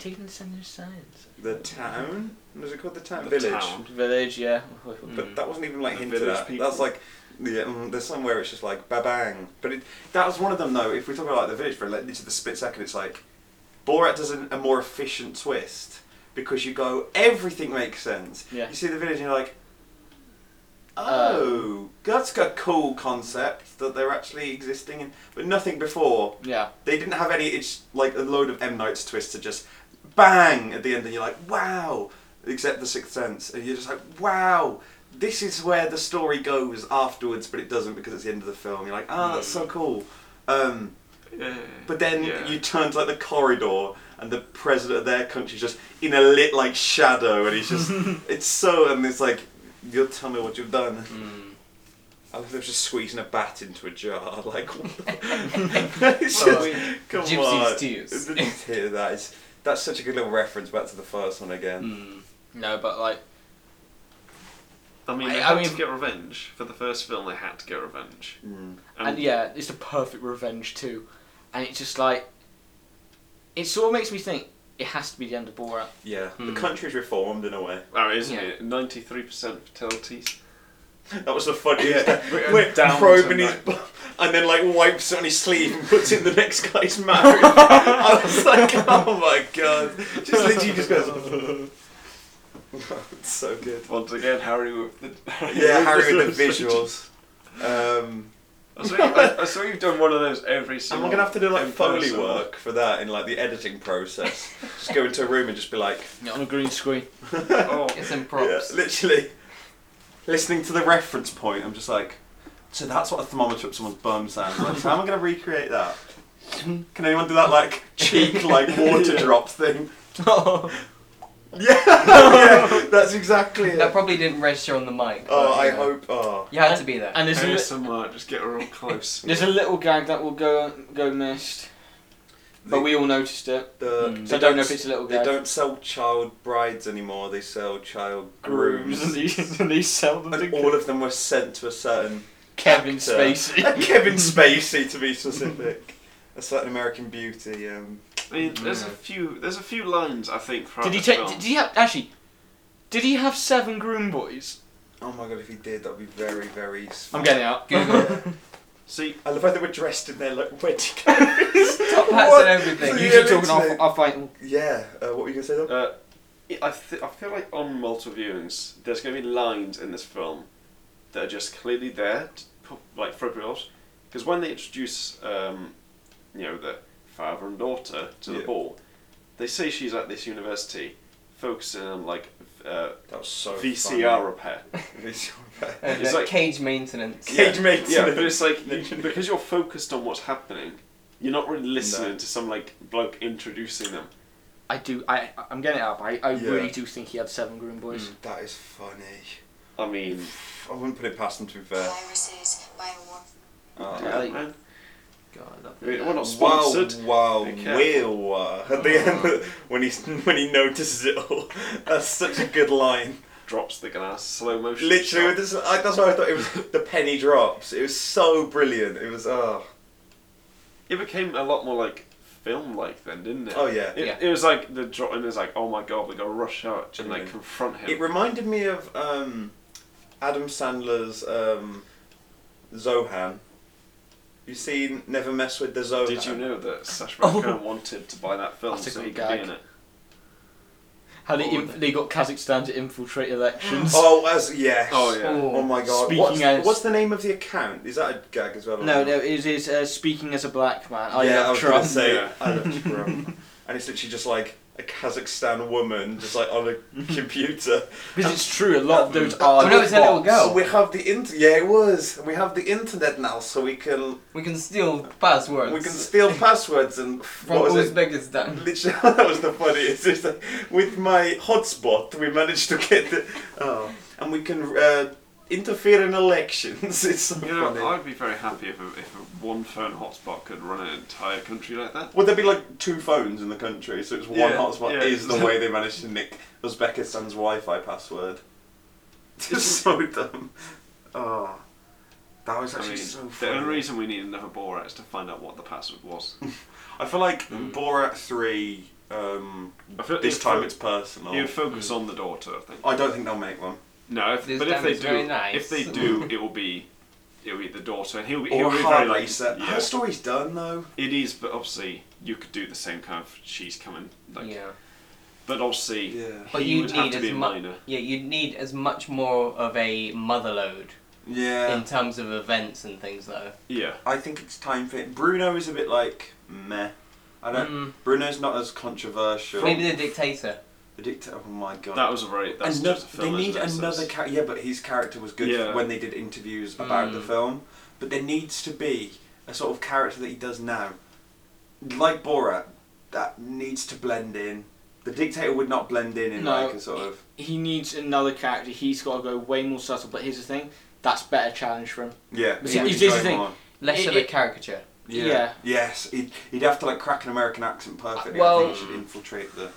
Speaker 5: Taking the Center of Science.
Speaker 2: The town? Was it called the town?
Speaker 1: The
Speaker 2: Village.
Speaker 1: town.
Speaker 5: Village, yeah. Mm.
Speaker 2: But that wasn't even like
Speaker 1: The
Speaker 2: hinted
Speaker 1: village
Speaker 2: at.
Speaker 1: people.
Speaker 2: That's like, yeah, mm, there's somewhere it's just like ba bang. But it, that was one of them though. If we talk about like the village for like literally the split second, it's like Borat does an, a more efficient twist because you go everything makes sense.
Speaker 5: Yeah.
Speaker 2: You see the village and you're like, oh,
Speaker 1: Uh,
Speaker 5: Oh.
Speaker 2: that's a cool concept that they're actually existing in, but nothing before.
Speaker 5: Yeah.
Speaker 2: They didn't have any. It's like a load of M Night's twists to just bang at the end, and you're like, wow. Except the Sixth Sense, and you're just like, wow. This is where the story goes afterwards, but it doesn't because it's the end of the film. You're like, ah, that's so cool. Um,
Speaker 1: Yeah.
Speaker 2: but then
Speaker 1: Mm. Yeah.
Speaker 2: you turn to like the corridor, and and the president of their country's just in a lit like shadow, and he's just it's so and it's like you'll tell me what you've done.
Speaker 4: Mm.
Speaker 2: I love them just squeezing a bat into a jar, like it's
Speaker 4: Well,
Speaker 2: just,
Speaker 4: we-
Speaker 2: come
Speaker 4: Gypsy's
Speaker 2: on.
Speaker 4: tears.
Speaker 2: Hear that? It's, that's such a good little reference back to the first one again.
Speaker 4: Mm.
Speaker 5: No, but like
Speaker 1: I mean,
Speaker 5: I-
Speaker 1: they
Speaker 5: I
Speaker 1: had
Speaker 5: mean-
Speaker 1: to get revenge for the first film. They had to get revenge,
Speaker 2: Mm.
Speaker 5: and, yeah, it's a perfect revenge too, and it's just like it sort of makes me think it has to be the end of Borat.
Speaker 2: Yeah,
Speaker 4: Mm.
Speaker 2: the country's reformed in a way.
Speaker 1: Oh, isn't
Speaker 5: Yeah.
Speaker 1: it? Ninety-three percent fatalities.
Speaker 2: That was the funniest.
Speaker 1: Yeah.
Speaker 2: We're
Speaker 1: Down
Speaker 2: probing
Speaker 1: to
Speaker 2: his bu- and then like wipes it on his sleeve and puts it in the next guy's mouth. I was like, oh my god! Just literally just goes. it's so good.
Speaker 1: Once again, Harry with the
Speaker 2: Yeah, Harry
Speaker 1: with
Speaker 2: with the visuals. Um,
Speaker 1: I saw, you, I, I saw you've done one of those every
Speaker 2: and
Speaker 1: single.
Speaker 2: we're gonna have to do like
Speaker 1: in
Speaker 2: foley
Speaker 1: person.
Speaker 2: work for that in like the editing process. just go into a room and just be like,
Speaker 5: on a green screen.
Speaker 1: Oh,
Speaker 4: It's in props.
Speaker 2: Yeah, literally. Listening to the reference point, I'm just like, so that's what a thermometer up someone's bum sounds like. So how am I going to recreate that? Can anyone do that like cheek like water drop thing? Yeah, yeah, that's exactly it.
Speaker 4: that probably didn't register on the mic.
Speaker 2: oh,
Speaker 4: but,
Speaker 2: I
Speaker 4: yeah.
Speaker 2: hope. Oh,
Speaker 4: You had to be there.
Speaker 5: And there's a,
Speaker 1: Harry
Speaker 5: li-
Speaker 1: somewhere. Just get real close.
Speaker 5: there's a little gag that will go go missed, but
Speaker 2: The-
Speaker 5: we all noticed it.
Speaker 2: the,
Speaker 4: Mm.
Speaker 2: they
Speaker 5: Hmm. So I don't know
Speaker 2: s-
Speaker 5: if it's a little
Speaker 2: They
Speaker 5: gag.
Speaker 2: don't sell child brides anymore. They sell child grooms.
Speaker 5: and these and these sell them
Speaker 2: and
Speaker 5: to
Speaker 2: all of them were sent to a certain
Speaker 5: Kevin
Speaker 2: actor.
Speaker 5: Spacey.
Speaker 2: And Kevin Spacey, to be specific. A certain American beauty. Um,
Speaker 1: I mean, there's a
Speaker 4: Yeah.
Speaker 1: few. There's a few lines I think. throughout
Speaker 5: Did he
Speaker 1: the
Speaker 5: take?
Speaker 1: film.
Speaker 5: Did he have actually? Did he have seven groom boys?
Speaker 2: oh my god, if he did, that'd be very, very. Smart.
Speaker 5: I'm getting out.
Speaker 4: Google
Speaker 1: See,
Speaker 2: I love how they were dressed in their like wedding.
Speaker 4: top hats
Speaker 2: What?
Speaker 4: and everything.
Speaker 5: You
Speaker 2: Yeah,
Speaker 5: keep talking.
Speaker 2: literally.
Speaker 5: I'll, I'll fight.
Speaker 2: yeah. Uh, what were you gonna say? Though?
Speaker 1: uh, I th- I feel like on multiple viewings, there's gonna be lines in this film that are just clearly there, to put, like for girls, because when they introduce, um, you know, the father and daughter to the
Speaker 2: Yeah.
Speaker 1: ball, they say she's at this university, focusing on like uh,
Speaker 2: That was so.
Speaker 1: VCR repair.
Speaker 2: funny. VCR.
Speaker 4: and
Speaker 1: It's
Speaker 4: the
Speaker 1: like-
Speaker 4: cage maintenance.
Speaker 2: Yeah. Cage
Speaker 1: yeah,
Speaker 2: mates.
Speaker 1: yeah, but it's like you- because you're focused on what's happening, you're not really listening
Speaker 2: No.
Speaker 1: to some like bloke introducing them.
Speaker 5: I do. I I'm getting out. I I
Speaker 2: Yeah.
Speaker 5: really do think he had seven groom boys.
Speaker 2: that is funny.
Speaker 1: I mean,
Speaker 2: I wouldn't put it past them to be fair.
Speaker 6: viruses by war.
Speaker 2: Uh,
Speaker 1: yeah,
Speaker 5: like-
Speaker 1: man.
Speaker 4: God, I love
Speaker 1: I mean,
Speaker 4: that.
Speaker 1: we're not sponsored.
Speaker 2: Wow, wow,
Speaker 1: Be careful.
Speaker 2: will uh, at the end
Speaker 5: Oh.
Speaker 2: when he when he notices it all. That's such a good line.
Speaker 1: Drops the glass, slow motion.
Speaker 2: Literally,
Speaker 1: shot.
Speaker 2: with this, I, that's why I thought it was the penny drops. It was so brilliant. It was oh,
Speaker 1: it became a lot more like film-like then, didn't it?
Speaker 2: oh yeah.
Speaker 1: It,
Speaker 4: Yeah.
Speaker 1: it was like the drop, and it's like, oh my god, we gotta rush out and like
Speaker 2: Yeah.
Speaker 1: confront him.
Speaker 2: It reminded me of um, Adam Sandler's um, Zohan. You seen Never Mess with the Zohan?
Speaker 1: Did you know that Sacha Baron Cohen wanted to buy that film
Speaker 5: That's a
Speaker 1: so he
Speaker 5: good
Speaker 1: could be
Speaker 5: gag.
Speaker 1: in it?
Speaker 5: How they
Speaker 1: What
Speaker 5: inf- they got Kazakhstan to infiltrate elections.
Speaker 2: Oh, as yes.
Speaker 1: Oh, yeah.
Speaker 2: Oh my god.
Speaker 5: Speaking
Speaker 2: what's,
Speaker 5: as-
Speaker 2: what's the name of the account? Is that a gag as well? or
Speaker 5: No,
Speaker 2: not?
Speaker 5: no, it is uh, speaking as a black man. I
Speaker 2: yeah, I
Speaker 5: love
Speaker 2: was gonna
Speaker 5: Trump.
Speaker 2: say
Speaker 1: Yeah.
Speaker 2: I love Trump, and it's literally just like a Kazakhstan woman, just like on a computer.
Speaker 5: Because it's true, a lot of those
Speaker 2: Oh,
Speaker 5: are.
Speaker 4: no, it's a little
Speaker 5: bots.
Speaker 4: girl.
Speaker 2: So we have the inter. Yeah, it was. We have the internet now, so we can
Speaker 4: We can steal passwords.
Speaker 2: we can steal passwords and
Speaker 4: from
Speaker 2: what was it?
Speaker 4: Uzbekistan.
Speaker 2: Literally, that was the funniest. It's like, with my hotspot, we managed to get the. Oh, and we can uh, interfere in elections. It's so
Speaker 1: You know,
Speaker 2: funny.
Speaker 1: I'd be very happy if a, if a one phone hotspot could run an entire country like that.
Speaker 2: Would there be like two phones in the country? So it's one
Speaker 1: Yeah,
Speaker 2: hotspot
Speaker 1: yeah.
Speaker 2: is the way they managed to nick Uzbekistan's Wi-Fi password. It's so dumb. Oh, that was
Speaker 1: I
Speaker 2: actually
Speaker 1: mean,
Speaker 2: so
Speaker 1: the
Speaker 2: funny.
Speaker 1: only reason we need another Borat is to find out what the password was.
Speaker 2: I feel like Borat Three. Um,
Speaker 1: Hmm. I feel
Speaker 2: this
Speaker 1: he'd
Speaker 2: time
Speaker 1: fo-
Speaker 2: it's personal.
Speaker 1: He would focus on the daughter, I think.
Speaker 2: I don't think they'll make one.
Speaker 1: No, if,
Speaker 4: This
Speaker 1: but if
Speaker 4: time
Speaker 1: they
Speaker 4: it's very
Speaker 1: do,
Speaker 4: nice.
Speaker 1: if they do, it will be, it will be the daughter, and he'll be, he'll
Speaker 2: Or
Speaker 1: be
Speaker 2: hard
Speaker 1: very like,
Speaker 2: reset.
Speaker 1: yeah.
Speaker 2: Her story's done though.
Speaker 1: It is, but obviously you could do the same kind of she's coming. Like,
Speaker 4: yeah.
Speaker 1: But obviously,
Speaker 2: Yeah.
Speaker 4: But
Speaker 1: he
Speaker 4: you'd
Speaker 1: would have
Speaker 4: need
Speaker 1: to
Speaker 4: as
Speaker 1: be a
Speaker 4: mu-
Speaker 1: minor.
Speaker 4: Yeah, you'd need as much more of a mother load
Speaker 2: Yeah.
Speaker 4: in terms of events and things, though.
Speaker 1: Yeah,
Speaker 2: I think it's time for it. Bruno is a bit like meh. I don't.
Speaker 4: Mm,
Speaker 2: Bruno's not as controversial.
Speaker 4: maybe the dictator.
Speaker 2: The dictator. Oh my god.
Speaker 1: that was a very. That's
Speaker 2: Ano-
Speaker 1: just a film.
Speaker 2: they need
Speaker 1: isn't it? So
Speaker 2: another
Speaker 1: it's-
Speaker 2: character. Yeah, but his character was good
Speaker 1: Yeah.
Speaker 2: when they did interviews about the
Speaker 4: Mm.
Speaker 2: film. But there needs to be a sort of character that he does now, like Borat. that needs to blend in. The dictator would not blend in in
Speaker 5: No.
Speaker 2: like a sort of.
Speaker 5: He needs another character. He's got to go way more subtle. But here's the thing: that's better challenge for him.
Speaker 2: Yeah.
Speaker 5: But
Speaker 2: he
Speaker 5: see,
Speaker 2: would
Speaker 5: this is
Speaker 2: go
Speaker 5: the thing.
Speaker 2: more-
Speaker 4: Less
Speaker 5: It-
Speaker 4: of a
Speaker 5: it-
Speaker 4: caricature.
Speaker 5: Yeah.
Speaker 2: Yes, he'd, he'd have to like crack an American accent perfectly. I
Speaker 5: well-
Speaker 2: think he should infiltrate the.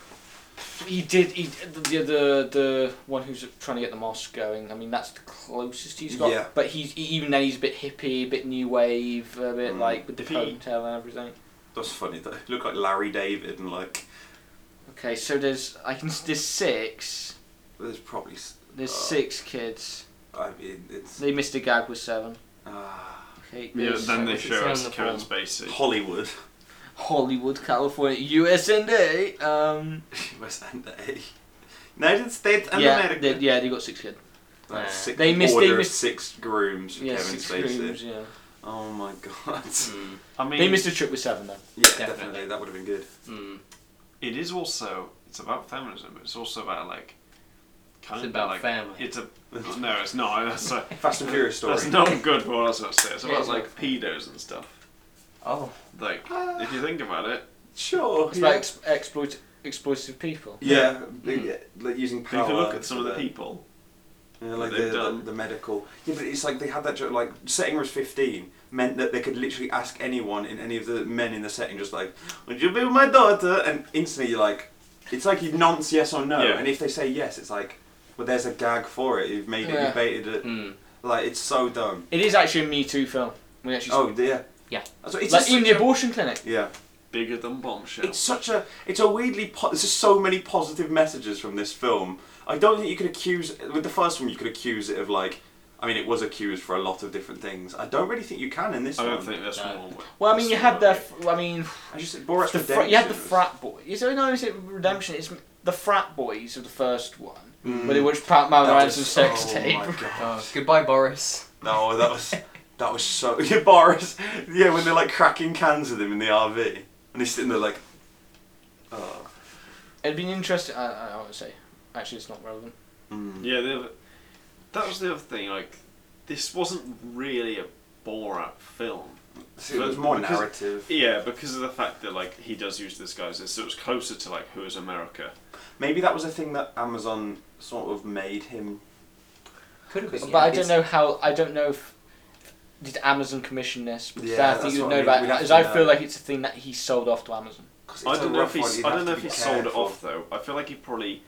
Speaker 5: He did. He the, the the the one who's trying to get the mosque going. I mean, that's the closest he's got.
Speaker 2: Yeah.
Speaker 5: But he's he, even then he's a bit hippie, a bit new wave, a bit
Speaker 2: Mm.
Speaker 5: like with the
Speaker 1: If he-
Speaker 5: ponytail and everything.
Speaker 2: That's funny though. Look like Larry David and like.
Speaker 5: Okay, so there's I can there's six.
Speaker 2: There's probably. s-
Speaker 5: There's
Speaker 2: Uh,
Speaker 5: six kids.
Speaker 2: I mean, it's.
Speaker 5: They missed a gag with seven.
Speaker 2: ah
Speaker 5: Okay,
Speaker 1: Yeah,
Speaker 5: there's
Speaker 1: then they
Speaker 4: it's
Speaker 1: show
Speaker 4: on
Speaker 1: us
Speaker 4: the
Speaker 1: Kevin
Speaker 4: form.
Speaker 1: Spacey.
Speaker 2: Hollywood.
Speaker 5: Hollywood, California, USA. Um,
Speaker 2: West End A. United States and
Speaker 5: yeah,
Speaker 2: America.
Speaker 5: they, yeah, they got six kids.
Speaker 2: That's
Speaker 4: Yeah.
Speaker 2: six,
Speaker 5: They missed-
Speaker 2: order
Speaker 5: they
Speaker 2: of
Speaker 5: missed-
Speaker 2: six grooms for
Speaker 5: Yeah,
Speaker 2: Kevin
Speaker 5: six
Speaker 2: Spacey.
Speaker 5: rooms, yeah.
Speaker 2: Oh my god.
Speaker 4: Mm.
Speaker 1: I mean,
Speaker 5: They missed a trick with seven though.
Speaker 2: Yeah, definitely.
Speaker 4: Definitely.
Speaker 2: That would have been good.
Speaker 4: Mm.
Speaker 1: it is also it's about feminism, but it's also about like kind
Speaker 4: It's
Speaker 1: of
Speaker 4: about
Speaker 1: like
Speaker 4: family.
Speaker 1: it's a no, it's not. That's a,
Speaker 2: Fast and Furious story.
Speaker 1: that's not good for what I was about to say. It's
Speaker 4: Yeah,
Speaker 1: about
Speaker 4: it's
Speaker 1: like
Speaker 4: not.
Speaker 1: pedos and stuff.
Speaker 4: Oh.
Speaker 1: Like if you think about it,
Speaker 2: Sure.
Speaker 5: It's
Speaker 2: Yeah.
Speaker 5: about ex- exploit exploitative people.
Speaker 2: yeah,
Speaker 4: Mm.
Speaker 2: yeah, like using
Speaker 1: if
Speaker 2: power.
Speaker 1: you look
Speaker 5: uh,
Speaker 1: at some of the
Speaker 2: for
Speaker 1: people,
Speaker 2: Yeah, like
Speaker 1: that they've
Speaker 2: the, the,
Speaker 1: done.
Speaker 2: the medical. Yeah, but it's like they had that joke, like setting was 15 meant that they could literally ask anyone in any of the men in the setting, just like, would you be my daughter? And instantly you're like, it's like you nonce yes or no.
Speaker 1: Yeah.
Speaker 2: And if they say yes, it's like, well, there's a gag for it. You've made it,
Speaker 5: Yeah. Hmm.
Speaker 2: you've baited it.
Speaker 4: Mm.
Speaker 2: Like, it's so dumb.
Speaker 5: It is actually a Me Too film. We actually
Speaker 2: Oh, yeah.
Speaker 4: Yeah.
Speaker 2: That's what, it's
Speaker 5: like
Speaker 2: just
Speaker 5: even
Speaker 2: such
Speaker 5: the
Speaker 2: a-
Speaker 5: abortion clinic.
Speaker 2: Yeah.
Speaker 1: bigger than bombshell.
Speaker 2: It's such a. It's a weirdly. Po- there's just so many positive messages from this film. I don't think you could accuse. With the first one, you could accuse it of like. I mean, it was accused for a lot of different things. I don't really think you can in this
Speaker 1: I
Speaker 2: one.
Speaker 1: don't think this
Speaker 4: No.
Speaker 1: one will work.
Speaker 5: Well, I mean,
Speaker 1: This
Speaker 5: you
Speaker 1: one won't
Speaker 5: had the.
Speaker 1: work.
Speaker 5: F- I mean,
Speaker 2: I just Borat's
Speaker 5: the fr-
Speaker 2: Redemption.
Speaker 5: you had the
Speaker 2: was-
Speaker 5: frat boy. You say no, is it redemption? It's the frat boys of the first one,
Speaker 2: Mm.
Speaker 5: where they watched Pat Malrance
Speaker 2: was-
Speaker 5: and sex
Speaker 2: oh
Speaker 5: tape.
Speaker 2: My God.
Speaker 4: Oh, goodbye, Boris.
Speaker 2: No, that was that was so. Yeah, Boris. Yeah, when they're like cracking cans with him in the RV, and he's sitting there like. Oh.
Speaker 5: It'd been interesting. I, I don't want to say. Actually, it's not relevant.
Speaker 2: Mm.
Speaker 1: Yeah, the other, that was the other thing. Like this wasn't really a Borat film.
Speaker 2: See, it was more
Speaker 1: Because-
Speaker 2: narrative.
Speaker 1: Yeah, because of the fact that like he does use disguises, so it was closer to like who is America.
Speaker 2: Maybe that was a thing that Amazon sort of made him
Speaker 4: Could have been.
Speaker 5: But I
Speaker 4: yeah.
Speaker 5: don't know how. I don't know if did Amazon commission this because
Speaker 2: Yeah,
Speaker 5: I
Speaker 2: that's
Speaker 5: think you'd
Speaker 2: what
Speaker 5: know
Speaker 2: I mean,
Speaker 5: about.
Speaker 2: we'd
Speaker 5: it,
Speaker 2: have
Speaker 5: As
Speaker 2: to
Speaker 5: I
Speaker 2: know.
Speaker 5: feel like it's a thing that he sold off to Amazon.
Speaker 1: I don't know if he I don't know if he sold it off though. I feel like he probably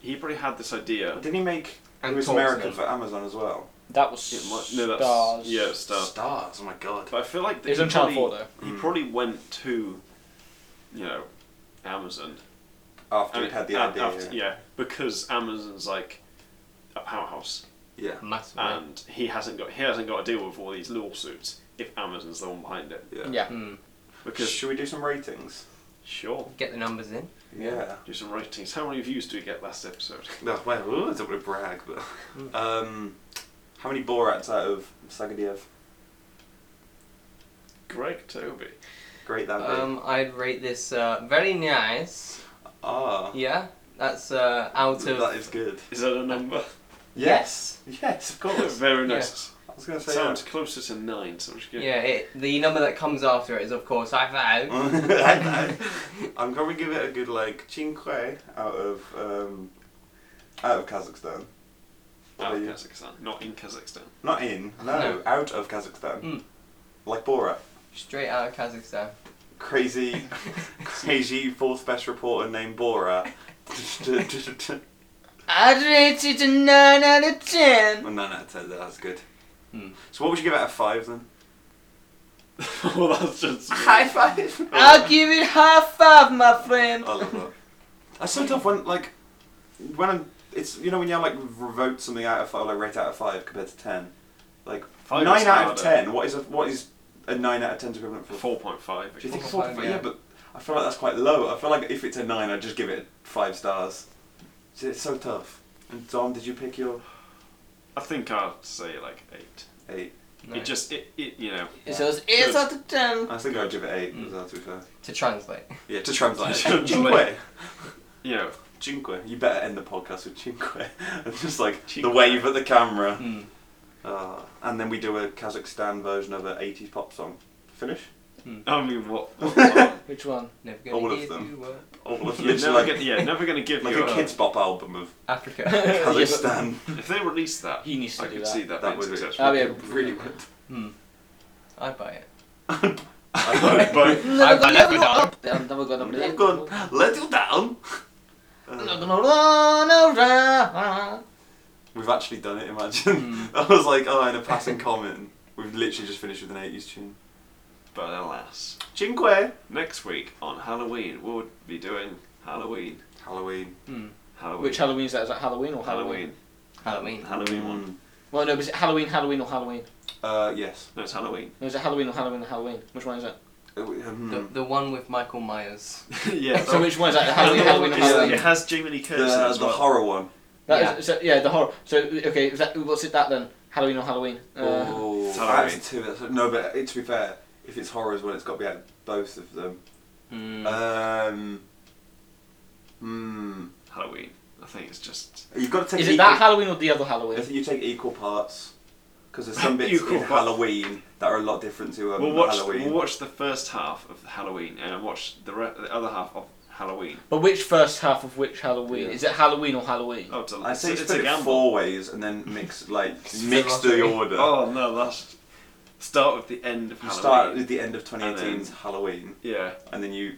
Speaker 1: he probably had this idea.
Speaker 2: Didn't he make
Speaker 4: And
Speaker 2: It was
Speaker 4: talks
Speaker 2: American
Speaker 4: them.
Speaker 2: for Amazon as well?
Speaker 5: That was
Speaker 1: It might, no, that's
Speaker 5: stars.
Speaker 1: yeah, it's stars.
Speaker 2: Stars, oh my god.
Speaker 1: But I feel like
Speaker 5: It
Speaker 1: that
Speaker 5: was
Speaker 1: he
Speaker 5: on Channel
Speaker 1: probably-
Speaker 5: Four though.
Speaker 1: He
Speaker 2: Mm.
Speaker 1: probably went to, you know, Amazon.
Speaker 2: uh, After he'd
Speaker 1: mean,
Speaker 2: had the
Speaker 1: a-
Speaker 2: idea.
Speaker 1: after- yeah, because Amazon's like a powerhouse,
Speaker 2: yeah.
Speaker 4: Massively.
Speaker 1: and he hasn't got he hasn't got to deal with all these lawsuits if Amazon's the one behind it.
Speaker 2: Yeah.
Speaker 5: Yeah.
Speaker 4: Mm.
Speaker 1: Because
Speaker 2: Should we do some ratings?
Speaker 1: sure,
Speaker 4: Get the numbers in.
Speaker 2: Yeah.
Speaker 1: do some ratings. How many views do we get last episode?
Speaker 2: No, well, ooh, I don't want to brag, but. Um, how many Borats out of Sagadiev?
Speaker 1: Greg Toby.
Speaker 2: Great that be.
Speaker 4: Um, I'd rate this uh, very nice.
Speaker 2: Ah.
Speaker 4: Yeah, that's uh, out of.
Speaker 2: That is good.
Speaker 1: Is that a number?
Speaker 4: yes.
Speaker 2: Yes, of course.
Speaker 1: Very nice.
Speaker 2: I was going to say
Speaker 1: Sounds closer to nine, so I'm just gonna
Speaker 4: Yeah, it, the number that comes after it is, of course, I found.
Speaker 2: I- I- I'm gonna give it a good like cinque out of um, out of Kazakhstan.
Speaker 1: out
Speaker 2: Are
Speaker 1: of
Speaker 2: you-
Speaker 1: Kazakhstan, not in Kazakhstan.
Speaker 2: Not in, no,
Speaker 4: No.
Speaker 2: out of Kazakhstan.
Speaker 1: Hmm.
Speaker 4: Mm.
Speaker 2: Like Borat,
Speaker 4: Straight out of Kazakhstan.
Speaker 2: crazy, crazy fourth best reporter named Borat.
Speaker 3: I'd rate it a 9 out of 10.
Speaker 2: no, no, that's, that's good.
Speaker 1: Hmm.
Speaker 4: Mm.
Speaker 2: So what would you give out of five then?
Speaker 1: well, that's just.
Speaker 2: five.
Speaker 3: I'll give it high five, my friend.
Speaker 2: I love that. That's so tough when like when I'm, it's you know when you like vote something out of five like rate out of five compared to ten, like
Speaker 1: Five
Speaker 2: nine
Speaker 1: is
Speaker 2: out of
Speaker 1: harder.
Speaker 2: ten. What is a what is a nine out of ten equivalent for?
Speaker 1: Four point five.
Speaker 2: Do you think
Speaker 4: Four,
Speaker 2: four?
Speaker 4: five,
Speaker 2: yeah.
Speaker 4: yeah.
Speaker 2: but I feel like that's quite low. I feel like if it's a nine, I'd just give it five stars. See, It's so tough. And Dom, did you pick your
Speaker 1: I think I'll say like eight.
Speaker 2: eight?
Speaker 4: No.
Speaker 1: It just it, it you know
Speaker 3: So it's 8 out of 10.
Speaker 2: I think I'd give it eight.
Speaker 4: Mm.
Speaker 2: as well, to be fair.
Speaker 4: To translate.
Speaker 2: Yeah, to translate.
Speaker 1: Translate.
Speaker 2: Cinque.
Speaker 1: you know
Speaker 2: Cinque. You better end the podcast with cinque. And just like the
Speaker 1: Cinque.
Speaker 2: wave at the camera. Ah,
Speaker 4: Mm.
Speaker 2: Uh, and then we do a Kazakhstan version of an 80s pop song. Finish?
Speaker 1: I mean, what? what are-
Speaker 5: Which one?
Speaker 4: Never gonna
Speaker 2: All of
Speaker 4: give
Speaker 2: them.
Speaker 4: you uh, up.
Speaker 2: All of
Speaker 1: you're
Speaker 2: it's
Speaker 1: never
Speaker 2: like,
Speaker 1: gonna, yeah, never gonna give
Speaker 2: like
Speaker 1: you
Speaker 2: a
Speaker 1: up.
Speaker 2: kids' bop album of
Speaker 4: Africa.
Speaker 2: Kazakhstan.
Speaker 1: If they released that,
Speaker 5: He needs to
Speaker 1: I
Speaker 5: do
Speaker 1: could
Speaker 5: that.
Speaker 1: see that,
Speaker 2: That
Speaker 1: being
Speaker 2: would be-
Speaker 1: successful.
Speaker 5: That'd be a
Speaker 2: really would.
Speaker 4: hmm. I'd buy it.
Speaker 2: I know,
Speaker 1: but
Speaker 5: Never gonna
Speaker 4: never
Speaker 5: let you down. Never gonna
Speaker 2: but I've gone, let you down.
Speaker 5: Never
Speaker 2: Uh,
Speaker 5: gonna run around.
Speaker 2: we've actually done it, imagine.
Speaker 4: Hmm.
Speaker 2: I was like, oh, in a passing comment, we've literally just finished with an 80s tune.
Speaker 1: but alas,
Speaker 2: Cinque.
Speaker 1: next week on Halloween we'll be doing Halloween.
Speaker 2: Halloween.
Speaker 4: Hmm.
Speaker 1: Halloween.
Speaker 5: Which Halloween is that? Is that Halloween or Halloween?
Speaker 1: Halloween?
Speaker 4: Halloween.
Speaker 1: Halloween one.
Speaker 5: Well, no, but is it Halloween, Halloween, or Halloween?
Speaker 2: Hmm. Uh, yes.
Speaker 1: No, it's Halloween.
Speaker 5: No, is it Halloween or Halloween or Halloween? Which one is it?
Speaker 2: Uh, we- um,
Speaker 4: The, the one with Michael Myers.
Speaker 1: yeah.
Speaker 5: So which one is that?
Speaker 1: And
Speaker 5: Halloween,
Speaker 1: the
Speaker 5: Halloween, or
Speaker 1: one is-
Speaker 5: Halloween?
Speaker 1: It has Jamie Lee
Speaker 2: the,
Speaker 1: Curtis in it as
Speaker 2: the
Speaker 1: well.
Speaker 2: horror one.
Speaker 5: That is, so, yeah, the horror. So okay, is that, what's it that then? Halloween or Halloween? Uh,
Speaker 2: oh,
Speaker 1: It's Halloween.
Speaker 2: that's two. That's, no, but it, to be fair, if it's horror as well, it's got to be out of both of them.
Speaker 4: Hmm.
Speaker 2: Um, hmm.
Speaker 1: Halloween. I think it's just.
Speaker 2: You've got to take.
Speaker 5: is it
Speaker 2: equal,
Speaker 5: that Halloween or the other
Speaker 2: I
Speaker 5: Halloween?
Speaker 2: think you take equal parts because there's some bits
Speaker 1: Equal
Speaker 2: in
Speaker 1: parts.
Speaker 2: Halloween that are a lot different to um,
Speaker 1: we'll watch.
Speaker 2: Halloween.
Speaker 1: We'll watch the first half of Halloween and watch the re- the other half of Halloween.
Speaker 5: But which first half of which Halloween?
Speaker 2: Yeah.
Speaker 5: Is it Halloween or Halloween?
Speaker 1: Oh, it's a,
Speaker 2: I
Speaker 1: it's,
Speaker 2: say
Speaker 1: a,
Speaker 2: it's,
Speaker 1: it's a gamble.
Speaker 2: four ways and then mix like
Speaker 4: It's
Speaker 2: mix
Speaker 4: philosophy.
Speaker 2: the order.
Speaker 1: Oh no, that's start with the end of
Speaker 2: you
Speaker 1: Halloween.
Speaker 2: start at the end of
Speaker 1: then-
Speaker 2: 2018's Halloween,
Speaker 1: yeah,
Speaker 2: and then you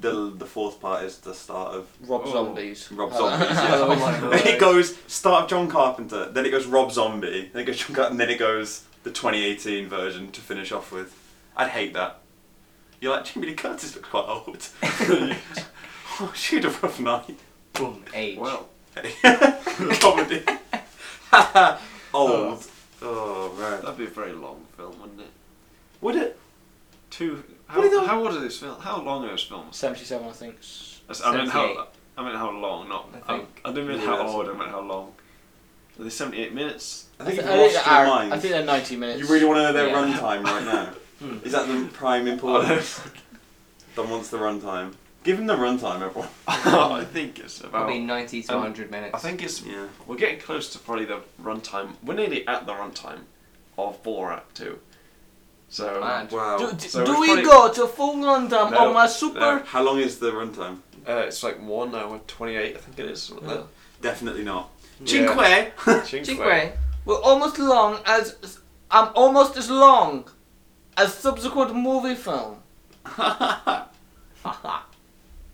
Speaker 2: the the fourth part is the start of
Speaker 5: Rob
Speaker 1: Oh.
Speaker 5: Zombies.
Speaker 2: Rob
Speaker 5: Hello-
Speaker 2: Zombies, yeah.
Speaker 5: Halloween.
Speaker 4: Oh my god.
Speaker 2: it goes start of John Carpenter, then it goes Rob Zombie, then it goes John Carpenter, and then it goes the 2018 version to finish off with. I'd hate that. You're like Jamie Lee Curtis looks quite old. oh, she had a rough night.
Speaker 4: Boom. Age.
Speaker 1: well,
Speaker 2: Comedy. old. Oh. man.
Speaker 1: that'd be a very long film, wouldn't it?
Speaker 2: Would it?
Speaker 1: Two. How,
Speaker 2: What are they-
Speaker 1: how old are those films? How long are those films?
Speaker 5: Seventy-seven, I think. S-
Speaker 1: I s- I mean how.
Speaker 4: 78.
Speaker 1: I mean how long? Not.
Speaker 4: I
Speaker 1: I,
Speaker 4: think-
Speaker 1: I don't mean
Speaker 2: Yeah,
Speaker 1: how
Speaker 2: that's-
Speaker 1: old. I meant how long. Are they seventy-eight minutes?
Speaker 2: I
Speaker 5: I
Speaker 2: think you've
Speaker 5: thi- I think
Speaker 2: lost
Speaker 5: they're-
Speaker 2: your
Speaker 5: I
Speaker 2: mind.
Speaker 5: think they're ninety minutes.
Speaker 2: you really want to know their
Speaker 5: Yeah.
Speaker 2: runtime right now?
Speaker 4: Hmm.
Speaker 2: Is that the prime importance? Don wants the runtime. Give him the runtime, everyone.
Speaker 1: I think it's about.
Speaker 4: Probably 90 to
Speaker 1: Um,
Speaker 4: 100 minutes.
Speaker 1: I think it's
Speaker 2: Yeah.
Speaker 1: We're getting close to probably the runtime. We're nearly at the runtime of Borat 2. So
Speaker 4: Mad.
Speaker 2: Wow.
Speaker 5: Do, d-
Speaker 1: So
Speaker 5: do
Speaker 1: it's
Speaker 5: we
Speaker 1: probably-
Speaker 5: go to full runtime
Speaker 1: No,
Speaker 5: on my
Speaker 1: no.
Speaker 5: super?
Speaker 2: How long is the runtime?
Speaker 1: uh, it's like one hour twenty-eight, I think it is. something like
Speaker 2: Definitely not.
Speaker 1: Yeah.
Speaker 2: Cinque.
Speaker 1: that. Cinque.
Speaker 4: Cinque.
Speaker 5: We're almost long as I'm almost as long as subsequent movie film.